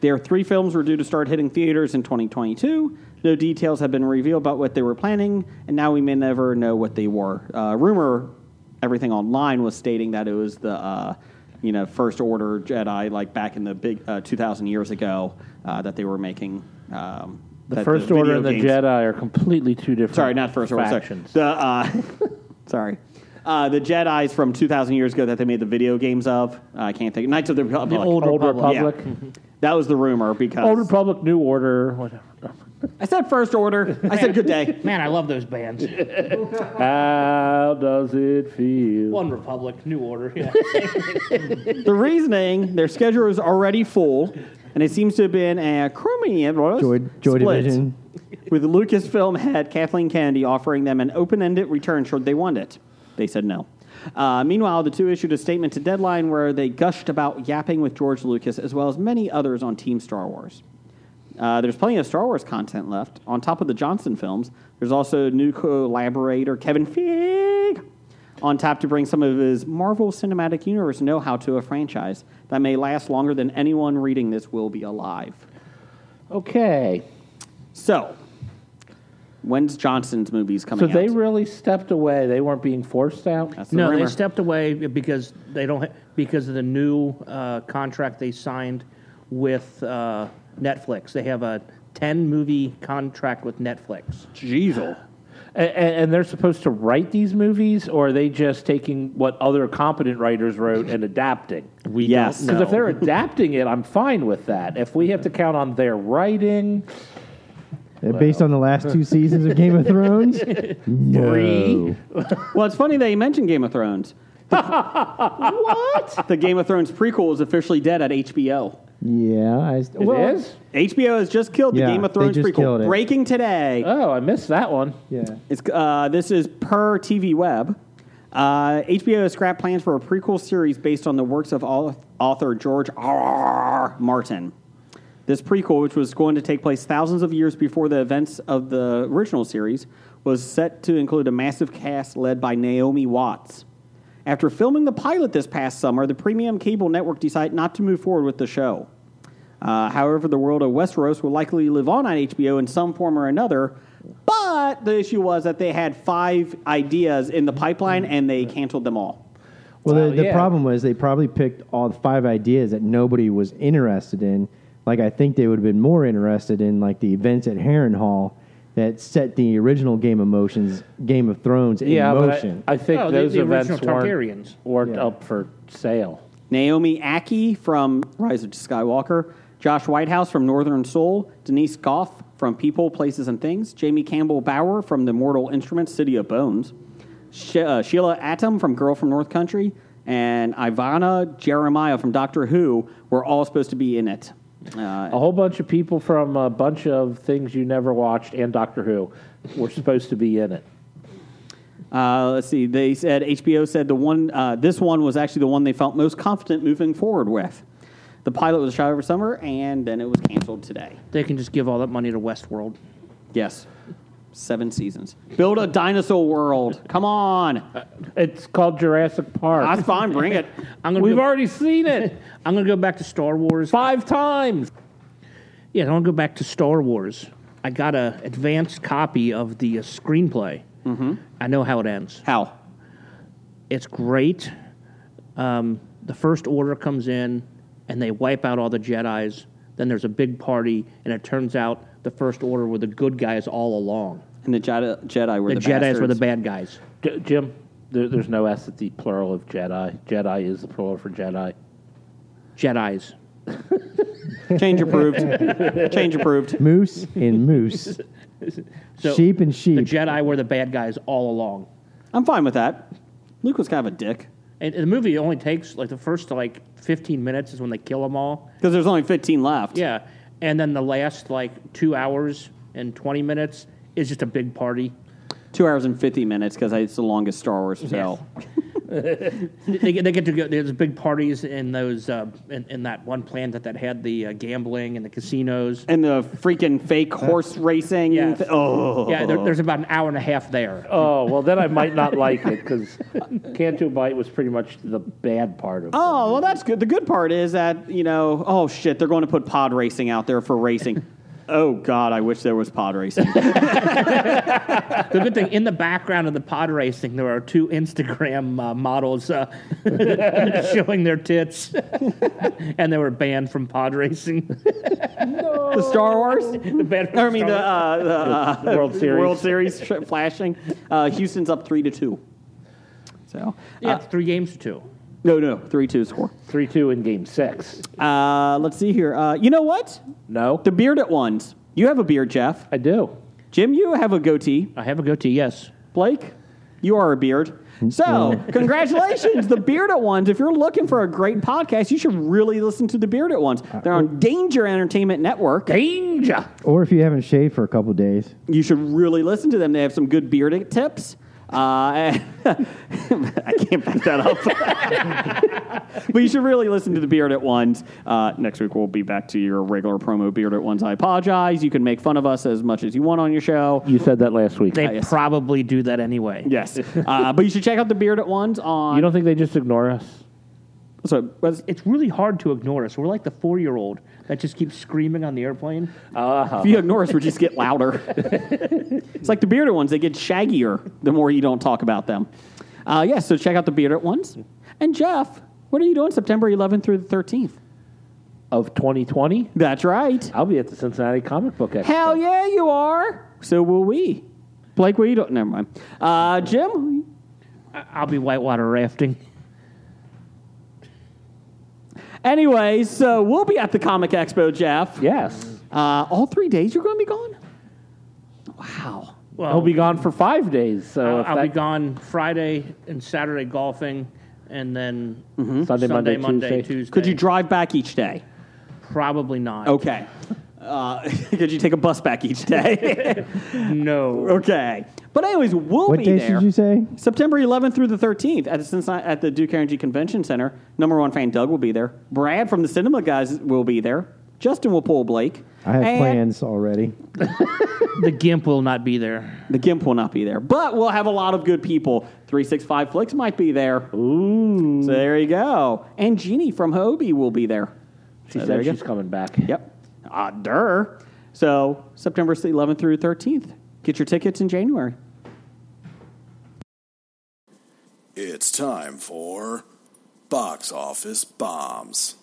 [SPEAKER 2] Their three films were due to start hitting theaters in 2022. No details have been revealed about what they were planning, and now we may never know what they were. Uh, rumor, everything online was stating that it was the, uh, you know, First Order Jedi, like back in the big uh, 2,000 years ago, uh, that they were making. Um,
[SPEAKER 6] The
[SPEAKER 2] that
[SPEAKER 6] First Order
[SPEAKER 2] video
[SPEAKER 6] and the
[SPEAKER 2] games-
[SPEAKER 6] Jedi are completely two different.
[SPEAKER 2] Sorry, not First Order. Sorry.
[SPEAKER 6] factions.
[SPEAKER 2] The, uh, sorry. Uh, the Jedi's from 2,000 years ago that they made the video games of. I can't think. Knights of the Republic.
[SPEAKER 6] Old, Republic,
[SPEAKER 2] Yeah. That was the rumor because
[SPEAKER 6] Old Republic, New Order, whatever.
[SPEAKER 2] I said first order. I said good day.
[SPEAKER 5] Man, I love those bands.
[SPEAKER 6] How does it feel?
[SPEAKER 5] One Republic, New Order. Yeah.
[SPEAKER 2] The reasoning, their schedule is already full, and it seems to have been a crony
[SPEAKER 4] Joy, Joy
[SPEAKER 2] split,
[SPEAKER 4] Division.
[SPEAKER 2] With Lucasfilm head Kathleen Kennedy offering them an open-ended return should they want it. They said no. Uh, meanwhile, the two issued a statement to Deadline where they gushed about yapping with George Lucas as well as many others on Team Star Wars. Uh, there's plenty of Star Wars content left. On top of the Johnson films, there's also new collaborator Kevin Feige on tap to bring some of his Marvel Cinematic Universe know how to a franchise that may last longer than anyone reading this will be alive.
[SPEAKER 6] Okay.
[SPEAKER 2] So, when's Johnson's movies
[SPEAKER 6] So
[SPEAKER 2] coming
[SPEAKER 6] they
[SPEAKER 2] out?
[SPEAKER 6] really stepped away. They weren't being forced out.
[SPEAKER 2] That's the
[SPEAKER 5] no,
[SPEAKER 2] rumor.
[SPEAKER 5] they stepped away because they don't ha- because of the new uh, contract they signed with uh, Netflix. They have a ten movie contract with Netflix.
[SPEAKER 2] Jeezel.
[SPEAKER 6] And, and they're supposed to write these movies, or are they just taking what other competent writers wrote and adapting?
[SPEAKER 5] We
[SPEAKER 2] Yes.
[SPEAKER 5] don't
[SPEAKER 6] Because
[SPEAKER 5] know.
[SPEAKER 6] if they're adapting it, I'm fine with that. If we have to count on their writing,
[SPEAKER 4] Uh, Based on the last two seasons of Game of Thrones. no.
[SPEAKER 2] Well, it's funny that you mentioned Game of Thrones. what? The Game of Thrones prequel is officially dead at HBO.
[SPEAKER 4] Yeah. I,
[SPEAKER 6] it is.
[SPEAKER 4] well,
[SPEAKER 2] HBO has just killed the
[SPEAKER 4] Yeah,
[SPEAKER 2] Game of
[SPEAKER 4] they
[SPEAKER 2] Thrones
[SPEAKER 4] just killed
[SPEAKER 2] prequel.
[SPEAKER 4] it.
[SPEAKER 2] Breaking today.
[SPEAKER 6] Oh, I missed that one.
[SPEAKER 4] Yeah.
[SPEAKER 2] It's, uh, this is per TV Web. Uh, HBO has scrapped plans for a prequel series based on the works of au- author George R. Martin. This prequel, which was going to take place thousands of years before the events of the original series, was set to include a massive cast led by Naomi Watts. After filming the pilot this past summer, the premium cable network decided not to move forward with the show. Uh, however, the world of Westeros will likely live on on HBO in some form or another. But the issue was that they had five ideas in the pipeline and they canceled them all.
[SPEAKER 4] Well,
[SPEAKER 6] Wow,
[SPEAKER 4] the, the
[SPEAKER 6] yeah.
[SPEAKER 4] problem was they probably picked all the five ideas that nobody was interested in. Like I think they would have been more interested in like the events at Heron Hall that set the original Game of Motions, Game of Thrones in
[SPEAKER 6] Yeah, but
[SPEAKER 4] motion.
[SPEAKER 6] I, I think
[SPEAKER 5] Oh, the-
[SPEAKER 6] those
[SPEAKER 5] the
[SPEAKER 6] events
[SPEAKER 5] original
[SPEAKER 6] weren't,
[SPEAKER 5] Targaryens.
[SPEAKER 6] weren't
[SPEAKER 4] Yeah.
[SPEAKER 6] up for sale.
[SPEAKER 2] Naomi Aki from Rise of Skywalker, Josh Whitehouse from Northern Soul, Denise Goff from People, Places, and Things, Jamie Campbell Bower from The Mortal Instruments, City of Bones, she- uh, Sheila Atom from Girl from North Country, and Ivana Jeremiah from Doctor Who were all supposed to be in it. Uh,
[SPEAKER 6] A whole bunch of people from a bunch of things you never watched and Doctor Who were supposed to be in it.
[SPEAKER 2] Uh, let's see. They said HBO said the one uh, this one was actually the one they felt most confident moving forward with. The pilot was shot over summer, and then it was canceled today.
[SPEAKER 5] They can just give all that money to Westworld.
[SPEAKER 2] Yes, seven seasons. Build a dinosaur world. Come on,
[SPEAKER 6] It's called Jurassic Park.
[SPEAKER 2] that's fine. Bring it.
[SPEAKER 5] I'm gonna
[SPEAKER 6] We've
[SPEAKER 5] go,
[SPEAKER 6] already seen it
[SPEAKER 5] I'm going to go back to Star Wars.
[SPEAKER 6] five times.
[SPEAKER 5] Yeah, I want to go back to Star Wars. I got a advanced copy of the uh, screenplay. Mm-hmm. I know how it ends.
[SPEAKER 2] How?
[SPEAKER 5] It's great. Um, the First Order comes in, and they wipe out all the Jedi's. Then there's a big party, and it turns out the First Order were the good guys all along.
[SPEAKER 2] And the Jedi, Jedi were
[SPEAKER 5] The,
[SPEAKER 2] the,
[SPEAKER 5] Jedi's were the
[SPEAKER 2] bastards.
[SPEAKER 5] bad guys.
[SPEAKER 6] J- Jim, there, there's no S at the plural of Jedi. Jedi is the plural for Jedi.
[SPEAKER 5] Jedi's.
[SPEAKER 2] Change approved. Change approved.
[SPEAKER 4] moose and moose,
[SPEAKER 5] So
[SPEAKER 4] sheep and
[SPEAKER 5] The
[SPEAKER 4] sheep.
[SPEAKER 5] Jedi were the bad guys all along.
[SPEAKER 2] I'm fine with that. Luke was kind of a dick
[SPEAKER 5] And and the movie only takes like the first like 15 minutes is when they kill them all.
[SPEAKER 2] because there's only 15 left.
[SPEAKER 5] Yeah, and then the last like two hours and 20 minutes is just a big party.
[SPEAKER 2] Two hours and 50 minutes because it's the longest Star Wars film.
[SPEAKER 5] they, get, they get to go. There's big parties in those uh, in, in that one planet that had the uh, gambling and the casinos.
[SPEAKER 2] and the freaking fake horse racing.
[SPEAKER 5] Yes.
[SPEAKER 2] thi- oh,
[SPEAKER 5] Yeah, there, there's about an hour and a half there.
[SPEAKER 6] Oh, well, then I might not like it because Canto Bite was pretty much the bad part of it.
[SPEAKER 2] oh, well, that's good. The good part is that you know, oh shit, they're going to put pod racing out there for racing. oh god, I wish there was pod racing.
[SPEAKER 5] The good thing in the background of the pod racing, there are two Instagram uh, models uh, showing their tits, and they were banned from pod racing.
[SPEAKER 2] the Star Wars.
[SPEAKER 5] The bad-
[SPEAKER 2] I mean the, uh, the uh,
[SPEAKER 6] World Series.
[SPEAKER 2] World Series sh- flashing. Uh, Houston's up three to two. So
[SPEAKER 5] yeah,
[SPEAKER 2] uh,
[SPEAKER 5] three games to two.
[SPEAKER 2] no, no, three two score.
[SPEAKER 6] 3 2 in game six.
[SPEAKER 2] Uh, let's see here. Uh, you know what?
[SPEAKER 6] No?
[SPEAKER 2] The bearded ones. You have a beard, Jeff.
[SPEAKER 6] I do.
[SPEAKER 2] Jim, you have a goatee.
[SPEAKER 5] I have a goatee. Yes.
[SPEAKER 2] Blake, you are a beard.
[SPEAKER 6] Mm-hmm.
[SPEAKER 2] So, congratulations, the Bearded Ones. If you're looking for a great podcast, you should really listen to the Bearded Ones.
[SPEAKER 6] Uh,
[SPEAKER 2] They're
[SPEAKER 6] mm.
[SPEAKER 2] on Danger Entertainment Network.
[SPEAKER 6] Danger!
[SPEAKER 4] Or if you haven't shaved for a couple days,
[SPEAKER 2] You should really listen to them. They have some good bearded tips. Uh, I can't back that up. but you should really listen to the Bearded Ones. Uh, next week, we'll be back to your regular promo Bearded Ones. I apologize. You can make fun of us as much as you want on your show.
[SPEAKER 6] You said that last week.
[SPEAKER 5] They
[SPEAKER 2] yes.
[SPEAKER 5] probably do that anyway.
[SPEAKER 2] Yes. Uh, but you should check out the Bearded Ones on.
[SPEAKER 6] you don't think they just ignore us?
[SPEAKER 2] so, what's-
[SPEAKER 5] It's really hard to ignore us. We're like the four year old that just keeps screaming on the airplane. Uh,
[SPEAKER 2] If you ignore us, we just get louder. it's like the bearded ones; they get shaggier the more you don't talk about them. Uh, yeah, so check out the bearded ones. And Jeff, what are you doing September 11th through the 13th?
[SPEAKER 6] Of 2020?
[SPEAKER 2] That's right.
[SPEAKER 6] I'll be at the Cincinnati Comic Book Expo.
[SPEAKER 2] Hell yeah, you are. So will we. Blake, what are you doing? Never mind. Uh, Jim,
[SPEAKER 5] I'll be whitewater rafting.
[SPEAKER 2] anyways, so we'll be at the Comic Expo, Jeff.
[SPEAKER 6] Yes.
[SPEAKER 2] Uh, all three days you're going to be gone? Wow.
[SPEAKER 5] Well,
[SPEAKER 6] I'll be gone for five days. So
[SPEAKER 5] Um, I'll,
[SPEAKER 6] if
[SPEAKER 5] I'll
[SPEAKER 6] Uh, that-
[SPEAKER 5] be gone Friday and Saturday golfing, and then
[SPEAKER 6] Sunday,
[SPEAKER 5] Sunday,
[SPEAKER 6] Monday,
[SPEAKER 5] Monday,
[SPEAKER 6] Tuesday.
[SPEAKER 5] Tuesday.
[SPEAKER 2] Could you drive back each day?
[SPEAKER 5] Probably not.
[SPEAKER 2] Okay. Uh, could you take a bus back each day?
[SPEAKER 5] No.
[SPEAKER 2] Okay. But anyways, we'll
[SPEAKER 4] what
[SPEAKER 2] be
[SPEAKER 4] days
[SPEAKER 2] there.
[SPEAKER 4] did you say?
[SPEAKER 2] September 11th through the 13th at the Cincinnati, at the Duke Energy Convention Center. Number one fan Doug will be there. Brad from the Cinema Guys will be there. Justin will pull Blake.
[SPEAKER 4] I have
[SPEAKER 2] and
[SPEAKER 4] plans already.
[SPEAKER 5] The GIMP will not be there.
[SPEAKER 2] The Gimp will not be there, but we'll have a lot of good people. Three six five flicks might be there. Ooh, so there you go. And Jeannie from Hobie will be there.
[SPEAKER 6] She
[SPEAKER 2] So there
[SPEAKER 6] said
[SPEAKER 2] you go.
[SPEAKER 6] she's coming back.
[SPEAKER 2] Yep. Ah, der. So September 11th through 13th. Get your tickets in January.
[SPEAKER 7] It's time for box office bombs.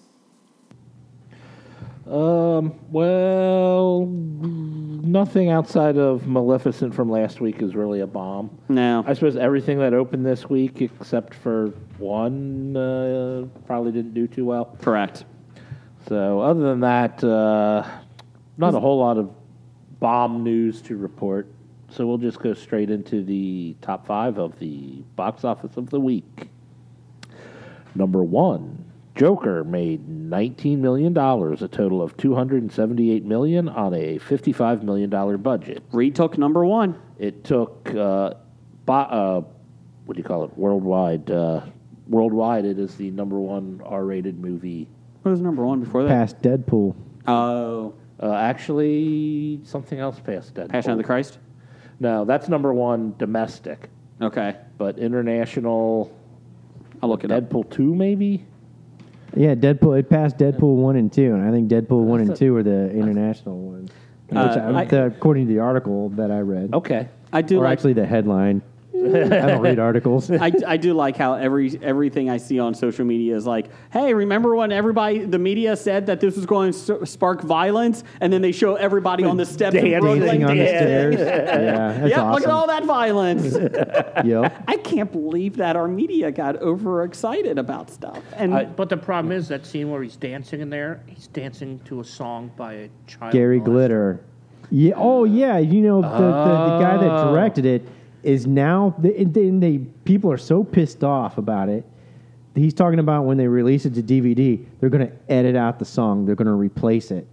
[SPEAKER 6] Um. Well, nothing outside of Maleficent from last week is really a bomb.
[SPEAKER 2] No.
[SPEAKER 6] I suppose everything that opened this week, except for one, uh, probably didn't do too well.
[SPEAKER 2] Correct.
[SPEAKER 6] So, other than that, uh, not a whole lot of bomb news to report. So, we'll just go straight into the top five of the box office of the week. Number one, Joker made $19 million, a total of $278 million on a $55 million budget.
[SPEAKER 2] Retook number one.
[SPEAKER 6] It took, uh, bo- uh, what do you call it, worldwide. Uh, worldwide, it is the number one R rated movie
[SPEAKER 2] What was number one before that?
[SPEAKER 4] Past Deadpool.
[SPEAKER 2] Oh,
[SPEAKER 6] Uh, actually, something else passed Deadpool.
[SPEAKER 2] Passion of the Christ.
[SPEAKER 6] No, that's number one domestic,
[SPEAKER 2] Okay,
[SPEAKER 6] but international.
[SPEAKER 2] I'll look it up.
[SPEAKER 6] Deadpool two maybe.
[SPEAKER 4] Yeah, Deadpool. It passed Deadpool one and two, and I think Deadpool one and two are the international ones. Which I,
[SPEAKER 2] Uh, I-
[SPEAKER 4] the- according to the article that I read,
[SPEAKER 6] Okay,
[SPEAKER 2] I do
[SPEAKER 4] or
[SPEAKER 2] like.
[SPEAKER 4] actually the headline. I don't read articles.
[SPEAKER 2] I, I do like how every everything I see on social media is like, hey, remember when everybody the media said that this was going to s- spark violence, and then they show everybody on the steps of
[SPEAKER 6] Dancing
[SPEAKER 2] Brooklyn
[SPEAKER 4] Dancing on the
[SPEAKER 2] dancing.
[SPEAKER 4] stairs. Yeah, that's
[SPEAKER 2] Yep,
[SPEAKER 4] awesome.
[SPEAKER 2] look at all that violence.
[SPEAKER 4] Yep.
[SPEAKER 2] I can't believe that our media got overexcited about stuff. And
[SPEAKER 5] but the problem is that scene where he's dancing in there, he's dancing to a song by a child.
[SPEAKER 4] Gary
[SPEAKER 5] molester.
[SPEAKER 4] Glitter. Yeah. Oh yeah. You know the, the, the guy
[SPEAKER 6] Oh.
[SPEAKER 4] that directed it is now. They, and then they people are so pissed off about it. He's talking about when they release it to DVD, they're going to edit out the song. They're going to replace it.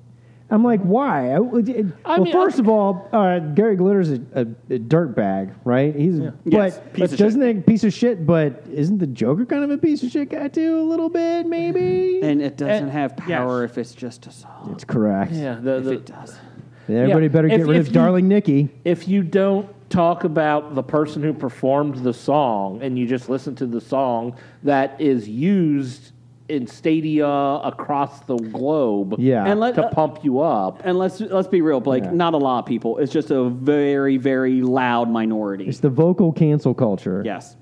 [SPEAKER 4] I'm like, why? I, would- it- well,
[SPEAKER 6] mean,
[SPEAKER 4] first of all, uh, Gary Glitter's a, a, a dirt bag, right? He's
[SPEAKER 2] Yes,
[SPEAKER 4] but
[SPEAKER 2] piece of
[SPEAKER 4] doesn't a piece of shit? But isn't the Joker kind of a piece of shit guy too? A little bit, maybe.
[SPEAKER 2] And it doesn't
[SPEAKER 6] And-
[SPEAKER 2] have power
[SPEAKER 5] yes.
[SPEAKER 2] if it's just a song.
[SPEAKER 4] That's correct.
[SPEAKER 6] yeah. The,
[SPEAKER 2] If
[SPEAKER 6] the,
[SPEAKER 2] it does,
[SPEAKER 4] Everybody
[SPEAKER 6] Yeah.
[SPEAKER 4] better
[SPEAKER 6] If-
[SPEAKER 4] get rid
[SPEAKER 6] if
[SPEAKER 4] of
[SPEAKER 6] you-
[SPEAKER 4] Darling Nikki.
[SPEAKER 6] if you don't talk about the person who performed the song and you just listen to the song that is used in stadia across the globe,
[SPEAKER 4] Yeah.
[SPEAKER 2] And let-
[SPEAKER 6] to pump you up.
[SPEAKER 2] and let's let's be real, Blake. Not a lot of people. It's just a very very loud minority.
[SPEAKER 4] It's the vocal cancel culture.
[SPEAKER 2] yes.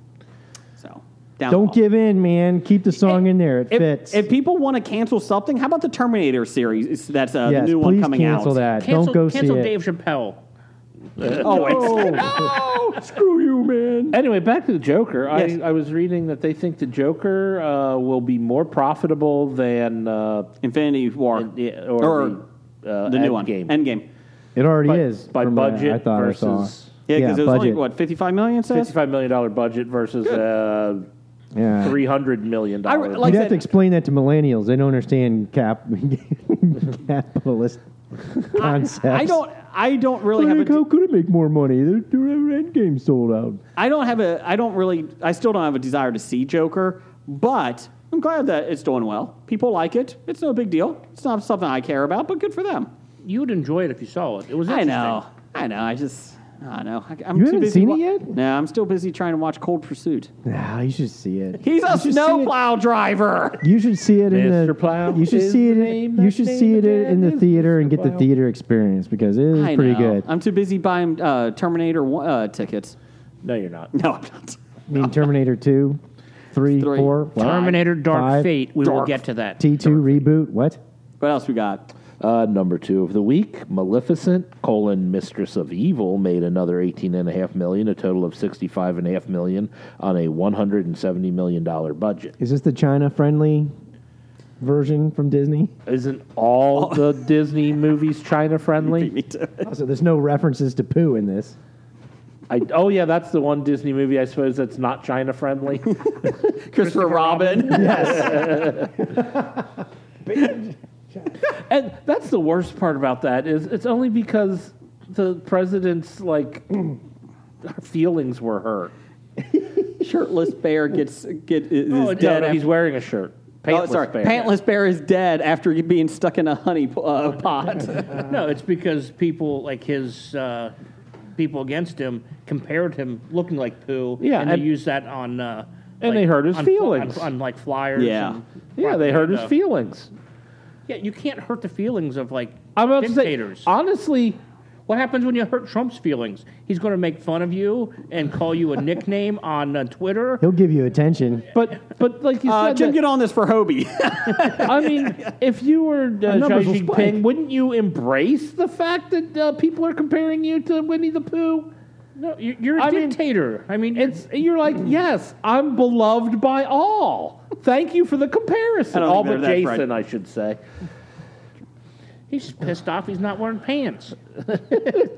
[SPEAKER 2] So down
[SPEAKER 4] Don't
[SPEAKER 2] the-
[SPEAKER 4] give in, man. Keep the song in there. It
[SPEAKER 2] If,
[SPEAKER 4] fits.
[SPEAKER 2] if people want to cancel something, how about the Terminator series? It's- That's a
[SPEAKER 4] yes,
[SPEAKER 2] uh, new one
[SPEAKER 4] please
[SPEAKER 2] coming
[SPEAKER 4] cancel
[SPEAKER 2] out.
[SPEAKER 4] that.
[SPEAKER 5] Cancel,
[SPEAKER 4] Don't go
[SPEAKER 5] cancel
[SPEAKER 4] see
[SPEAKER 5] Dave Chappelle.
[SPEAKER 2] Oh, it's,
[SPEAKER 4] Screw you, man.
[SPEAKER 6] Anyway, back to the Joker.
[SPEAKER 2] Yes.
[SPEAKER 6] I, I was reading that they think the Joker uh, will be more profitable than uh,
[SPEAKER 2] Infinity War,
[SPEAKER 6] Yeah, or,
[SPEAKER 2] or
[SPEAKER 6] the, uh,
[SPEAKER 2] the new one,
[SPEAKER 6] Endgame.
[SPEAKER 2] Endgame.
[SPEAKER 4] It already
[SPEAKER 6] By-
[SPEAKER 4] is
[SPEAKER 6] by
[SPEAKER 4] from what
[SPEAKER 6] budget
[SPEAKER 4] I thought I saw.
[SPEAKER 6] versus-
[SPEAKER 2] Yeah, because it was
[SPEAKER 4] budget.
[SPEAKER 2] only what fifty five million. Says
[SPEAKER 6] Fifty-five million dollar budget versus uh,
[SPEAKER 4] yeah.
[SPEAKER 6] three hundred million
[SPEAKER 2] I
[SPEAKER 6] dollars.
[SPEAKER 2] re- like
[SPEAKER 4] You'd
[SPEAKER 2] I
[SPEAKER 4] have to
[SPEAKER 2] said-
[SPEAKER 4] explain that to millennials. They don't understand cap capitalist concepts.
[SPEAKER 2] I don't. I don't really have a.
[SPEAKER 4] Like, how could it make more money? They're, they're Endgame sold out.
[SPEAKER 2] I don't have a. I don't really. I still don't have a desire to see Joker, but I'm glad that it's doing well. People like it. It's no big deal. It's not something I care about, but good for them.
[SPEAKER 5] You would enjoy it if you saw it. It was
[SPEAKER 2] I
[SPEAKER 5] interesting.
[SPEAKER 2] know. I know. I just. I know. I, am
[SPEAKER 4] You
[SPEAKER 2] too
[SPEAKER 4] haven't
[SPEAKER 2] busy
[SPEAKER 4] seen it
[SPEAKER 2] wa-
[SPEAKER 4] yet?
[SPEAKER 2] No, I'm still busy trying to watch Cold Pursuit.
[SPEAKER 4] Nah, you should see it.
[SPEAKER 2] He's a
[SPEAKER 4] You should see it.
[SPEAKER 2] snowplow driver.
[SPEAKER 4] You should see it in the
[SPEAKER 6] Mr. Plow
[SPEAKER 4] You should
[SPEAKER 6] is
[SPEAKER 4] see it.
[SPEAKER 6] the
[SPEAKER 4] In,
[SPEAKER 6] name,
[SPEAKER 4] you
[SPEAKER 6] that
[SPEAKER 4] should
[SPEAKER 6] name
[SPEAKER 4] see it in,
[SPEAKER 6] again
[SPEAKER 4] in the
[SPEAKER 6] is
[SPEAKER 4] theater
[SPEAKER 6] Mr.
[SPEAKER 4] and get the
[SPEAKER 6] Plow.
[SPEAKER 4] theater experience because it is
[SPEAKER 2] I
[SPEAKER 4] pretty
[SPEAKER 2] know.
[SPEAKER 4] good.
[SPEAKER 2] I'm too busy buying uh, Terminator one- uh, tickets.
[SPEAKER 6] no, you're not.
[SPEAKER 2] No, I'm not.
[SPEAKER 4] I mean, Terminator 2, 3,
[SPEAKER 2] Three.
[SPEAKER 4] 4,
[SPEAKER 5] Terminator Dark
[SPEAKER 4] Five.
[SPEAKER 5] Fate. We will
[SPEAKER 2] Dark
[SPEAKER 5] get to that.
[SPEAKER 4] T2 reboot. What?
[SPEAKER 2] What else we got?
[SPEAKER 6] Uh, number two of the week, Maleficent: colon, Mistress of Evil made another eighteen and a half million, a total of sixty-five and a half million on a one hundred and seventy million dollar budget.
[SPEAKER 4] Is this the China friendly version from Disney?
[SPEAKER 6] Isn't all the Disney movies China friendly?
[SPEAKER 4] Also, there's no references to poo in this.
[SPEAKER 6] I, oh yeah, that's the one Disney movie I suppose that's not China friendly.
[SPEAKER 2] Christopher Robin.
[SPEAKER 6] And that's the worst part about that is it's only because the president's like feelings were hurt.
[SPEAKER 2] Shirtless bear gets get is
[SPEAKER 5] Oh, no,
[SPEAKER 2] dead.
[SPEAKER 6] No, no,
[SPEAKER 2] after-
[SPEAKER 6] he's wearing a shirt.
[SPEAKER 2] oh, sorry, Pantless Bear is dead after being stuck in a honey po- uh, pot.
[SPEAKER 5] No, it's because people like his uh, people against him compared him looking like poo.
[SPEAKER 6] Yeah,
[SPEAKER 5] and,
[SPEAKER 6] and-
[SPEAKER 5] they used that on. Uh,
[SPEAKER 6] and
[SPEAKER 5] like,
[SPEAKER 6] they hurt his
[SPEAKER 5] on-
[SPEAKER 6] feelings.
[SPEAKER 5] on, on, like flyers.
[SPEAKER 2] Yeah.
[SPEAKER 5] and
[SPEAKER 6] Yeah, they hurt his
[SPEAKER 5] propaganda.
[SPEAKER 6] feelings.
[SPEAKER 5] Yeah, you can't hurt the feelings of like
[SPEAKER 6] I'm about to say,
[SPEAKER 5] dictators.
[SPEAKER 6] honestly,
[SPEAKER 5] what happens when you hurt Trump's feelings? He's going to make fun of you and call you a nickname on uh, Twitter.
[SPEAKER 4] He'll give you attention.
[SPEAKER 6] but but like you
[SPEAKER 2] Uh,
[SPEAKER 6] said,
[SPEAKER 2] Jim,
[SPEAKER 6] that-
[SPEAKER 2] get on this for Hobie.
[SPEAKER 6] I mean, if you were uh, Xi
[SPEAKER 4] numbers will spike.
[SPEAKER 6] Jinping, wouldn't you embrace the fact that uh, people are comparing you to Winnie the Pooh?
[SPEAKER 5] No, you- you're a
[SPEAKER 6] I mean-
[SPEAKER 5] dictator. I mean, it's
[SPEAKER 6] It's you're like, yes, I'm beloved by all. Thank you for the
[SPEAKER 2] I
[SPEAKER 6] comparison.
[SPEAKER 2] don't
[SPEAKER 6] All
[SPEAKER 2] think
[SPEAKER 6] but
[SPEAKER 2] they're that
[SPEAKER 6] Jason,
[SPEAKER 2] bright.
[SPEAKER 6] I should say.
[SPEAKER 5] he's pissed off. He's not wearing pants.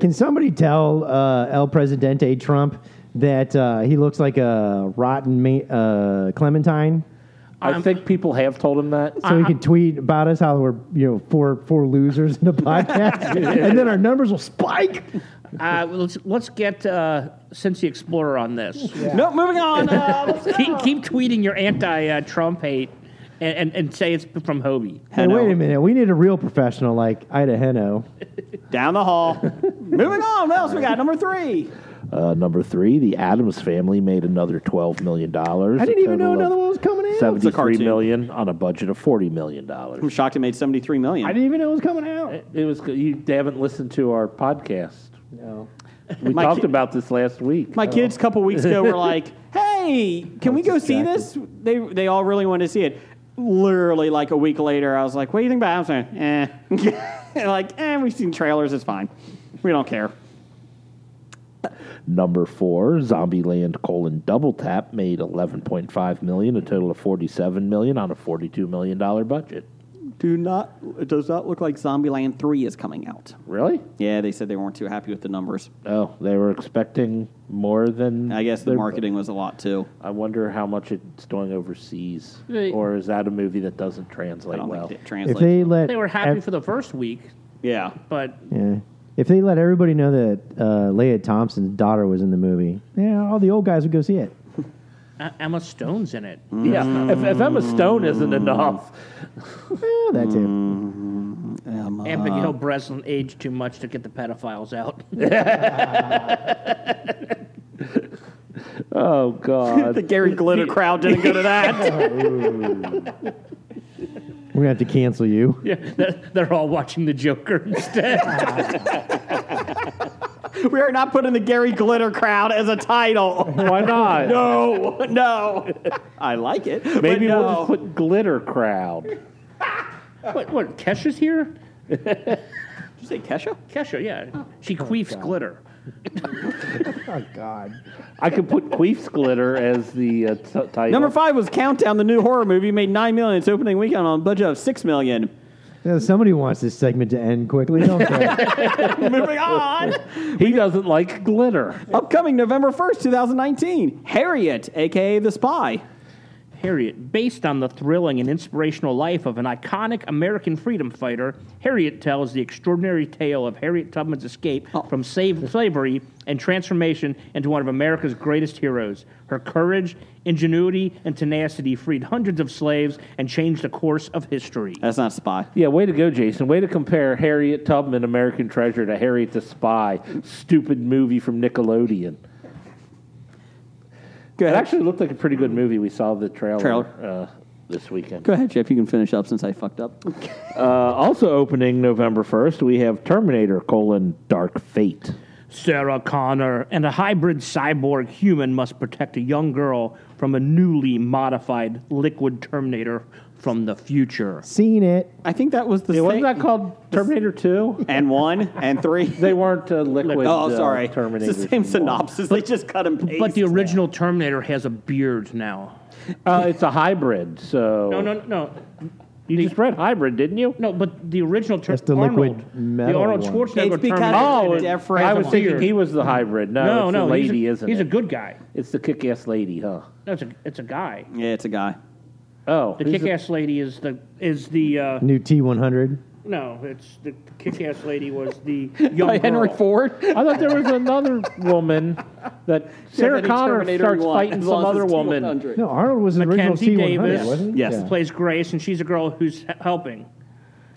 [SPEAKER 4] Can somebody tell uh, El Presidente Trump that uh, he looks like a rotten ma- uh, Clementine?
[SPEAKER 6] I
[SPEAKER 5] I'm-
[SPEAKER 6] think people have told him that.
[SPEAKER 4] So
[SPEAKER 5] Uh-huh.
[SPEAKER 4] he can tweet about us how we're you know four four losers in the podcast, and then our numbers will spike.
[SPEAKER 5] Uh, let's let's get uh, Cincy Explorer on this.
[SPEAKER 2] nope, moving on. Uh, let's go.
[SPEAKER 5] keep, keep tweeting your anti-Trump hate and, and, and say it's from Hobie.
[SPEAKER 4] Hey, wait a minute, we need a real professional like Ida Heno.
[SPEAKER 2] Down the hall. moving on. What else we got? Number three.
[SPEAKER 8] Uh, number three, the Adams family made another twelve million dollars.
[SPEAKER 4] I didn't even know another one was coming out.
[SPEAKER 2] a
[SPEAKER 8] Seventy-three
[SPEAKER 2] cartoon.
[SPEAKER 8] million on a budget of forty million
[SPEAKER 2] I'm
[SPEAKER 8] dollars.
[SPEAKER 2] shocked it made 73 million.
[SPEAKER 4] I didn't even know it was coming out.
[SPEAKER 6] It was you haven't listened to our podcast.
[SPEAKER 4] No.
[SPEAKER 6] We
[SPEAKER 2] My
[SPEAKER 6] talked
[SPEAKER 2] ki-
[SPEAKER 6] about this last week.
[SPEAKER 2] My kids a couple weeks ago were like, "Hey, can we go see this?" They they all really wanted to see it. Literally, like a week later, I was like, "What do you think about?" It? I'm saying, "Eh," like, "Eh, we've seen trailers. It's fine. We don't care."
[SPEAKER 8] Number four, Zombieland: colon, Double Tap made eleven point five million, a total of forty-seven million on a forty-two million dollar budget.
[SPEAKER 2] Do not. It does not look like Zombieland Three is coming out.
[SPEAKER 8] Really?
[SPEAKER 2] Yeah, they said they weren't too happy with the numbers.
[SPEAKER 8] Oh, they were expecting more than.
[SPEAKER 2] I guess the
[SPEAKER 8] their-
[SPEAKER 2] marketing was a lot too.
[SPEAKER 8] I wonder how much it's doing overseas,
[SPEAKER 5] They-
[SPEAKER 8] or is that a movie that doesn't
[SPEAKER 2] I
[SPEAKER 8] translate
[SPEAKER 2] don't
[SPEAKER 8] well?
[SPEAKER 2] think it
[SPEAKER 4] If
[SPEAKER 2] translates.
[SPEAKER 4] they let
[SPEAKER 5] They were happy
[SPEAKER 4] ev-
[SPEAKER 5] for the first week,
[SPEAKER 2] yeah,
[SPEAKER 5] but
[SPEAKER 4] yeah. if they let everybody know that uh, Leia Thompson's daughter was in the movie, yeah, all the old guys would go see it.
[SPEAKER 5] uh, Emma Stone's in it.
[SPEAKER 6] Yeah, if, if Emma Stone isn't enough,
[SPEAKER 4] Yeah, that too.
[SPEAKER 5] Mm.
[SPEAKER 6] Uh.
[SPEAKER 5] Abigail Breslin aged too much to get the pedophiles out.
[SPEAKER 6] oh god,
[SPEAKER 2] the Gary Glitter crowd didn't go to that.
[SPEAKER 4] We're gonna have to cancel you.
[SPEAKER 5] yeah, they're, they're all watching the Joker instead.
[SPEAKER 2] we are not putting the Gary Glitter crowd as a title.
[SPEAKER 6] why not?
[SPEAKER 2] No, no. I like it.
[SPEAKER 6] Maybe
[SPEAKER 2] but no.
[SPEAKER 6] we'll just put glitter crowd.
[SPEAKER 5] what, what? Kesha's here?
[SPEAKER 2] Did you say Kesha?
[SPEAKER 5] Kesha,
[SPEAKER 6] Oh.
[SPEAKER 5] yeah. She queefs glitter.
[SPEAKER 4] Oh God.
[SPEAKER 6] I could put Queef's glitter as the uh, t- title.
[SPEAKER 2] Number five was Countdown, the new horror movie, made nine million its opening weekend on a budget of six million.
[SPEAKER 4] Yeah, Uh, somebody wants this segment to end quickly, don't they?
[SPEAKER 2] Moving on.
[SPEAKER 6] He doesn't like glitter.
[SPEAKER 2] Upcoming November first, two thousand nineteen. Harriet, aka the Spy.
[SPEAKER 5] Harriet, based on the thrilling and inspirational life of an iconic American freedom fighter, Harriet tells the extraordinary tale of Harriet Tubman's escape from save- slavery and transformation into one of America's greatest heroes. Her courage, ingenuity, and tenacity freed hundreds of slaves and changed the course of history.
[SPEAKER 2] That's not Spy.
[SPEAKER 6] Yeah, way to go, Jason. Way to compare Harriet Tubman, American Treasure, to Harriet the Spy, stupid movie from Nickelodeon.
[SPEAKER 2] Go
[SPEAKER 6] It
[SPEAKER 2] ahead.
[SPEAKER 6] actually looked like a pretty good movie. We saw the trailer,
[SPEAKER 2] Trailer.
[SPEAKER 6] Uh, this weekend.
[SPEAKER 2] Go ahead, Jeff. You can finish up since I fucked up.
[SPEAKER 8] Uh, also opening November 1st, we have Terminator colon Dark Fate.
[SPEAKER 5] Sarah Connor and a hybrid cyborg human must protect a young girl from a newly modified liquid Terminator from the future.
[SPEAKER 4] Seen it.
[SPEAKER 2] I think that was the
[SPEAKER 6] Yeah,
[SPEAKER 2] same.
[SPEAKER 6] wasn't that called Terminator Two?
[SPEAKER 2] and one and three.
[SPEAKER 6] They weren't uh, liquid.
[SPEAKER 2] oh,
[SPEAKER 6] uh,
[SPEAKER 2] sorry.
[SPEAKER 6] Terminators.
[SPEAKER 2] It's the same synopsis. they just cut and paste.
[SPEAKER 5] But the original Terminator has a beard now.
[SPEAKER 6] Uh, it's a hybrid. So
[SPEAKER 5] No, no, no,
[SPEAKER 6] you just read hybrid, didn't you?
[SPEAKER 5] no. But the original Terminator,
[SPEAKER 4] That's the liquid metal
[SPEAKER 5] the Arnold
[SPEAKER 4] one.
[SPEAKER 5] Schwarzenegger
[SPEAKER 2] It's because
[SPEAKER 5] Terminator.
[SPEAKER 2] Oh,
[SPEAKER 5] has a
[SPEAKER 2] different
[SPEAKER 6] I was
[SPEAKER 2] one.
[SPEAKER 6] thinking
[SPEAKER 5] beard.
[SPEAKER 6] he was the hybrid. No,
[SPEAKER 5] no,
[SPEAKER 6] it's
[SPEAKER 5] no,
[SPEAKER 6] the lady,
[SPEAKER 5] he's a,
[SPEAKER 6] isn't
[SPEAKER 5] he's
[SPEAKER 6] it?
[SPEAKER 5] a good guy.
[SPEAKER 6] It's the kick-ass lady, huh?
[SPEAKER 5] That's a, it's a guy.
[SPEAKER 2] Yeah, it's a guy.
[SPEAKER 6] Oh,
[SPEAKER 5] The
[SPEAKER 6] who's
[SPEAKER 5] kick-ass lady is the is the uh,
[SPEAKER 4] New T one hundred.
[SPEAKER 5] No, it's the kick-ass lady was the young
[SPEAKER 6] By Henry
[SPEAKER 5] girl.
[SPEAKER 2] Ford.
[SPEAKER 6] I thought there was another woman that Sarah
[SPEAKER 2] that he
[SPEAKER 6] Connor
[SPEAKER 2] Terminator
[SPEAKER 6] starts
[SPEAKER 2] won,
[SPEAKER 6] fighting
[SPEAKER 2] as
[SPEAKER 6] some
[SPEAKER 2] long as
[SPEAKER 6] other
[SPEAKER 2] it's
[SPEAKER 6] woman.
[SPEAKER 2] 100.
[SPEAKER 4] No, Arnold was an original T
[SPEAKER 5] Mackenzie
[SPEAKER 4] one hundred,
[SPEAKER 5] Davis
[SPEAKER 4] wasn't he?
[SPEAKER 2] Yes.
[SPEAKER 4] Yeah.
[SPEAKER 5] plays Grace, and she's a girl who's h- helping.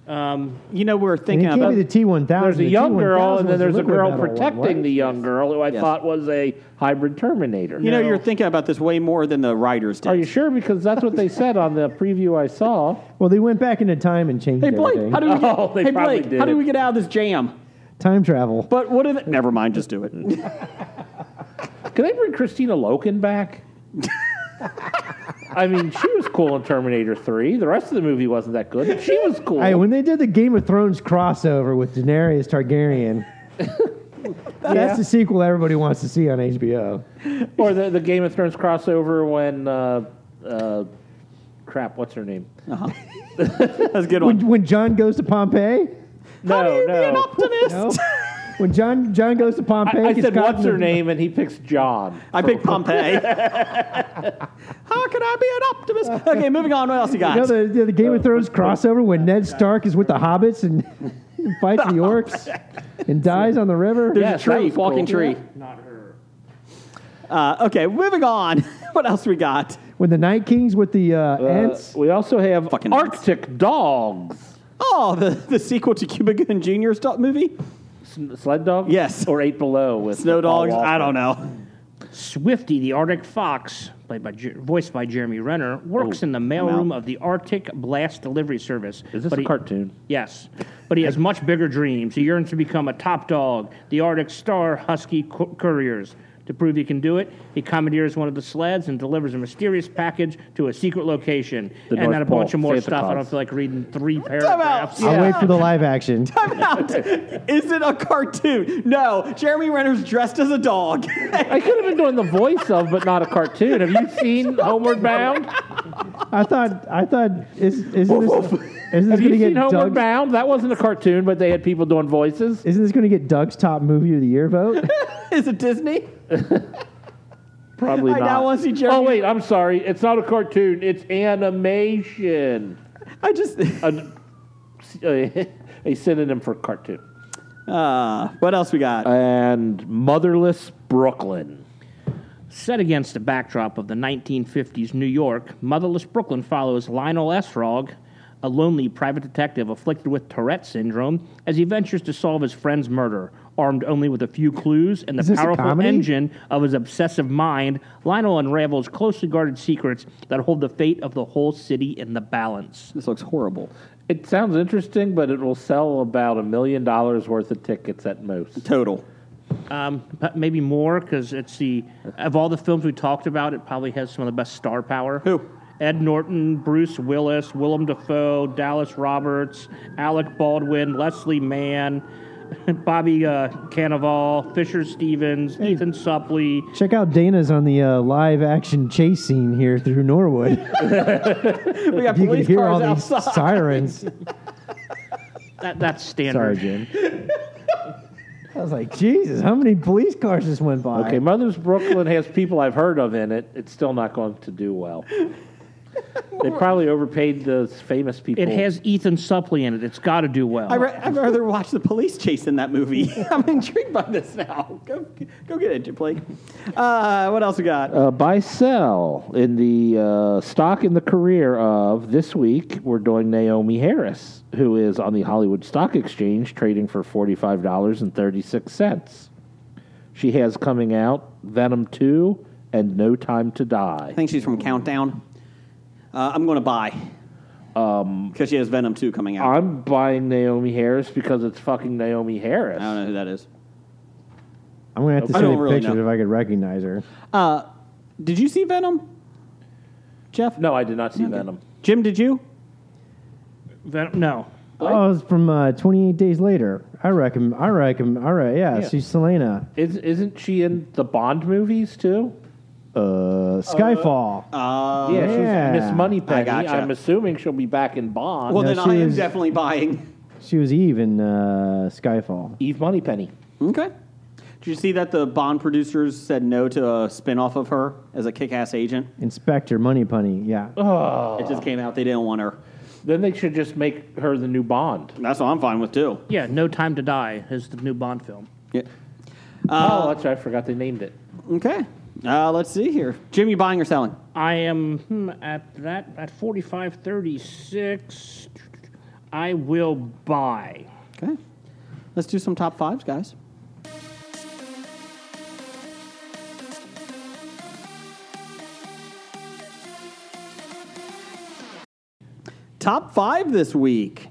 [SPEAKER 2] You know, we we're
[SPEAKER 4] And
[SPEAKER 2] thinking
[SPEAKER 4] he gave
[SPEAKER 2] about
[SPEAKER 4] me the T one thousand.
[SPEAKER 6] There's a young girl, and then there's a girl protecting the young girl who I
[SPEAKER 2] Yes.
[SPEAKER 6] thought was a hybrid Terminator.
[SPEAKER 2] you know, you're thinking about this way more than the writers did.
[SPEAKER 6] Are you sure? Because that's what they said on the preview I saw.
[SPEAKER 4] Well, they went back into time and changed
[SPEAKER 2] Hey Blake,
[SPEAKER 4] everything.
[SPEAKER 2] how do we get,
[SPEAKER 6] Oh, they
[SPEAKER 2] hey
[SPEAKER 6] probably
[SPEAKER 2] Blake, how
[SPEAKER 6] did.
[SPEAKER 2] do we get out of this jam?
[SPEAKER 4] time travel.
[SPEAKER 2] But what did? Never mind, just do it.
[SPEAKER 6] Can they bring Christina Loken back? I mean, she was cool in Terminator 3. The rest of the movie wasn't that good. but She was cool.
[SPEAKER 4] Hey, when they did the Game of Thrones crossover with Daenerys Targaryen, that's the sequel everybody wants to see on HBO.
[SPEAKER 6] or the, the Game of Thrones crossover when, uh, uh, crap, what's her name?
[SPEAKER 2] That's a good one.
[SPEAKER 4] When, when John goes to Pompeii,
[SPEAKER 6] No, no.
[SPEAKER 4] no. When John John goes to Pompeii,
[SPEAKER 6] I
[SPEAKER 4] gets
[SPEAKER 6] said,
[SPEAKER 4] caught in
[SPEAKER 6] what's
[SPEAKER 4] the-
[SPEAKER 6] her name? And he picks John.
[SPEAKER 2] I picked Pompeii. How can I be an optimist? Okay, moving on. What else you got?
[SPEAKER 4] You know the, the, the Game of Thrones crossover when Ned Stark is with the hobbits and fights the orcs and dies on the river.
[SPEAKER 2] There's a tree, walking
[SPEAKER 6] cool.
[SPEAKER 2] tree. Not her. Uh, okay, moving on. what else we got?
[SPEAKER 4] When the Night King's with the uh,
[SPEAKER 6] Uh,
[SPEAKER 4] ants.
[SPEAKER 6] we also have
[SPEAKER 2] Fucking
[SPEAKER 6] Arctic Dogs.
[SPEAKER 2] Oh, the, the sequel to Cuba Gooding Jr.'s do- movie?
[SPEAKER 6] S- Sled Dogs?
[SPEAKER 2] Yes.
[SPEAKER 6] Or Eight Below with
[SPEAKER 2] Snow
[SPEAKER 6] the Paul
[SPEAKER 2] Dogs? I
[SPEAKER 6] Walker.
[SPEAKER 2] don't know.
[SPEAKER 5] Swifty, the Arctic fox, played by Jer- voiced by Jeremy Renner, works in the mailroom of the Arctic Blast Delivery Service.
[SPEAKER 6] Is this
[SPEAKER 5] but
[SPEAKER 6] a
[SPEAKER 5] he-
[SPEAKER 6] cartoon?
[SPEAKER 5] Yes, but he has much bigger dreams. He yearns to become a top dog, the Arctic Star Husky Cou- Couriers. To prove he can do it, he commandeers one of the sleds and delivers a mysterious package to a secret location.
[SPEAKER 6] The
[SPEAKER 5] and then a
[SPEAKER 6] North Pole,
[SPEAKER 5] bunch of more
[SPEAKER 6] Santa
[SPEAKER 5] stuff. I don't
[SPEAKER 6] Claus.
[SPEAKER 5] feel like reading three paragraphs.
[SPEAKER 2] Yeah.
[SPEAKER 4] I'll wait for the live action.
[SPEAKER 2] I'm out. Is it a cartoon? No. Jeremy Renner's dressed as a dog.
[SPEAKER 6] I could have been doing the voice of, but not a cartoon. Have you seen Homeward Bound?
[SPEAKER 4] I thought I thought is isn't this, isn't this
[SPEAKER 6] Have
[SPEAKER 4] going
[SPEAKER 6] you
[SPEAKER 4] to
[SPEAKER 6] seen
[SPEAKER 4] get
[SPEAKER 6] Homeward
[SPEAKER 4] Doug's,
[SPEAKER 6] Bound? That wasn't a cartoon, but they had people doing voices.
[SPEAKER 4] isn't this going to get Doug's top movie of the year vote?
[SPEAKER 2] Is it Disney?
[SPEAKER 6] Probably
[SPEAKER 2] I
[SPEAKER 6] not.
[SPEAKER 2] now wanna see Jeremy-
[SPEAKER 6] Oh wait, I'm sorry. It's not a cartoon. It's animation.
[SPEAKER 2] I just.
[SPEAKER 4] Uh,
[SPEAKER 6] A, a, a synonym for cartoon.
[SPEAKER 2] Uh, what else we got?
[SPEAKER 6] And Motherless Brooklyn.
[SPEAKER 5] Set against the backdrop of the 1950s New York, Motherless Brooklyn follows Lionel Esrog, a lonely private detective afflicted with Tourette syndrome, as he ventures to solve his friend's murder. Armed only with a few clues and
[SPEAKER 4] Is
[SPEAKER 5] the
[SPEAKER 4] this a
[SPEAKER 5] powerful
[SPEAKER 4] comedy?
[SPEAKER 5] engine of his obsessive mind, Lionel unravels closely guarded secrets that hold the fate of the whole city in the balance.
[SPEAKER 2] this looks horrible.
[SPEAKER 6] It sounds interesting, but it will sell about a million dollars worth of tickets at most.
[SPEAKER 2] Total.
[SPEAKER 5] Um, but maybe more because it's the of all the films we talked about, it probably has some of the best star power.
[SPEAKER 2] Who?
[SPEAKER 5] Ed Norton, Bruce Willis, Willem Dafoe, Dallas Roberts, Alec Baldwin, Leslie Mann, Bobby uh, Cannavale, Fisher Stevens, Ethan Suplee.
[SPEAKER 4] Check out Dana's on the uh, live action chase scene here through Norwood.
[SPEAKER 2] We got
[SPEAKER 4] you can
[SPEAKER 2] police
[SPEAKER 4] hear all
[SPEAKER 2] cars
[SPEAKER 4] these
[SPEAKER 2] outside.
[SPEAKER 4] sirens.
[SPEAKER 5] That, that's
[SPEAKER 4] Sorry,
[SPEAKER 5] standard.
[SPEAKER 4] Jim. I was like, Jesus, how many police cars just went by?
[SPEAKER 6] Okay, Mother's Brooklyn has people I've heard of in it. It's still not going to do well. They probably overpaid the famous people.
[SPEAKER 5] It has Ethan Suplee in it. It's got to do well.
[SPEAKER 2] I ra- I'd rather watch the police chase in that movie. I'm intrigued by this now. Go, go get it, Blake. Uh, what else we got?
[SPEAKER 6] uh, buy sell in the uh, stock in the career of this week. We're doing Naomi Harris, who is on the Hollywood Stock Exchange trading for forty five dollars and thirty six cents. She has coming out Venom two and No Time to Die.
[SPEAKER 2] I think she's from Countdown. Uh, I'm going to buy.
[SPEAKER 4] Um,
[SPEAKER 2] Because she has Venom 2 coming out.
[SPEAKER 6] I'm buying Naomi Harris because it's fucking Naomi Harris.
[SPEAKER 2] I don't know who that is.
[SPEAKER 4] I'm gonna have to
[SPEAKER 2] I
[SPEAKER 4] send
[SPEAKER 2] don't
[SPEAKER 4] a
[SPEAKER 2] really
[SPEAKER 4] picture
[SPEAKER 2] know.
[SPEAKER 4] if I could recognize her.
[SPEAKER 2] Uh, did you see Venom? Jeff?
[SPEAKER 6] No, I did not see Venom.
[SPEAKER 2] Jim, did you?
[SPEAKER 5] Ven- no.
[SPEAKER 4] Oh, it's from uh, 28 Days Later. I recommend. I recommend. All right, yeah, she's Selena.
[SPEAKER 6] Is, isn't she in the Bond movies too?
[SPEAKER 4] Uh, Skyfall.
[SPEAKER 2] Uh,
[SPEAKER 6] Yeah,
[SPEAKER 4] yeah.
[SPEAKER 6] she's Miss Moneypenny.
[SPEAKER 2] I gotcha.
[SPEAKER 6] I'm assuming she'll be back in Bond.
[SPEAKER 2] Uh, well,
[SPEAKER 4] No,
[SPEAKER 2] then I
[SPEAKER 4] she
[SPEAKER 2] am
[SPEAKER 4] was-
[SPEAKER 2] definitely buying.
[SPEAKER 4] she was Eve in uh, Skyfall.
[SPEAKER 6] Eve Moneypenny.
[SPEAKER 2] Okay. Did you see that the Bond producers said no to a spinoff of her as a kick ass agent?
[SPEAKER 4] Inspector Money Punny. Yeah.
[SPEAKER 6] Oh.
[SPEAKER 2] It just came out they didn't want her.
[SPEAKER 6] Then they should just make her the new Bond.
[SPEAKER 2] That's what I'm fine with too.
[SPEAKER 5] Yeah, No Time to Die is the new Bond film.
[SPEAKER 2] Yeah.
[SPEAKER 6] oh,
[SPEAKER 2] Uh,
[SPEAKER 6] that's right. I forgot they named it.
[SPEAKER 2] Okay. Uh, let's see here. Jim, you buying or selling?
[SPEAKER 5] I am hmm, at that at forty five thirty six. I will buy.
[SPEAKER 2] Okay. Let's do some top fives, guys. Top five this week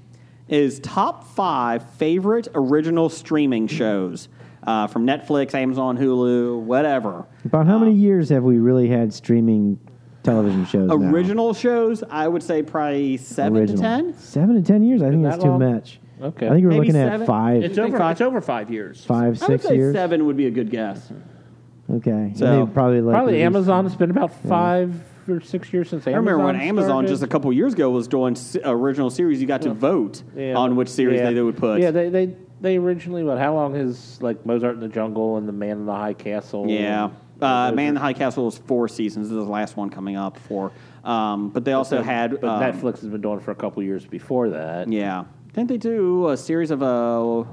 [SPEAKER 2] is top five favorite original streaming shows uh, from Netflix, Amazon, Hulu, whatever.
[SPEAKER 4] About how many years have we really had streaming television shows? now?
[SPEAKER 2] Original shows, I would say probably seven
[SPEAKER 4] Original.
[SPEAKER 2] to ten.
[SPEAKER 4] Seven to ten years? I think that's
[SPEAKER 6] that
[SPEAKER 4] too
[SPEAKER 6] long?
[SPEAKER 4] much.
[SPEAKER 6] Okay.
[SPEAKER 4] I think we're
[SPEAKER 2] Maybe
[SPEAKER 4] looking
[SPEAKER 2] seven.
[SPEAKER 4] at five,
[SPEAKER 5] It's
[SPEAKER 2] think
[SPEAKER 5] over.
[SPEAKER 2] five-
[SPEAKER 5] It's over five years.
[SPEAKER 4] five,
[SPEAKER 2] I would
[SPEAKER 4] six
[SPEAKER 2] say
[SPEAKER 4] years.
[SPEAKER 2] seven would be a good guess.
[SPEAKER 4] Okay.
[SPEAKER 2] So-
[SPEAKER 4] And they probably like
[SPEAKER 6] Probably
[SPEAKER 4] released-
[SPEAKER 6] Amazon. It's been about five or six years since
[SPEAKER 2] I
[SPEAKER 6] Amazon.
[SPEAKER 2] remember when Amazon
[SPEAKER 6] started.
[SPEAKER 2] just a couple years ago was doing s- uh, original series. You got to vote
[SPEAKER 6] Yeah.
[SPEAKER 2] on which series
[SPEAKER 6] Yeah.
[SPEAKER 2] they, they would put.
[SPEAKER 6] Yeah, they they they originally. But how long has like Mozart in the Jungle and the Man in the High Castle?
[SPEAKER 2] Yeah.
[SPEAKER 6] and-
[SPEAKER 2] Uh, Man in the High Castle is four seasons. This is the last one coming up for. Um, but they also had.
[SPEAKER 6] But
[SPEAKER 2] um,
[SPEAKER 6] Netflix has been doing it for a couple years before that.
[SPEAKER 2] Yeah. Didn't they do a series of uh,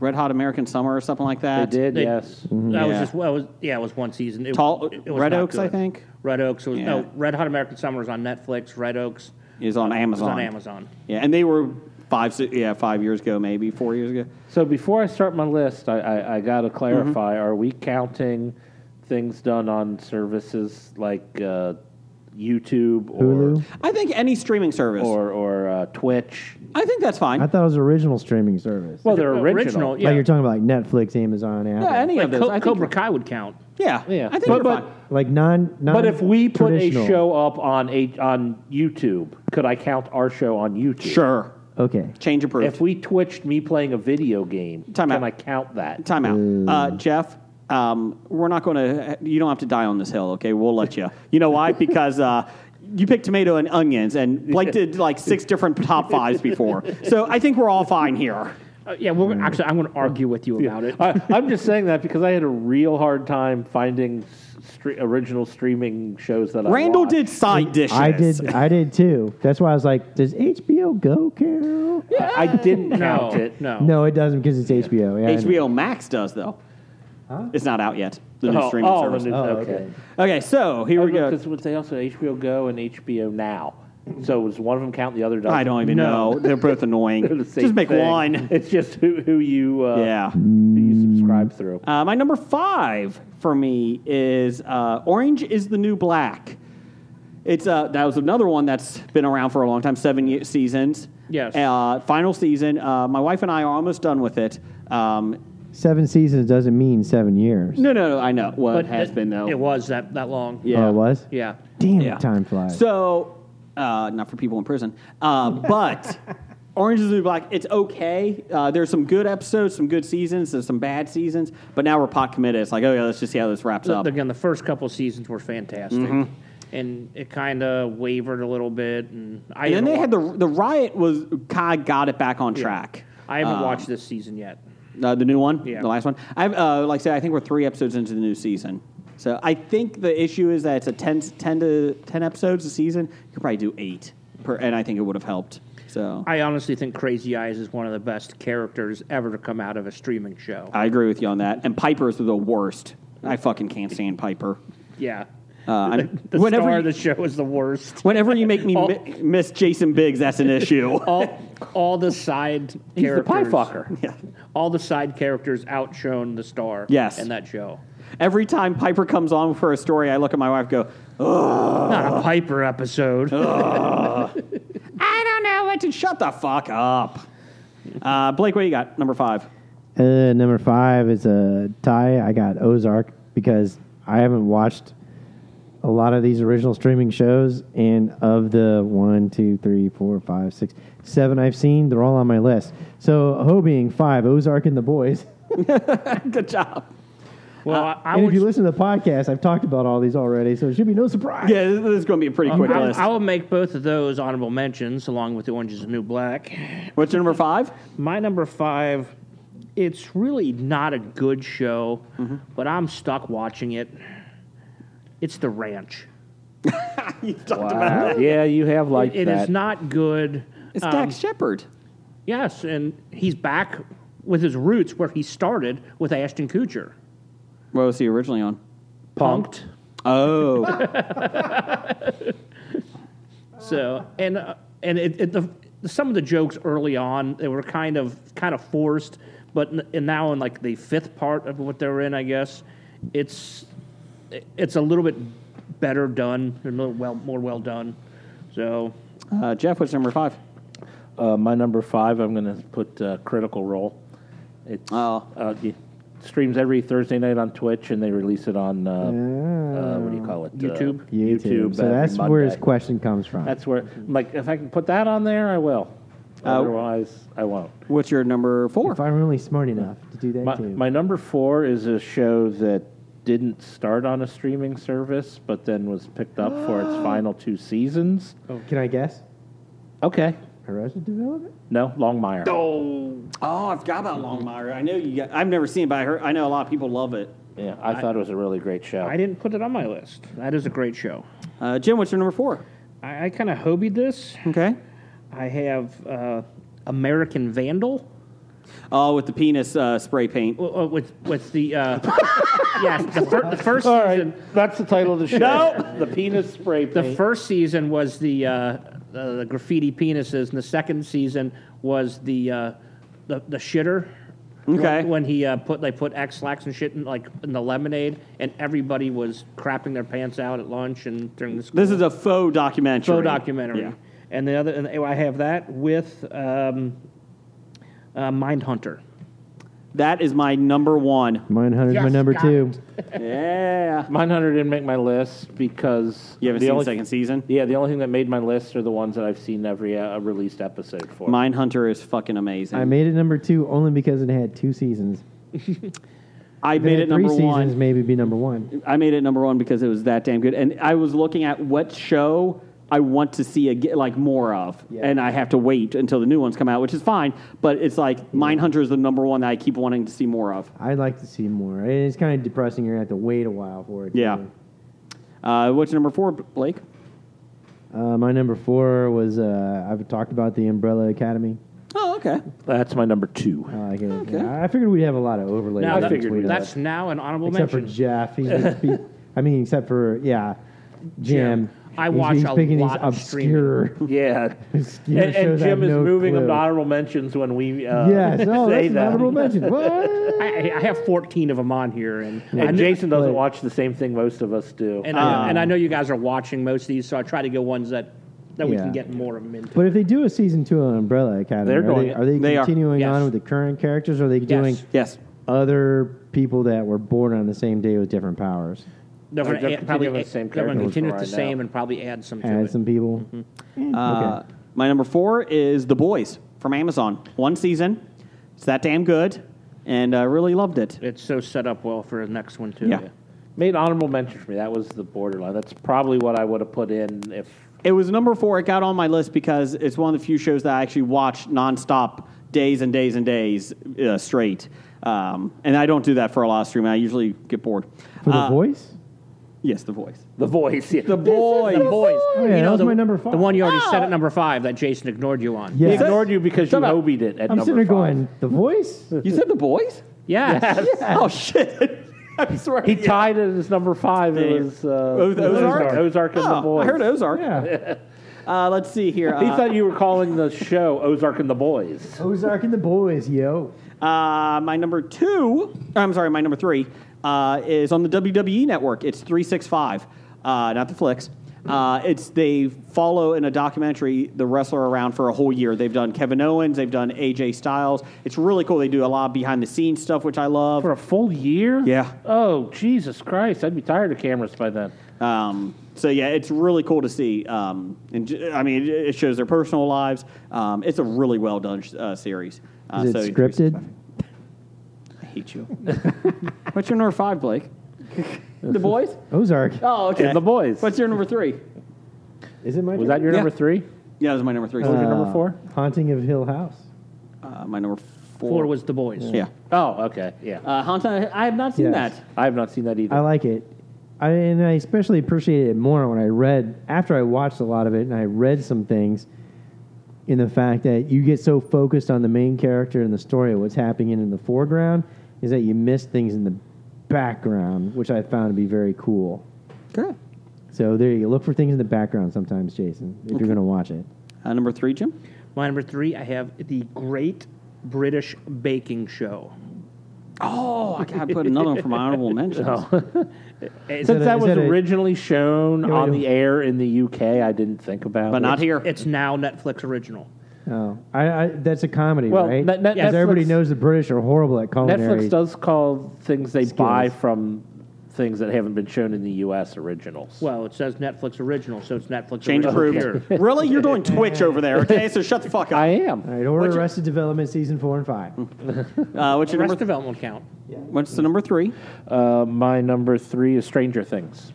[SPEAKER 2] Red Hot American Summer or something like
[SPEAKER 6] They
[SPEAKER 2] that?
[SPEAKER 6] did,
[SPEAKER 5] They-
[SPEAKER 6] yes.
[SPEAKER 4] Mm-hmm.
[SPEAKER 5] That was
[SPEAKER 2] Mm-hmm. Yeah.
[SPEAKER 5] just well, it was, yeah, it was one season. It,
[SPEAKER 2] Tall-
[SPEAKER 5] it was
[SPEAKER 2] Red
[SPEAKER 5] not
[SPEAKER 2] Oaks, I think?
[SPEAKER 5] Red Oaks was
[SPEAKER 2] Yeah.
[SPEAKER 5] no Red Hot American Summer was on Netflix. Red Oaks
[SPEAKER 2] Is on
[SPEAKER 5] was
[SPEAKER 2] Amazon.
[SPEAKER 5] on Amazon.
[SPEAKER 2] Yeah, and they were five. si- Yeah, five years ago, maybe four years ago.
[SPEAKER 6] So before I start my list, I, I, I got to
[SPEAKER 2] Mm-hmm.
[SPEAKER 6] clarify: Are we counting things done on services like uh, YouTube or
[SPEAKER 4] Hulu?
[SPEAKER 2] I think any streaming service.
[SPEAKER 6] or, or uh, Twitch?
[SPEAKER 2] I think that's fine.
[SPEAKER 4] I thought it was original streaming service.
[SPEAKER 6] Well, they're original.
[SPEAKER 5] yeah.
[SPEAKER 4] Like you're talking about like Netflix, Amazon, Apple.
[SPEAKER 2] yeah, any
[SPEAKER 5] like
[SPEAKER 2] of those.
[SPEAKER 5] Co-
[SPEAKER 2] I think-
[SPEAKER 5] Cobra Kai would count.
[SPEAKER 2] Yeah,
[SPEAKER 6] Yeah.
[SPEAKER 2] I think
[SPEAKER 6] But-
[SPEAKER 2] we're
[SPEAKER 6] but-
[SPEAKER 2] fine.
[SPEAKER 4] Like non, non
[SPEAKER 6] But if we put a
[SPEAKER 4] traditional.
[SPEAKER 6] show up on a, on YouTube, could I count our show on YouTube?
[SPEAKER 2] Sure.
[SPEAKER 4] Okay.
[SPEAKER 2] Change approved.
[SPEAKER 6] If we twitched me playing a video game,
[SPEAKER 2] Time
[SPEAKER 6] can
[SPEAKER 2] out.
[SPEAKER 6] I count that?
[SPEAKER 2] Time out.
[SPEAKER 4] Hmm.
[SPEAKER 2] Uh, Jeff, um, we're not going to, you don't have to die on this hill, okay? We'll let you. You know why? Because uh, you picked tomato and onions, and Blake did like six different top fives before. So I think we're all fine here.
[SPEAKER 5] Uh, yeah, we're
[SPEAKER 2] Mm.
[SPEAKER 5] gonna- actually I'm going to argue with you about it.
[SPEAKER 2] Oh,
[SPEAKER 6] I, I'm just saying that because I had a real hard time finding s- stre- original streaming shows that I
[SPEAKER 2] Randall
[SPEAKER 6] watched.
[SPEAKER 2] did side dishes.
[SPEAKER 4] I did. I did too. That's why I was like, "Does HBO Go count?"
[SPEAKER 6] I didn't count
[SPEAKER 5] no,
[SPEAKER 6] it.
[SPEAKER 5] no,
[SPEAKER 4] No, it doesn't because it's HBO. Yeah, I know.
[SPEAKER 2] HBO Max does, though. It's not out yet. The new
[SPEAKER 6] Oh,
[SPEAKER 2] streaming
[SPEAKER 6] oh,
[SPEAKER 2] service.
[SPEAKER 6] the new- Oh,
[SPEAKER 4] Oh,
[SPEAKER 6] okay.
[SPEAKER 4] okay.
[SPEAKER 2] Okay, so here we go.
[SPEAKER 6] Because they also HBO Go and HBO Now. So does one of them count? The other doesn't.
[SPEAKER 2] I don't even
[SPEAKER 5] No.
[SPEAKER 2] know. They're both
[SPEAKER 6] They're
[SPEAKER 2] annoying.
[SPEAKER 6] the same
[SPEAKER 2] Just make
[SPEAKER 6] thing.
[SPEAKER 2] one.
[SPEAKER 6] It's just who who you uh,
[SPEAKER 2] Yeah.
[SPEAKER 6] who you subscribe through.
[SPEAKER 2] Uh, my number five for me is uh, Orange is the New Black. It's uh, that was another one that's been around for a long time, seven ye- seasons.
[SPEAKER 5] Yes.
[SPEAKER 2] Uh, final season. Uh, my wife and I are almost done with it. Um,
[SPEAKER 4] Seven seasons doesn't mean seven years.
[SPEAKER 2] no, no, no. I know. Well,
[SPEAKER 5] But
[SPEAKER 2] it has
[SPEAKER 5] it-
[SPEAKER 2] been though.
[SPEAKER 5] It was that that long.
[SPEAKER 2] Yeah.
[SPEAKER 4] Oh, it was.
[SPEAKER 5] yeah.
[SPEAKER 4] Damn,
[SPEAKER 2] Yeah.
[SPEAKER 4] time flies.
[SPEAKER 2] So, uh, not for people in prison, uh, but Orange is the New Black. It's okay. Uh, there's some good episodes, some good seasons, there's some bad seasons. But now we're pot committed. It's like, oh yeah, let's just see how this wraps up.
[SPEAKER 5] Again, the first couple seasons were fantastic,
[SPEAKER 6] Mm-hmm.
[SPEAKER 5] and it kind of wavered a little bit. And I
[SPEAKER 2] And then
[SPEAKER 5] haven't
[SPEAKER 2] they
[SPEAKER 5] wa-
[SPEAKER 2] had the the riot was kind of got it back on track.
[SPEAKER 5] I
[SPEAKER 6] Uh,
[SPEAKER 5] haven't watched this season yet.
[SPEAKER 2] Uh, the new one,
[SPEAKER 5] Yeah.
[SPEAKER 2] the last one. I've uh, like I said, I think we're three episodes into the new season. So I think the issue is that it's a 10, 10 to ten episodes a season. You could probably do eight, per, and I think it would have helped. So I,
[SPEAKER 5] I honestly think Crazy Eyes is one of the best characters ever to come out of a streaming show.
[SPEAKER 2] agree with you on that. And Piper is the worst. I fucking can't stand Piper.
[SPEAKER 5] yeah.
[SPEAKER 2] Uh, I'm,
[SPEAKER 5] The
[SPEAKER 2] whenever
[SPEAKER 5] star
[SPEAKER 2] you,
[SPEAKER 5] of the Oh. show is the worst.
[SPEAKER 2] whenever you make me
[SPEAKER 5] All-
[SPEAKER 2] mi- miss Jason Biggs, that's an issue.
[SPEAKER 5] All, all the side
[SPEAKER 6] He's the
[SPEAKER 5] characters.
[SPEAKER 6] pie fucker.
[SPEAKER 2] Yeah.
[SPEAKER 5] All the side characters outshone the star.
[SPEAKER 2] Yes.
[SPEAKER 5] In that show.
[SPEAKER 2] Every time Piper comes on for a story, I look at my wife, and go,
[SPEAKER 6] Uh,
[SPEAKER 5] Not a Piper episode.
[SPEAKER 2] I don't know what to shut the fuck up. Uh, Blake, what you got? Number five.
[SPEAKER 4] Uh, number five is a tie. I got Ozark because I haven't watched a lot of these original streaming shows, and of the one, two, three, four, five, six, seven I've seen, they're all on my list. So Ho being five, Ozark and the Boys.
[SPEAKER 2] Good job.
[SPEAKER 5] well,
[SPEAKER 2] Uh,
[SPEAKER 5] I, I
[SPEAKER 4] and
[SPEAKER 5] would
[SPEAKER 4] if you listen to the podcast, I've talked about all these already, so it should be no surprise.
[SPEAKER 2] Yeah, this is going to be a pretty quick
[SPEAKER 5] I,
[SPEAKER 2] list.
[SPEAKER 5] I will make both of those honorable mentions along with the Orange is the New Black.
[SPEAKER 2] What's your number five?
[SPEAKER 5] My number five, it's really not a good show,
[SPEAKER 2] Mm-hmm.
[SPEAKER 5] but I'm stuck watching it. It's The Ranch.
[SPEAKER 2] You've talked about
[SPEAKER 6] Wow. yeah, you have like
[SPEAKER 5] It is
[SPEAKER 6] that.
[SPEAKER 5] not good.
[SPEAKER 2] It's Dax Shepard.
[SPEAKER 5] Yes, and he's back with his roots where he started with Ashton Kutcher.
[SPEAKER 2] What was he originally on?
[SPEAKER 5] Punked.
[SPEAKER 2] Oh,
[SPEAKER 5] So and uh, and it, it, the some of the jokes early on they were kind of kind of forced, but n- and now in like the fifth part of what they're in, I guess it's it's a little bit better done, a little well more well done. So
[SPEAKER 2] uh, Jeff was number five.
[SPEAKER 6] Uh, my number five, I'm going to put uh, Critical Role. It's
[SPEAKER 2] Oh.
[SPEAKER 6] uh, it streams every Thursday night on Twitch, and they release it on uh,
[SPEAKER 4] Ah.
[SPEAKER 6] uh, what do you call it?
[SPEAKER 5] YouTube?
[SPEAKER 6] Uh,
[SPEAKER 4] YouTube.
[SPEAKER 6] YouTube.
[SPEAKER 4] so
[SPEAKER 6] every
[SPEAKER 4] that's where his
[SPEAKER 6] Monday.
[SPEAKER 4] question comes from.
[SPEAKER 6] That's where. I'm like, if I can put that on there, I will.
[SPEAKER 4] Uh,
[SPEAKER 6] Otherwise, I won't.
[SPEAKER 2] What's your number four?
[SPEAKER 4] if I'm really smart enough to do that
[SPEAKER 6] My,
[SPEAKER 4] too.
[SPEAKER 6] my number four is a show that didn't start on a streaming service, but then was picked up for its final two seasons.
[SPEAKER 4] Oh, Can I guess?
[SPEAKER 6] Okay.
[SPEAKER 4] Arrested Development?
[SPEAKER 6] No, Longmire.
[SPEAKER 2] Oh, I forgot about Longmire. I know you. Got, I've never seen it, but I heard. I know a lot of people love it.
[SPEAKER 6] Yeah, I, thought it was a really great show.
[SPEAKER 5] I didn't put it on my list. That is a great show.
[SPEAKER 2] Uh, Jim, what's your number four?
[SPEAKER 5] I, I kind of hobied this.
[SPEAKER 2] Okay.
[SPEAKER 5] I have uh, American Vandal.
[SPEAKER 2] Oh, with the penis uh, spray paint.
[SPEAKER 5] Well, uh, with with the uh, yes, the, fir- the first
[SPEAKER 6] All right,
[SPEAKER 5] season,
[SPEAKER 6] that's the title of the show.
[SPEAKER 5] No.
[SPEAKER 6] the penis spray
[SPEAKER 5] the
[SPEAKER 6] paint.
[SPEAKER 5] first season was the uh, uh, the graffiti penises, and the second season was the uh, the, the shitter.
[SPEAKER 2] Okay.
[SPEAKER 5] When, when he uh, put they put X lax and shit in like in the lemonade, and everybody was crapping their pants out at lunch and during the school
[SPEAKER 2] This is a faux documentary.
[SPEAKER 5] faux documentary.
[SPEAKER 2] Yeah.
[SPEAKER 5] And the other, and I have that with um, uh, Mindhunter.
[SPEAKER 2] That is my number one.
[SPEAKER 4] Mine Hunter's my
[SPEAKER 5] Yes,
[SPEAKER 4] number
[SPEAKER 5] got
[SPEAKER 4] two.
[SPEAKER 2] Yeah.
[SPEAKER 6] Mine Hunter didn't make my list because
[SPEAKER 2] You haven't
[SPEAKER 6] the
[SPEAKER 2] seen
[SPEAKER 6] only,
[SPEAKER 2] the second season?
[SPEAKER 6] Yeah, the only thing that made my list are the ones that I've seen every uh, released episode for.
[SPEAKER 2] Mindhunter is fucking amazing.
[SPEAKER 4] I made it number two only because it had two seasons.
[SPEAKER 2] I
[SPEAKER 4] If it
[SPEAKER 2] made
[SPEAKER 4] had
[SPEAKER 2] it
[SPEAKER 4] three
[SPEAKER 2] number
[SPEAKER 4] seasons,
[SPEAKER 2] one.
[SPEAKER 4] maybe be number one.
[SPEAKER 2] I made it number one because it was that damn good. And I was looking at what show I want to see again, like more of,
[SPEAKER 4] Yeah.
[SPEAKER 2] and I have to wait until the new ones come out, which is fine. But it's like Mindhunter is the number one that I keep wanting to see more of.
[SPEAKER 4] I'd like to see more. And It's kind of depressing. You're gonna have to wait a while for it.
[SPEAKER 2] Yeah.
[SPEAKER 4] too.
[SPEAKER 2] Uh, what's your number four, Blake?
[SPEAKER 4] Uh, my number four was uh, I've talked about the Umbrella Academy. Uh,
[SPEAKER 2] Oh, okay.
[SPEAKER 6] That's my number two.
[SPEAKER 4] I like it. I I figured we'd have a lot of overlay.
[SPEAKER 5] Now, that-
[SPEAKER 6] figured we'd have.
[SPEAKER 5] that's now an honorable
[SPEAKER 4] except
[SPEAKER 5] mention.
[SPEAKER 4] for Jeff. He's, he's- I mean, except for yeah, Jim.
[SPEAKER 5] Jim. I
[SPEAKER 4] He's-
[SPEAKER 5] watch
[SPEAKER 4] he's
[SPEAKER 5] a
[SPEAKER 4] picking these
[SPEAKER 5] lot of
[SPEAKER 4] obscure,
[SPEAKER 6] Yeah,
[SPEAKER 4] obscure
[SPEAKER 6] and, and
[SPEAKER 4] shows I have
[SPEAKER 6] Jim is
[SPEAKER 4] no
[SPEAKER 6] moving them
[SPEAKER 4] clue.
[SPEAKER 6] to honorable mentions when we uh,
[SPEAKER 4] Yes, oh,
[SPEAKER 6] say
[SPEAKER 4] that's an
[SPEAKER 6] that.
[SPEAKER 4] honorable mention. What?
[SPEAKER 5] I, I have 14 of them on here, and I
[SPEAKER 6] And
[SPEAKER 5] kn-
[SPEAKER 6] Jason doesn't
[SPEAKER 4] Blake.
[SPEAKER 6] watch the same thing most of us do.
[SPEAKER 5] and, I, and I know you guys are watching most of these, so I try to go ones that that we
[SPEAKER 4] Yeah.
[SPEAKER 5] can get more of them into.
[SPEAKER 4] But if they do a season two on Umbrella Academy,
[SPEAKER 6] They're
[SPEAKER 4] are,
[SPEAKER 6] doing
[SPEAKER 4] they,
[SPEAKER 6] it.
[SPEAKER 4] are they
[SPEAKER 2] They are.
[SPEAKER 4] continuing
[SPEAKER 5] Yes.
[SPEAKER 4] on with the current characters? Or are they doing
[SPEAKER 2] Yes.
[SPEAKER 4] other people that were born on the same day with different powers?
[SPEAKER 5] They're going
[SPEAKER 6] they're
[SPEAKER 5] to probably
[SPEAKER 6] continuing the
[SPEAKER 5] add-
[SPEAKER 6] same
[SPEAKER 5] they're gonna
[SPEAKER 6] characters
[SPEAKER 5] continue with
[SPEAKER 6] for
[SPEAKER 5] the
[SPEAKER 6] right
[SPEAKER 5] same
[SPEAKER 6] now.
[SPEAKER 5] and probably add some to
[SPEAKER 4] Add
[SPEAKER 5] it.
[SPEAKER 4] some people.
[SPEAKER 2] Uh, My number four is The Boys from Amazon. One season. It's that damn good, and I really loved it.
[SPEAKER 5] It's so set up well for the next one too.
[SPEAKER 2] Yeah.
[SPEAKER 6] Made honorable mention for me. That was the borderline. That's probably what I would have put in if
[SPEAKER 2] It was number four. It got on my list because it's one of the few shows that I actually watch nonstop, days and days and days uh, straight. Um, and I don't do that for a lot of streaming. I usually get bored.
[SPEAKER 4] For the
[SPEAKER 2] Uh,
[SPEAKER 4] voice?
[SPEAKER 2] Yes, The Voice.
[SPEAKER 6] the voice. Yeah.
[SPEAKER 2] The Boys.
[SPEAKER 5] The boys.
[SPEAKER 4] Oh, yeah,
[SPEAKER 5] you
[SPEAKER 4] that
[SPEAKER 5] know,
[SPEAKER 4] was
[SPEAKER 5] the,
[SPEAKER 4] my number five.
[SPEAKER 5] the one you already said at number five that Jason ignored you on.
[SPEAKER 6] He
[SPEAKER 4] Yes.
[SPEAKER 6] ignored you because you
[SPEAKER 2] Shut up.
[SPEAKER 6] hobied it at
[SPEAKER 4] I'm
[SPEAKER 6] number
[SPEAKER 4] sitting there
[SPEAKER 6] five.
[SPEAKER 4] going, the voice?
[SPEAKER 2] You said The Boys?
[SPEAKER 5] Yes.
[SPEAKER 2] Oh, shit. I'm sorry.
[SPEAKER 6] He tied it as number five. It
[SPEAKER 2] Yeah.
[SPEAKER 6] was uh,
[SPEAKER 2] Oz- Ozark?
[SPEAKER 6] Ozark and the
[SPEAKER 2] Oh,
[SPEAKER 6] Boys.
[SPEAKER 2] I heard Ozark.
[SPEAKER 4] yeah.
[SPEAKER 2] Uh, let's see here.
[SPEAKER 6] He
[SPEAKER 2] Uh,
[SPEAKER 6] thought you were calling the show Ozark and the Boys.
[SPEAKER 4] Ozark and the boys, yo.
[SPEAKER 2] Uh, my number two, or I'm sorry, my number three uh, is on the WWE network. It's 365, uh, not the flicks. Uh, it's they follow in a documentary the wrestler around for a whole year. They've done Kevin Owens, they've done AJ Styles. It's really cool. They do a lot of behind the scenes stuff, which I love.
[SPEAKER 6] For a full year?
[SPEAKER 2] Yeah.
[SPEAKER 6] Oh, Jesus Christ. I'd be tired of cameras by then.
[SPEAKER 2] Um, so yeah, it's really cool to see. Um, and j- I mean, it- it shows their personal lives. Um, it's a really well done uh, series. Uh,
[SPEAKER 4] Is
[SPEAKER 2] so
[SPEAKER 4] it scripted?
[SPEAKER 2] 365. I hate you. What's your number five, Blake? the boys?
[SPEAKER 4] Ozark.
[SPEAKER 2] Oh, okay.
[SPEAKER 6] And the boys.
[SPEAKER 2] What's your number three?
[SPEAKER 4] Is it my
[SPEAKER 6] was that your
[SPEAKER 2] Yeah.
[SPEAKER 6] number three?
[SPEAKER 2] Yeah, that was my number three.
[SPEAKER 5] Uh,
[SPEAKER 6] your number four?
[SPEAKER 4] Uh, Haunting of Hill House.
[SPEAKER 2] Uh, my number four.
[SPEAKER 5] Four was the boys.
[SPEAKER 2] yeah.
[SPEAKER 6] Oh, okay. Yeah.
[SPEAKER 2] Uh, Haunted, I have not seen
[SPEAKER 4] Yes.
[SPEAKER 2] that.
[SPEAKER 6] I have not seen that either.
[SPEAKER 4] I like it. I, and I especially appreciated it more when I read, after I watched a lot of it and I read some things, in the fact that you get so focused on the main character and the story of what's happening in the foreground is that you miss things in the background, which I found to be very cool.
[SPEAKER 2] Good.
[SPEAKER 4] So there you go. Look for things in the background sometimes, Jason, if you're going to watch it.
[SPEAKER 2] Uh, number three, Jim.
[SPEAKER 5] My number three, I have the Great British Baking Show.
[SPEAKER 2] Oh, I gotta put another one for my honorable mentions.
[SPEAKER 5] It's,
[SPEAKER 6] Since
[SPEAKER 4] that a-
[SPEAKER 6] that
[SPEAKER 4] is
[SPEAKER 6] was
[SPEAKER 4] that a-
[SPEAKER 6] originally shown
[SPEAKER 4] wait,
[SPEAKER 6] on
[SPEAKER 4] wait.
[SPEAKER 6] the air in the UK, I didn't think about
[SPEAKER 2] but
[SPEAKER 6] it.
[SPEAKER 2] not here.
[SPEAKER 5] it's now Netflix original.
[SPEAKER 4] Oh, I, I, that's a comedy,
[SPEAKER 6] Well,
[SPEAKER 4] right?
[SPEAKER 6] Net- Net-
[SPEAKER 4] Because
[SPEAKER 6] Netflix-
[SPEAKER 4] everybody knows the British are horrible at culinary.
[SPEAKER 6] Netflix does call things they buy
[SPEAKER 4] Skills.
[SPEAKER 6] from things that haven't been shown in the US originals.
[SPEAKER 5] Well, it says Netflix original, so it's Netflix
[SPEAKER 2] Change
[SPEAKER 5] original.
[SPEAKER 2] approved.
[SPEAKER 5] here.
[SPEAKER 2] really, you're doing Twitch over there? Okay, so shut the fuck
[SPEAKER 6] I
[SPEAKER 2] up.
[SPEAKER 4] All
[SPEAKER 6] am.
[SPEAKER 4] right, order Arrested Development season four and five.
[SPEAKER 2] Uh, what's your number?
[SPEAKER 5] Rest development count.
[SPEAKER 2] what's the number three?
[SPEAKER 6] Uh, my number three is Stranger Things.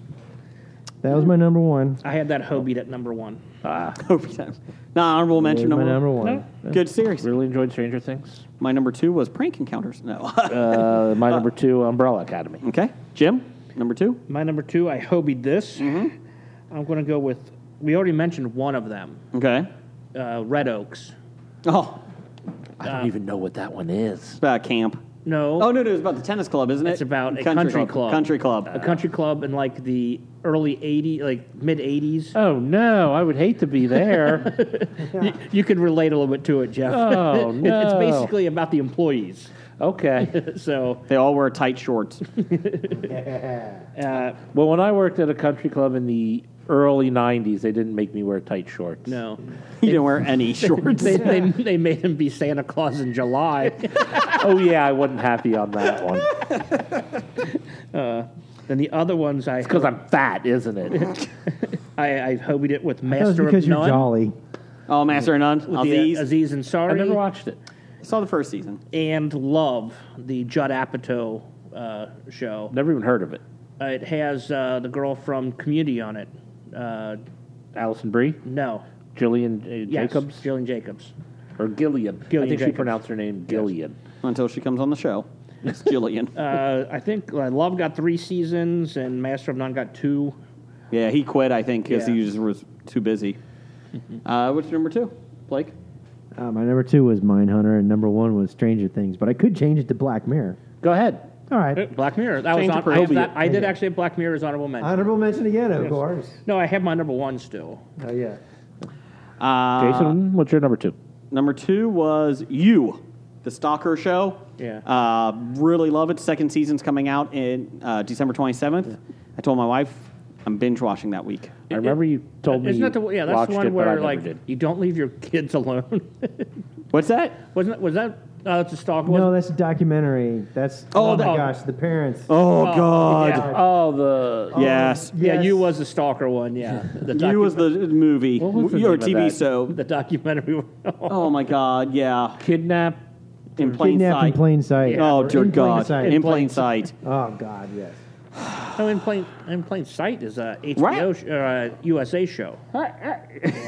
[SPEAKER 4] That was my number one.
[SPEAKER 5] I had that Hobie at number one.
[SPEAKER 2] no, honorable
[SPEAKER 4] That was
[SPEAKER 2] mention
[SPEAKER 4] my
[SPEAKER 2] number.
[SPEAKER 4] number one.
[SPEAKER 2] Good series.
[SPEAKER 6] Really enjoyed Stranger Things.
[SPEAKER 2] My number two was Prank Encounters. No.
[SPEAKER 6] Uh, my number two, Umbrella Academy.
[SPEAKER 2] okay, Jim. Number two.
[SPEAKER 5] My number two, I Hobied this. I'm going to go with. We already mentioned one of them,
[SPEAKER 2] Okay.
[SPEAKER 5] uh, Red Oaks.
[SPEAKER 2] Oh,
[SPEAKER 6] I
[SPEAKER 5] Ah.
[SPEAKER 6] don't even know what that one is.
[SPEAKER 2] it's about camp.
[SPEAKER 5] No,
[SPEAKER 2] Oh no, no, it's about the tennis club, isn't it?
[SPEAKER 5] It's about a country club.
[SPEAKER 2] Country club.
[SPEAKER 5] a country club in like the early '80s, like mid '80s.
[SPEAKER 6] Oh no, I would hate to be there.
[SPEAKER 5] You, you could relate a little bit to it, Jeff.
[SPEAKER 6] Oh,
[SPEAKER 5] It- It's
[SPEAKER 6] no.
[SPEAKER 5] basically about the employees.
[SPEAKER 6] okay.
[SPEAKER 5] So
[SPEAKER 2] they all wear tight shorts.
[SPEAKER 5] uh,
[SPEAKER 6] Well, when I worked at a country club in the early '90s, they didn't make me wear tight shorts.
[SPEAKER 5] no,
[SPEAKER 2] He didn't wear any shorts.
[SPEAKER 5] they, they they made him be Santa Claus in July.
[SPEAKER 6] oh yeah, I wasn't happy on that one
[SPEAKER 5] then the other ones I
[SPEAKER 6] because I'm fat, isn't it?
[SPEAKER 5] I, I hobied it with
[SPEAKER 4] That was
[SPEAKER 5] Master
[SPEAKER 4] because
[SPEAKER 5] of
[SPEAKER 4] you're
[SPEAKER 5] None.
[SPEAKER 4] jolly.
[SPEAKER 2] oh, Master of None.
[SPEAKER 5] with the,
[SPEAKER 2] Aziz.
[SPEAKER 5] uh, Aziz
[SPEAKER 6] I
[SPEAKER 5] Ansari
[SPEAKER 6] never watched it.
[SPEAKER 2] Saw the first season.
[SPEAKER 5] and Love, the Judd Apatow uh, show.
[SPEAKER 6] Never even heard of it.
[SPEAKER 5] Uh, it has uh, the girl from Community on it. Uh,
[SPEAKER 6] Allison Brie,
[SPEAKER 5] no,
[SPEAKER 6] Jillian uh,
[SPEAKER 5] Yes,
[SPEAKER 6] Jacobs,
[SPEAKER 5] Jillian Jacobs.
[SPEAKER 6] or Gillian. I
[SPEAKER 5] Gillian
[SPEAKER 6] think she
[SPEAKER 5] Jacobs.
[SPEAKER 6] pronounced her name Gillian.
[SPEAKER 2] Until she comes on the show. It's Jillian.
[SPEAKER 5] Uh, I think uh, Love got three seasons and Master of None got two.
[SPEAKER 2] yeah, he quit, I think, because
[SPEAKER 5] yeah. Mm-hmm.
[SPEAKER 2] he just was too busy. Uh, what's your number two? Blake?
[SPEAKER 4] Uh, my number two was Mindhunter, and number one was Stranger Things, but I could change it to Black Mirror. Uh,
[SPEAKER 6] Go ahead.
[SPEAKER 4] All right.
[SPEAKER 5] Black Mirror. That was
[SPEAKER 2] Change the
[SPEAKER 5] on, I, have
[SPEAKER 2] Prohibited.
[SPEAKER 5] that, I did actually have Black Mirror as honorable mention.
[SPEAKER 4] Honorable mention again, of course.
[SPEAKER 5] No, I have my number one still.
[SPEAKER 4] Oh, yeah.
[SPEAKER 2] Uh,
[SPEAKER 6] Jason, what's your number two?
[SPEAKER 2] Number two was You, the Stalker show.
[SPEAKER 5] Yeah.
[SPEAKER 2] Uh, really love it. Second season's coming out in uh, December 27th. I told my wife I'm binge watching that week.
[SPEAKER 6] I remember you told me.
[SPEAKER 5] Isn't
[SPEAKER 6] you
[SPEAKER 5] that the yeah? That's
[SPEAKER 6] watched
[SPEAKER 5] the one
[SPEAKER 6] it, but I
[SPEAKER 5] where
[SPEAKER 6] never
[SPEAKER 5] like
[SPEAKER 6] did.
[SPEAKER 5] you don't leave your kids alone.
[SPEAKER 2] What's that?
[SPEAKER 5] Wasn't that, was that? No, that's a stalker.
[SPEAKER 4] No,
[SPEAKER 5] wasn't
[SPEAKER 4] that's a documentary. That's,
[SPEAKER 2] Oh,
[SPEAKER 4] oh,
[SPEAKER 2] that-
[SPEAKER 4] my gosh, the parents.
[SPEAKER 2] Oh, God.
[SPEAKER 5] yeah.
[SPEAKER 6] Oh, the
[SPEAKER 2] Yes.
[SPEAKER 5] it? yeah,
[SPEAKER 4] Yes.
[SPEAKER 5] you was the stalker one. Yeah, the docu-
[SPEAKER 2] You was the movie
[SPEAKER 6] was the
[SPEAKER 2] or
[SPEAKER 6] name of
[SPEAKER 2] TV
[SPEAKER 6] that?
[SPEAKER 2] show.
[SPEAKER 5] the documentary.
[SPEAKER 2] Oh my God! Yeah,
[SPEAKER 6] kidnap.
[SPEAKER 2] in plain
[SPEAKER 4] Kidnapped in
[SPEAKER 2] sight.
[SPEAKER 4] plain sight.
[SPEAKER 2] oh
[SPEAKER 4] Or
[SPEAKER 2] dear
[SPEAKER 4] in plain
[SPEAKER 2] God!
[SPEAKER 4] sight.
[SPEAKER 2] In plain sight.
[SPEAKER 4] Oh, God, yes.
[SPEAKER 5] no, Oh, in plain in plain sight is a HBO
[SPEAKER 2] Right.
[SPEAKER 5] sh- or a USA show.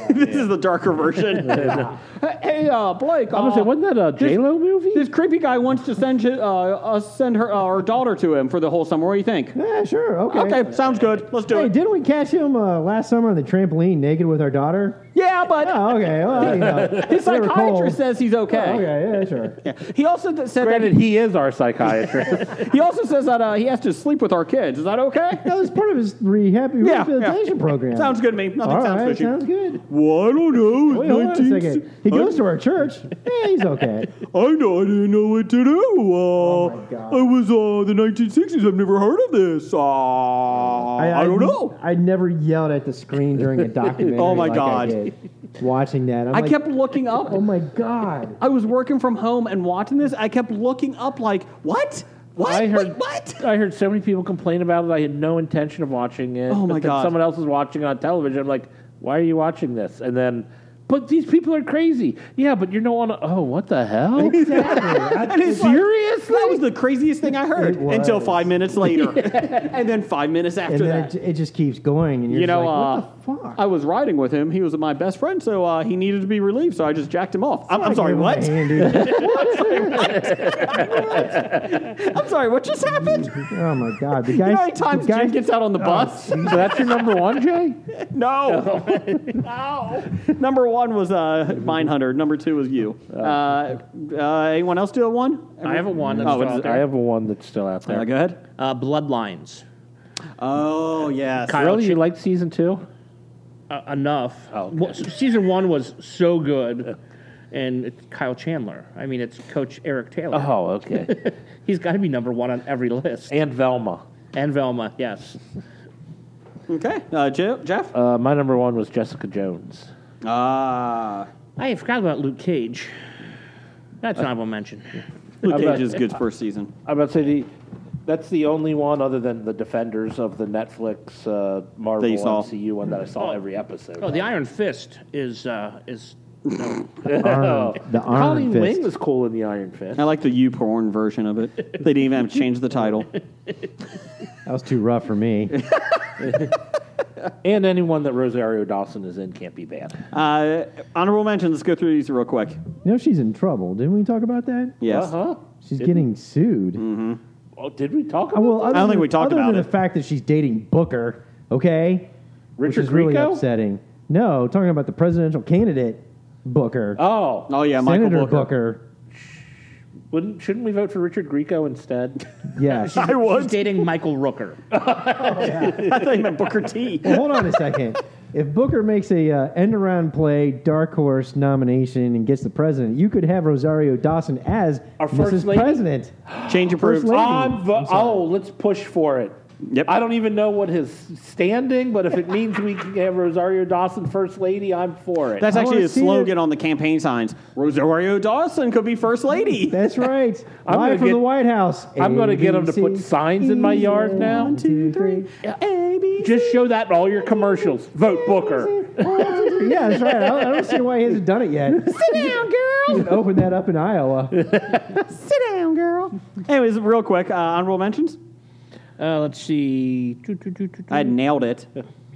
[SPEAKER 2] this is the darker version. hey, uh, Blake.
[SPEAKER 6] I was gonna say, wasn't that a J Lo movie?
[SPEAKER 2] this creepy guy wants to send you, uh, us send her our daughter to him for the whole summer. What do you think?
[SPEAKER 4] Yeah, sure. Okay.
[SPEAKER 2] Okay, sounds good. Let's do
[SPEAKER 4] Hey,
[SPEAKER 2] it.
[SPEAKER 4] didn't we catch him uh, last summer on the trampoline naked with our daughter?
[SPEAKER 2] Yeah, but
[SPEAKER 4] Oh, okay. Well, you know.
[SPEAKER 2] his
[SPEAKER 4] we were cold.
[SPEAKER 2] psychiatrist says he's okay.
[SPEAKER 4] Oh, okay, yeah, sure.
[SPEAKER 2] He also th- said
[SPEAKER 6] Granted, he is our psychiatrist.
[SPEAKER 2] that he also says that uh, he has to sleep with our kids. Is that okay?
[SPEAKER 4] That was part of his rehab
[SPEAKER 2] yeah.
[SPEAKER 4] rehabilitation program.
[SPEAKER 2] sounds good to me. Nothing
[SPEAKER 4] All
[SPEAKER 2] sounds
[SPEAKER 4] right,
[SPEAKER 2] fishy.
[SPEAKER 4] sounds good.
[SPEAKER 2] Well, I don't know.
[SPEAKER 4] Wait, hold on a second. He goes to our church. Yeah, he's okay.
[SPEAKER 2] I know. I didn't know what to do. Uh,
[SPEAKER 4] Oh my God.
[SPEAKER 2] I was uh, the 1960s. I've never heard of this. Uh, I, don't know.
[SPEAKER 4] I never yelled at the screen during a documentary.
[SPEAKER 2] Oh, my
[SPEAKER 4] like I
[SPEAKER 2] God.
[SPEAKER 4] did watching that, I'm
[SPEAKER 2] I
[SPEAKER 4] like,
[SPEAKER 2] kept looking up.
[SPEAKER 4] Oh my god!
[SPEAKER 2] I was working from home and watching this. I kept looking up, like, what? What?
[SPEAKER 6] I heard
[SPEAKER 2] Wait, what?
[SPEAKER 6] I heard so many people complain about it. I had no intention of watching it.
[SPEAKER 2] Oh,
[SPEAKER 6] but
[SPEAKER 2] my
[SPEAKER 6] then
[SPEAKER 2] God.
[SPEAKER 6] Someone else was watching it on television. I'm like, why are you watching this? And then, but these people are crazy. Yeah, but you're no on. A, oh, what the hell?
[SPEAKER 2] And it's like,
[SPEAKER 6] Seriously?
[SPEAKER 2] that was the craziest thing I heard
[SPEAKER 4] It was.
[SPEAKER 2] until five minutes later, and then five minutes
[SPEAKER 4] And
[SPEAKER 2] after
[SPEAKER 4] then
[SPEAKER 2] that.
[SPEAKER 4] it, it just keeps going, and you're
[SPEAKER 2] you
[SPEAKER 4] just
[SPEAKER 2] know,
[SPEAKER 4] like,
[SPEAKER 2] uh,
[SPEAKER 4] what the fuck?
[SPEAKER 2] I was riding with him. He was my best friend, so uh, he needed to be relieved. So I just jacked him off. I'm, I'm sorry.
[SPEAKER 4] Give him a
[SPEAKER 2] What?
[SPEAKER 4] hand, dude.
[SPEAKER 2] I'm sorry. What just happened?
[SPEAKER 4] oh my god! The
[SPEAKER 2] You know
[SPEAKER 4] guy,
[SPEAKER 2] how many times
[SPEAKER 4] the guy
[SPEAKER 2] Jim gets
[SPEAKER 4] uh,
[SPEAKER 2] out on the bus?
[SPEAKER 6] so that's your number one, Jay?
[SPEAKER 2] No. no. Number one was uh, Mindhunter. Number two was you. Uh, uh, anyone else do a one?
[SPEAKER 5] I have a one. That's
[SPEAKER 2] Oh,
[SPEAKER 5] still
[SPEAKER 2] it's-
[SPEAKER 5] out there.
[SPEAKER 6] I have one that's still out
[SPEAKER 2] Uh,
[SPEAKER 6] there.
[SPEAKER 2] go ahead.
[SPEAKER 5] uh, Bloodlines.
[SPEAKER 2] Oh yes.
[SPEAKER 5] Kyle
[SPEAKER 6] Really, you
[SPEAKER 5] Ch-
[SPEAKER 6] like season two?
[SPEAKER 5] uh, enough.
[SPEAKER 6] Oh, okay.
[SPEAKER 5] Well, s- season one was so good, and it's Kyle Chandler. I mean, it's Coach Eric Taylor.
[SPEAKER 2] Uh-huh.
[SPEAKER 6] Oh, okay.
[SPEAKER 5] He's got to be number one on every list.
[SPEAKER 6] and Velma.
[SPEAKER 5] And Velma, yes.
[SPEAKER 2] Okay. Uh, Je- Jeff.
[SPEAKER 6] Uh, my number one was Jessica Jones.
[SPEAKER 2] Ah.
[SPEAKER 5] I forgot about Luke Cage.
[SPEAKER 2] Uh.
[SPEAKER 5] That's an honorable mention.
[SPEAKER 2] Luke
[SPEAKER 6] I'm
[SPEAKER 2] Cage
[SPEAKER 6] not-
[SPEAKER 2] is good first season.
[SPEAKER 6] I'm about to say the. That's the only one other than the Defenders of the Netflix uh, Marvel
[SPEAKER 2] That you saw.
[SPEAKER 6] MCU one that I saw every episode.
[SPEAKER 5] Oh, the Iron Fist is uh, is
[SPEAKER 4] Iron- the Iron
[SPEAKER 6] Colleen
[SPEAKER 4] Fist.
[SPEAKER 6] Wing was cool in the Iron Fist.
[SPEAKER 2] I like the U porn version of it. They didn't even have to change the title.
[SPEAKER 4] That was too rough for me.
[SPEAKER 6] And anyone that Rosario Dawson is in can't be bad.
[SPEAKER 2] Uh, honorable mentions. Let's go through these real quick.
[SPEAKER 4] You know she's in trouble. Didn't we talk about that?
[SPEAKER 2] Yes.
[SPEAKER 6] Uh-huh.
[SPEAKER 4] She's getting sued.
[SPEAKER 6] Oh, did we talk
[SPEAKER 4] Uh,
[SPEAKER 6] about
[SPEAKER 4] Well,
[SPEAKER 6] that?
[SPEAKER 4] other
[SPEAKER 2] Mm-hmm. don't think
[SPEAKER 4] than-
[SPEAKER 2] we talked
[SPEAKER 4] other
[SPEAKER 2] about
[SPEAKER 4] than
[SPEAKER 2] it.
[SPEAKER 4] the fact that she's dating Booker. Okay, which
[SPEAKER 6] Richard
[SPEAKER 4] is really
[SPEAKER 6] Grieco?
[SPEAKER 4] upsetting. No, talking about the presidential candidate Booker,
[SPEAKER 6] Oh,
[SPEAKER 2] Oh yeah,
[SPEAKER 4] Senator
[SPEAKER 2] Michael Booker.
[SPEAKER 6] wouldn't shouldn't we vote for Richard Grieco instead?
[SPEAKER 4] Yes.
[SPEAKER 5] I was she's dating Michael Rooker.
[SPEAKER 2] Oh, I thought you meant Booker T.
[SPEAKER 4] well, hold on a second. If Booker makes a uh, end around play, dark horse nomination, and gets the president, you could have Rosario Dawson as
[SPEAKER 6] Our first
[SPEAKER 4] Mrs.
[SPEAKER 6] lady?
[SPEAKER 4] President.
[SPEAKER 2] Change Ah, approved.
[SPEAKER 4] First lady.
[SPEAKER 6] I'm vo- oh, let's push for it.
[SPEAKER 2] Yep.
[SPEAKER 6] I don't even know what his standing, but if it means we can have Rosario Dawson first lady, I'm for it.
[SPEAKER 2] That's
[SPEAKER 4] I
[SPEAKER 2] actually
[SPEAKER 4] wanna
[SPEAKER 2] a
[SPEAKER 4] see
[SPEAKER 2] slogan on the campaign signs. Rosario Dawson could be first lady.
[SPEAKER 4] That's right.
[SPEAKER 6] I'm gonna
[SPEAKER 4] Live from
[SPEAKER 6] get-
[SPEAKER 4] the White House.
[SPEAKER 6] I'm gonna get 'em to put signs in my yard now.
[SPEAKER 4] E, One, two, three.
[SPEAKER 2] A B.
[SPEAKER 6] Just show that in all your commercials. Vote Booker.
[SPEAKER 4] Yeah, that's right. I don't, I don't see why he hasn't done it yet.
[SPEAKER 2] Sit down, girl.
[SPEAKER 4] Open that up in Iowa.
[SPEAKER 2] Sit down, girl. Anyways, real quick, uh, honorable mentions.
[SPEAKER 5] Uh, let's see. Doo, doo, doo, doo, doo.
[SPEAKER 2] I nailed it.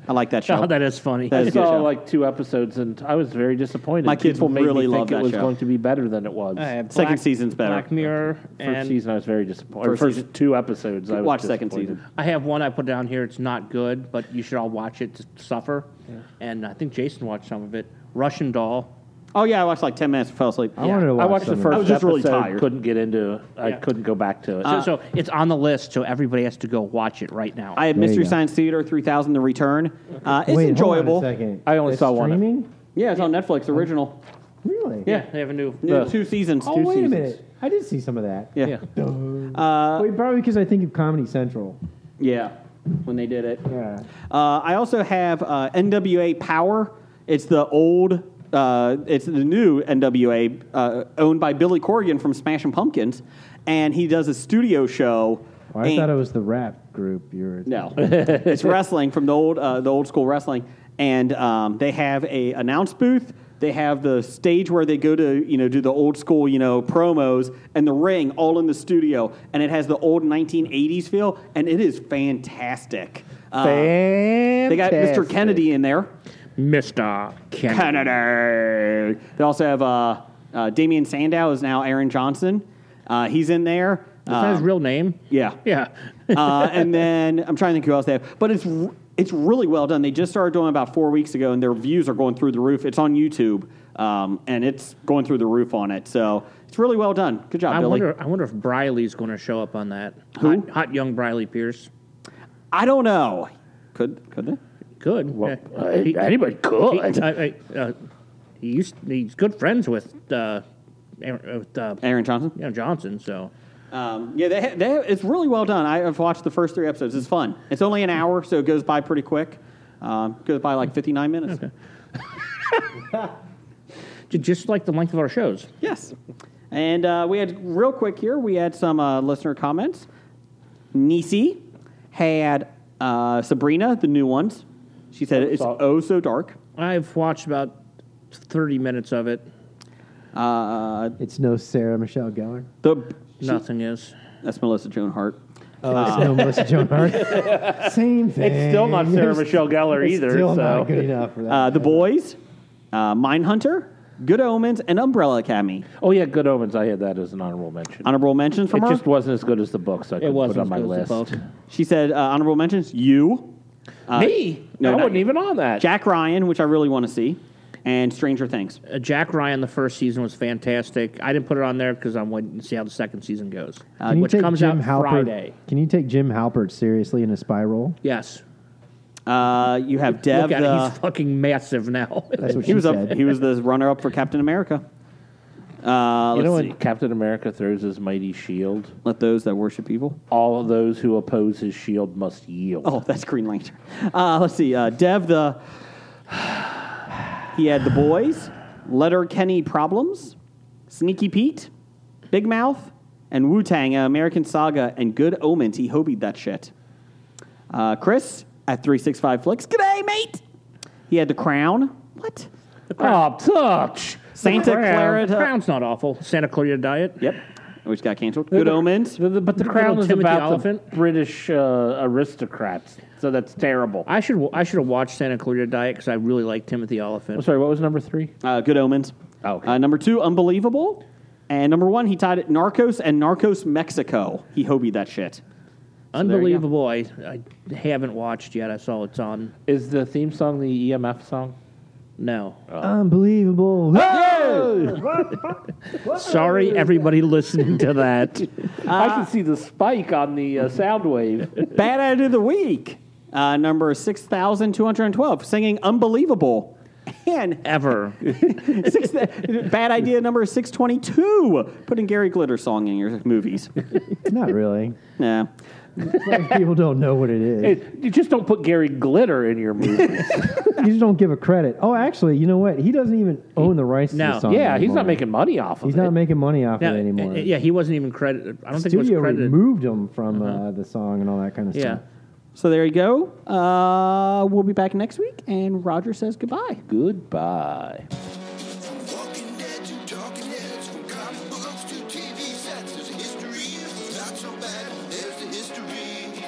[SPEAKER 2] I like that show.
[SPEAKER 5] Oh, that is funny.
[SPEAKER 2] That
[SPEAKER 6] I
[SPEAKER 2] is a good
[SPEAKER 6] saw
[SPEAKER 2] show.
[SPEAKER 6] like two episodes, and I was very disappointed.
[SPEAKER 2] My kids
[SPEAKER 6] People made
[SPEAKER 2] really
[SPEAKER 6] me
[SPEAKER 2] love
[SPEAKER 6] think
[SPEAKER 2] that
[SPEAKER 6] it was
[SPEAKER 2] show.
[SPEAKER 6] going to be better than it was.
[SPEAKER 5] I have
[SPEAKER 2] Second
[SPEAKER 5] Black-
[SPEAKER 2] season's better.
[SPEAKER 5] Black Mirror.
[SPEAKER 6] First
[SPEAKER 5] and
[SPEAKER 6] season, I was very disappointed.
[SPEAKER 2] First
[SPEAKER 6] First,
[SPEAKER 2] season.
[SPEAKER 6] two episodes, I was
[SPEAKER 2] Watch second
[SPEAKER 6] disappointed.
[SPEAKER 2] season.
[SPEAKER 5] I have one I put down here. It's not good, but you should all watch it to suffer. And I think Jason watched some of it. Russian Doll.
[SPEAKER 2] Oh yeah, I watched like ten minutes and fell asleep.
[SPEAKER 4] I wanted to watch
[SPEAKER 6] I watched the
[SPEAKER 4] some of
[SPEAKER 6] first
[SPEAKER 2] I was just really
[SPEAKER 6] episode,
[SPEAKER 2] tired.
[SPEAKER 6] Couldn't get into. it. I
[SPEAKER 5] Yeah.
[SPEAKER 6] couldn't go back to it.
[SPEAKER 2] Uh,
[SPEAKER 5] So, so it's on the list, so everybody has to go watch it right now.
[SPEAKER 2] I had
[SPEAKER 4] There you
[SPEAKER 2] Mystery
[SPEAKER 4] go.
[SPEAKER 2] Science Theater 3000: The Return. Uh, it's
[SPEAKER 4] Wait,
[SPEAKER 2] enjoyable.
[SPEAKER 4] Hold on a second.
[SPEAKER 6] I only
[SPEAKER 4] It's
[SPEAKER 6] saw one.
[SPEAKER 4] Streaming?
[SPEAKER 2] Yeah, it's on Netflix original.
[SPEAKER 4] Really?
[SPEAKER 5] yeah, they have a new.
[SPEAKER 2] Yeah,
[SPEAKER 6] Ugh.
[SPEAKER 2] two seasons.
[SPEAKER 4] Oh,
[SPEAKER 2] Two
[SPEAKER 4] wait
[SPEAKER 2] seasons.
[SPEAKER 4] a minute. I did see some of that.
[SPEAKER 2] Yeah.
[SPEAKER 6] Yeah. Uh,
[SPEAKER 4] wait, probably because I think of Comedy Central. Oh,
[SPEAKER 2] Yeah, when they did it.
[SPEAKER 4] Yeah.
[SPEAKER 2] Uh, I also have uh, NWA Power. It's the old, uh, it's the new NWA uh, owned by Billy Corgan from Smashing Pumpkins, and he does a studio show.
[SPEAKER 4] Oh, I
[SPEAKER 2] and-
[SPEAKER 4] thought it was the rap group you were.
[SPEAKER 2] no, it's wrestling from the old, uh, the old school wrestling, and um, they have a announce booth. They have the stage where they go to, you know, do the old school, you know, promos and the ring all in the studio, and it has the old 1980s feel, and it is fantastic. Uh, they got Mr. Kennedy in there.
[SPEAKER 5] Mr. Kennedy.
[SPEAKER 2] Kennedy. They also have uh, uh, Damian Sandow is now Aaron Johnson. Uh, he's in there.
[SPEAKER 5] Is that his
[SPEAKER 2] Um,
[SPEAKER 5] real name?
[SPEAKER 2] yeah.
[SPEAKER 5] Yeah.
[SPEAKER 2] uh, and then I'm trying to think who else they have, but it's r- it's really well done. They just started doing it about four weeks ago, and their views are going through the roof. It's on YouTube, um, and it's going through the roof on it. So it's really well done. Good job,
[SPEAKER 5] I
[SPEAKER 2] Billy.
[SPEAKER 5] wonder. I wonder if Briley's going to show up on that.
[SPEAKER 2] Who?
[SPEAKER 5] Hot, hot young Briley Pierce.
[SPEAKER 2] I don't know. Could could they?
[SPEAKER 5] Good.
[SPEAKER 6] Well,
[SPEAKER 5] Yeah.
[SPEAKER 6] uh, anybody could.
[SPEAKER 5] He, I, I, uh, he used, he's good friends with uh, Aaron- with uh,
[SPEAKER 2] Aaron Johnson.
[SPEAKER 5] you know, Johnson. So
[SPEAKER 2] Um, yeah, they, they, it's really well done. I- I've watched the first three episodes. It's fun. It's only an hour, so it goes by pretty quick. Um, goes by like 59 minutes.
[SPEAKER 5] Ju- just like the length of our shows.
[SPEAKER 2] Yes. And uh, we had, real quick here, we had some uh, listener comments. Nisi had uh, Sabrina, the new ones. She said it's
[SPEAKER 6] saw-
[SPEAKER 2] oh so dark.
[SPEAKER 5] I've watched about thirty minutes of it.
[SPEAKER 2] Uh,
[SPEAKER 4] It's no Sarah Michelle Gellar.
[SPEAKER 2] the,
[SPEAKER 5] Nothing is.
[SPEAKER 2] that's Melissa Joan Hart.
[SPEAKER 4] Oh, it's no Melissa Joan Hart. Same thing.
[SPEAKER 6] It's still not Sarah
[SPEAKER 4] It's
[SPEAKER 6] Michelle Gellar either.
[SPEAKER 4] Still
[SPEAKER 6] so
[SPEAKER 4] not good enough for that.
[SPEAKER 2] Uh, the Boys, uh, Mindhunter, Good Omens, and Umbrella Academy.
[SPEAKER 6] oh yeah, Good Omens. I had that as an honorable mention.
[SPEAKER 2] Honorable mentions from
[SPEAKER 6] it
[SPEAKER 2] her.
[SPEAKER 6] just wasn't as good as the book, so I
[SPEAKER 5] It
[SPEAKER 6] couldn't put
[SPEAKER 5] wasn't
[SPEAKER 6] it on my list.
[SPEAKER 2] She said uh, honorable mentions you,
[SPEAKER 6] Me?
[SPEAKER 2] No,
[SPEAKER 6] I
[SPEAKER 2] not
[SPEAKER 6] wasn't
[SPEAKER 2] you.
[SPEAKER 6] even on that.
[SPEAKER 2] Jack Ryan, which I really want to see. and Stranger Things.
[SPEAKER 5] Uh, Jack Ryan, the first season was fantastic. I didn't put it on there because I'm waiting to see how the second season goes,
[SPEAKER 4] Uh, Can you
[SPEAKER 5] which
[SPEAKER 4] take
[SPEAKER 5] comes
[SPEAKER 4] Jim
[SPEAKER 5] out
[SPEAKER 4] Halpert,
[SPEAKER 5] Friday.
[SPEAKER 4] Can you take Jim Halpert seriously in a spy role?
[SPEAKER 5] Yes,
[SPEAKER 2] Uh, you have Dev. uh,
[SPEAKER 5] look at
[SPEAKER 2] the-
[SPEAKER 5] it. He's fucking massive now.
[SPEAKER 4] That's what
[SPEAKER 2] he
[SPEAKER 4] she
[SPEAKER 2] was
[SPEAKER 4] said.
[SPEAKER 2] up. He was the runner-up for Captain America. Uh,
[SPEAKER 6] You
[SPEAKER 2] let's
[SPEAKER 6] know
[SPEAKER 2] see.
[SPEAKER 6] when Captain America throws his mighty shield,
[SPEAKER 2] Let those that worship evil.
[SPEAKER 6] all of those who oppose his shield must yield.
[SPEAKER 2] Oh, that's Green Lantern. Uh, let's see. Uh, Dev the. He had the boys, Letter Kenny Problems, Sneaky Pete, Big Mouth, and Wu Tang, uh, American Saga, and Good Omens. He hobied that shit. Uh, Chris at 365 Flicks. G'day, mate! He had the crown. What?
[SPEAKER 6] Oh, touch!
[SPEAKER 2] Santa Clara.
[SPEAKER 5] Crown's not awful. Santa Clara diet.
[SPEAKER 2] Yep. Which got canceled. Good Omens.
[SPEAKER 6] The- the- but the
[SPEAKER 5] Little
[SPEAKER 6] crown is
[SPEAKER 5] Timothy
[SPEAKER 6] about
[SPEAKER 5] Oliphant.
[SPEAKER 6] the British uh, aristocrats, so that's terrible.
[SPEAKER 5] I should I should have watched Santa Clara diet because I really like Timothy
[SPEAKER 6] I'm
[SPEAKER 5] Oliphant.
[SPEAKER 6] sorry, what was number three?
[SPEAKER 2] Uh, Good Omens.
[SPEAKER 6] Oh, okay.
[SPEAKER 2] Uh, number two, Unbelievable. And number one, he tied it Narcos and Narcos Mexico. He hobied that shit.
[SPEAKER 5] Unbelievable. I, I haven't watched yet. I saw it's on.
[SPEAKER 6] Is the theme song the EMF song?
[SPEAKER 5] No.
[SPEAKER 4] Unbelievable.
[SPEAKER 5] Sorry, everybody listening to that.
[SPEAKER 6] I can see the spike on the uh, sound wave.
[SPEAKER 2] Bad Ad of the Week, uh, number 6,212, singing Unbelievable. And
[SPEAKER 5] Ever.
[SPEAKER 2] six, bad idea number 622, putting Gary Glitter song in your movies.
[SPEAKER 4] Not really.
[SPEAKER 2] nah.
[SPEAKER 4] People don't know what it is.
[SPEAKER 6] Hey, you just don't put Gary Glitter in your movie.
[SPEAKER 4] You just don't give a credit. Oh, actually, you know what? He doesn't even own the rights to the
[SPEAKER 5] No.
[SPEAKER 4] song.
[SPEAKER 6] yeah, he's not
[SPEAKER 4] anymore.
[SPEAKER 6] making money off of
[SPEAKER 4] He's
[SPEAKER 6] it.
[SPEAKER 4] not making money off
[SPEAKER 5] Now,
[SPEAKER 4] of it anymore.
[SPEAKER 5] Yeah, he wasn't even credited. I don't think he was
[SPEAKER 4] Studio
[SPEAKER 5] credited.
[SPEAKER 4] removed him from uh, the song and all that kind of
[SPEAKER 5] Yeah.
[SPEAKER 4] stuff.
[SPEAKER 2] So there you go. Uh, we'll be back next week, and Roger says goodbye.
[SPEAKER 8] Goodbye.
[SPEAKER 3] Walking dead to talking heads, from comic books to TV sets. There's a history, if it's not so bad, there's the history.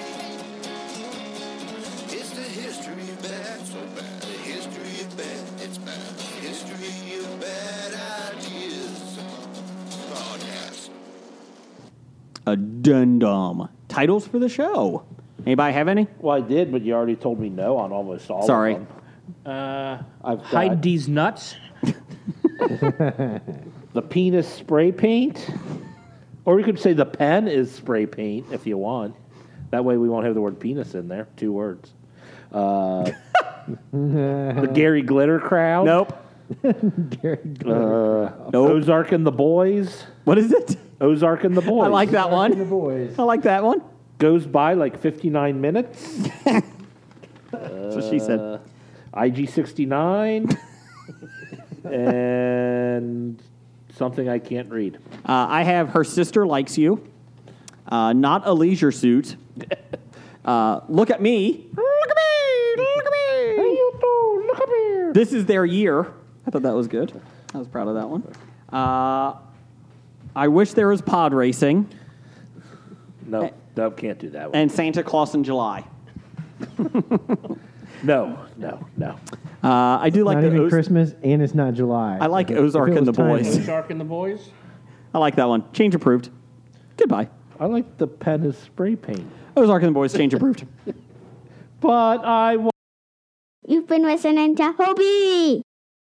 [SPEAKER 3] It's the history of bad, so bad. The history of bad, it's bad. History of bad ideas. Podcast.
[SPEAKER 2] Addendum. Titles for the show. Anybody have any?
[SPEAKER 6] Well, I did, but you already told me no on almost all
[SPEAKER 2] Sorry.
[SPEAKER 6] of them. I've got
[SPEAKER 5] Hide these nuts.
[SPEAKER 6] the penis spray paint, or you could say the pen is spray paint if you want. That way we won't have the word penis in there. Two words. Uh, the Gary Glitter crowd.
[SPEAKER 2] Nope. Nope.
[SPEAKER 6] Ozark and the boys.
[SPEAKER 2] What is it?
[SPEAKER 6] Ozark and the boys.
[SPEAKER 2] I like that
[SPEAKER 4] The
[SPEAKER 2] one.
[SPEAKER 4] boys.
[SPEAKER 2] I like that one.
[SPEAKER 6] Goes by like 59 minutes.
[SPEAKER 2] That's what she said.
[SPEAKER 6] IG 69. and something I can't read.
[SPEAKER 2] Uh, I have her sister likes you. Uh, not a leisure suit. Uh, look at me. Look at me. Look at me.
[SPEAKER 6] Look up here.
[SPEAKER 2] This is their year. I thought that was good. I was proud of that one. Uh, I wish there was pod racing
[SPEAKER 6] No, no, can't do that one.
[SPEAKER 2] and Santa Claus in July.
[SPEAKER 6] no, no, no.
[SPEAKER 2] Uh, I do like
[SPEAKER 4] not
[SPEAKER 2] the
[SPEAKER 4] even
[SPEAKER 2] Oz-
[SPEAKER 4] Christmas, and it's not July.
[SPEAKER 2] I like
[SPEAKER 4] If it-
[SPEAKER 2] Ozark
[SPEAKER 4] if it
[SPEAKER 2] and
[SPEAKER 4] was
[SPEAKER 2] the Boys.
[SPEAKER 4] timely.
[SPEAKER 5] Shark and the boys.
[SPEAKER 2] I like that one. Change approved. Goodbye.
[SPEAKER 6] I like the pen is spray paint.
[SPEAKER 2] Ozark and the Boys. Change approved.
[SPEAKER 6] But I
[SPEAKER 9] You've been listening to Hobie.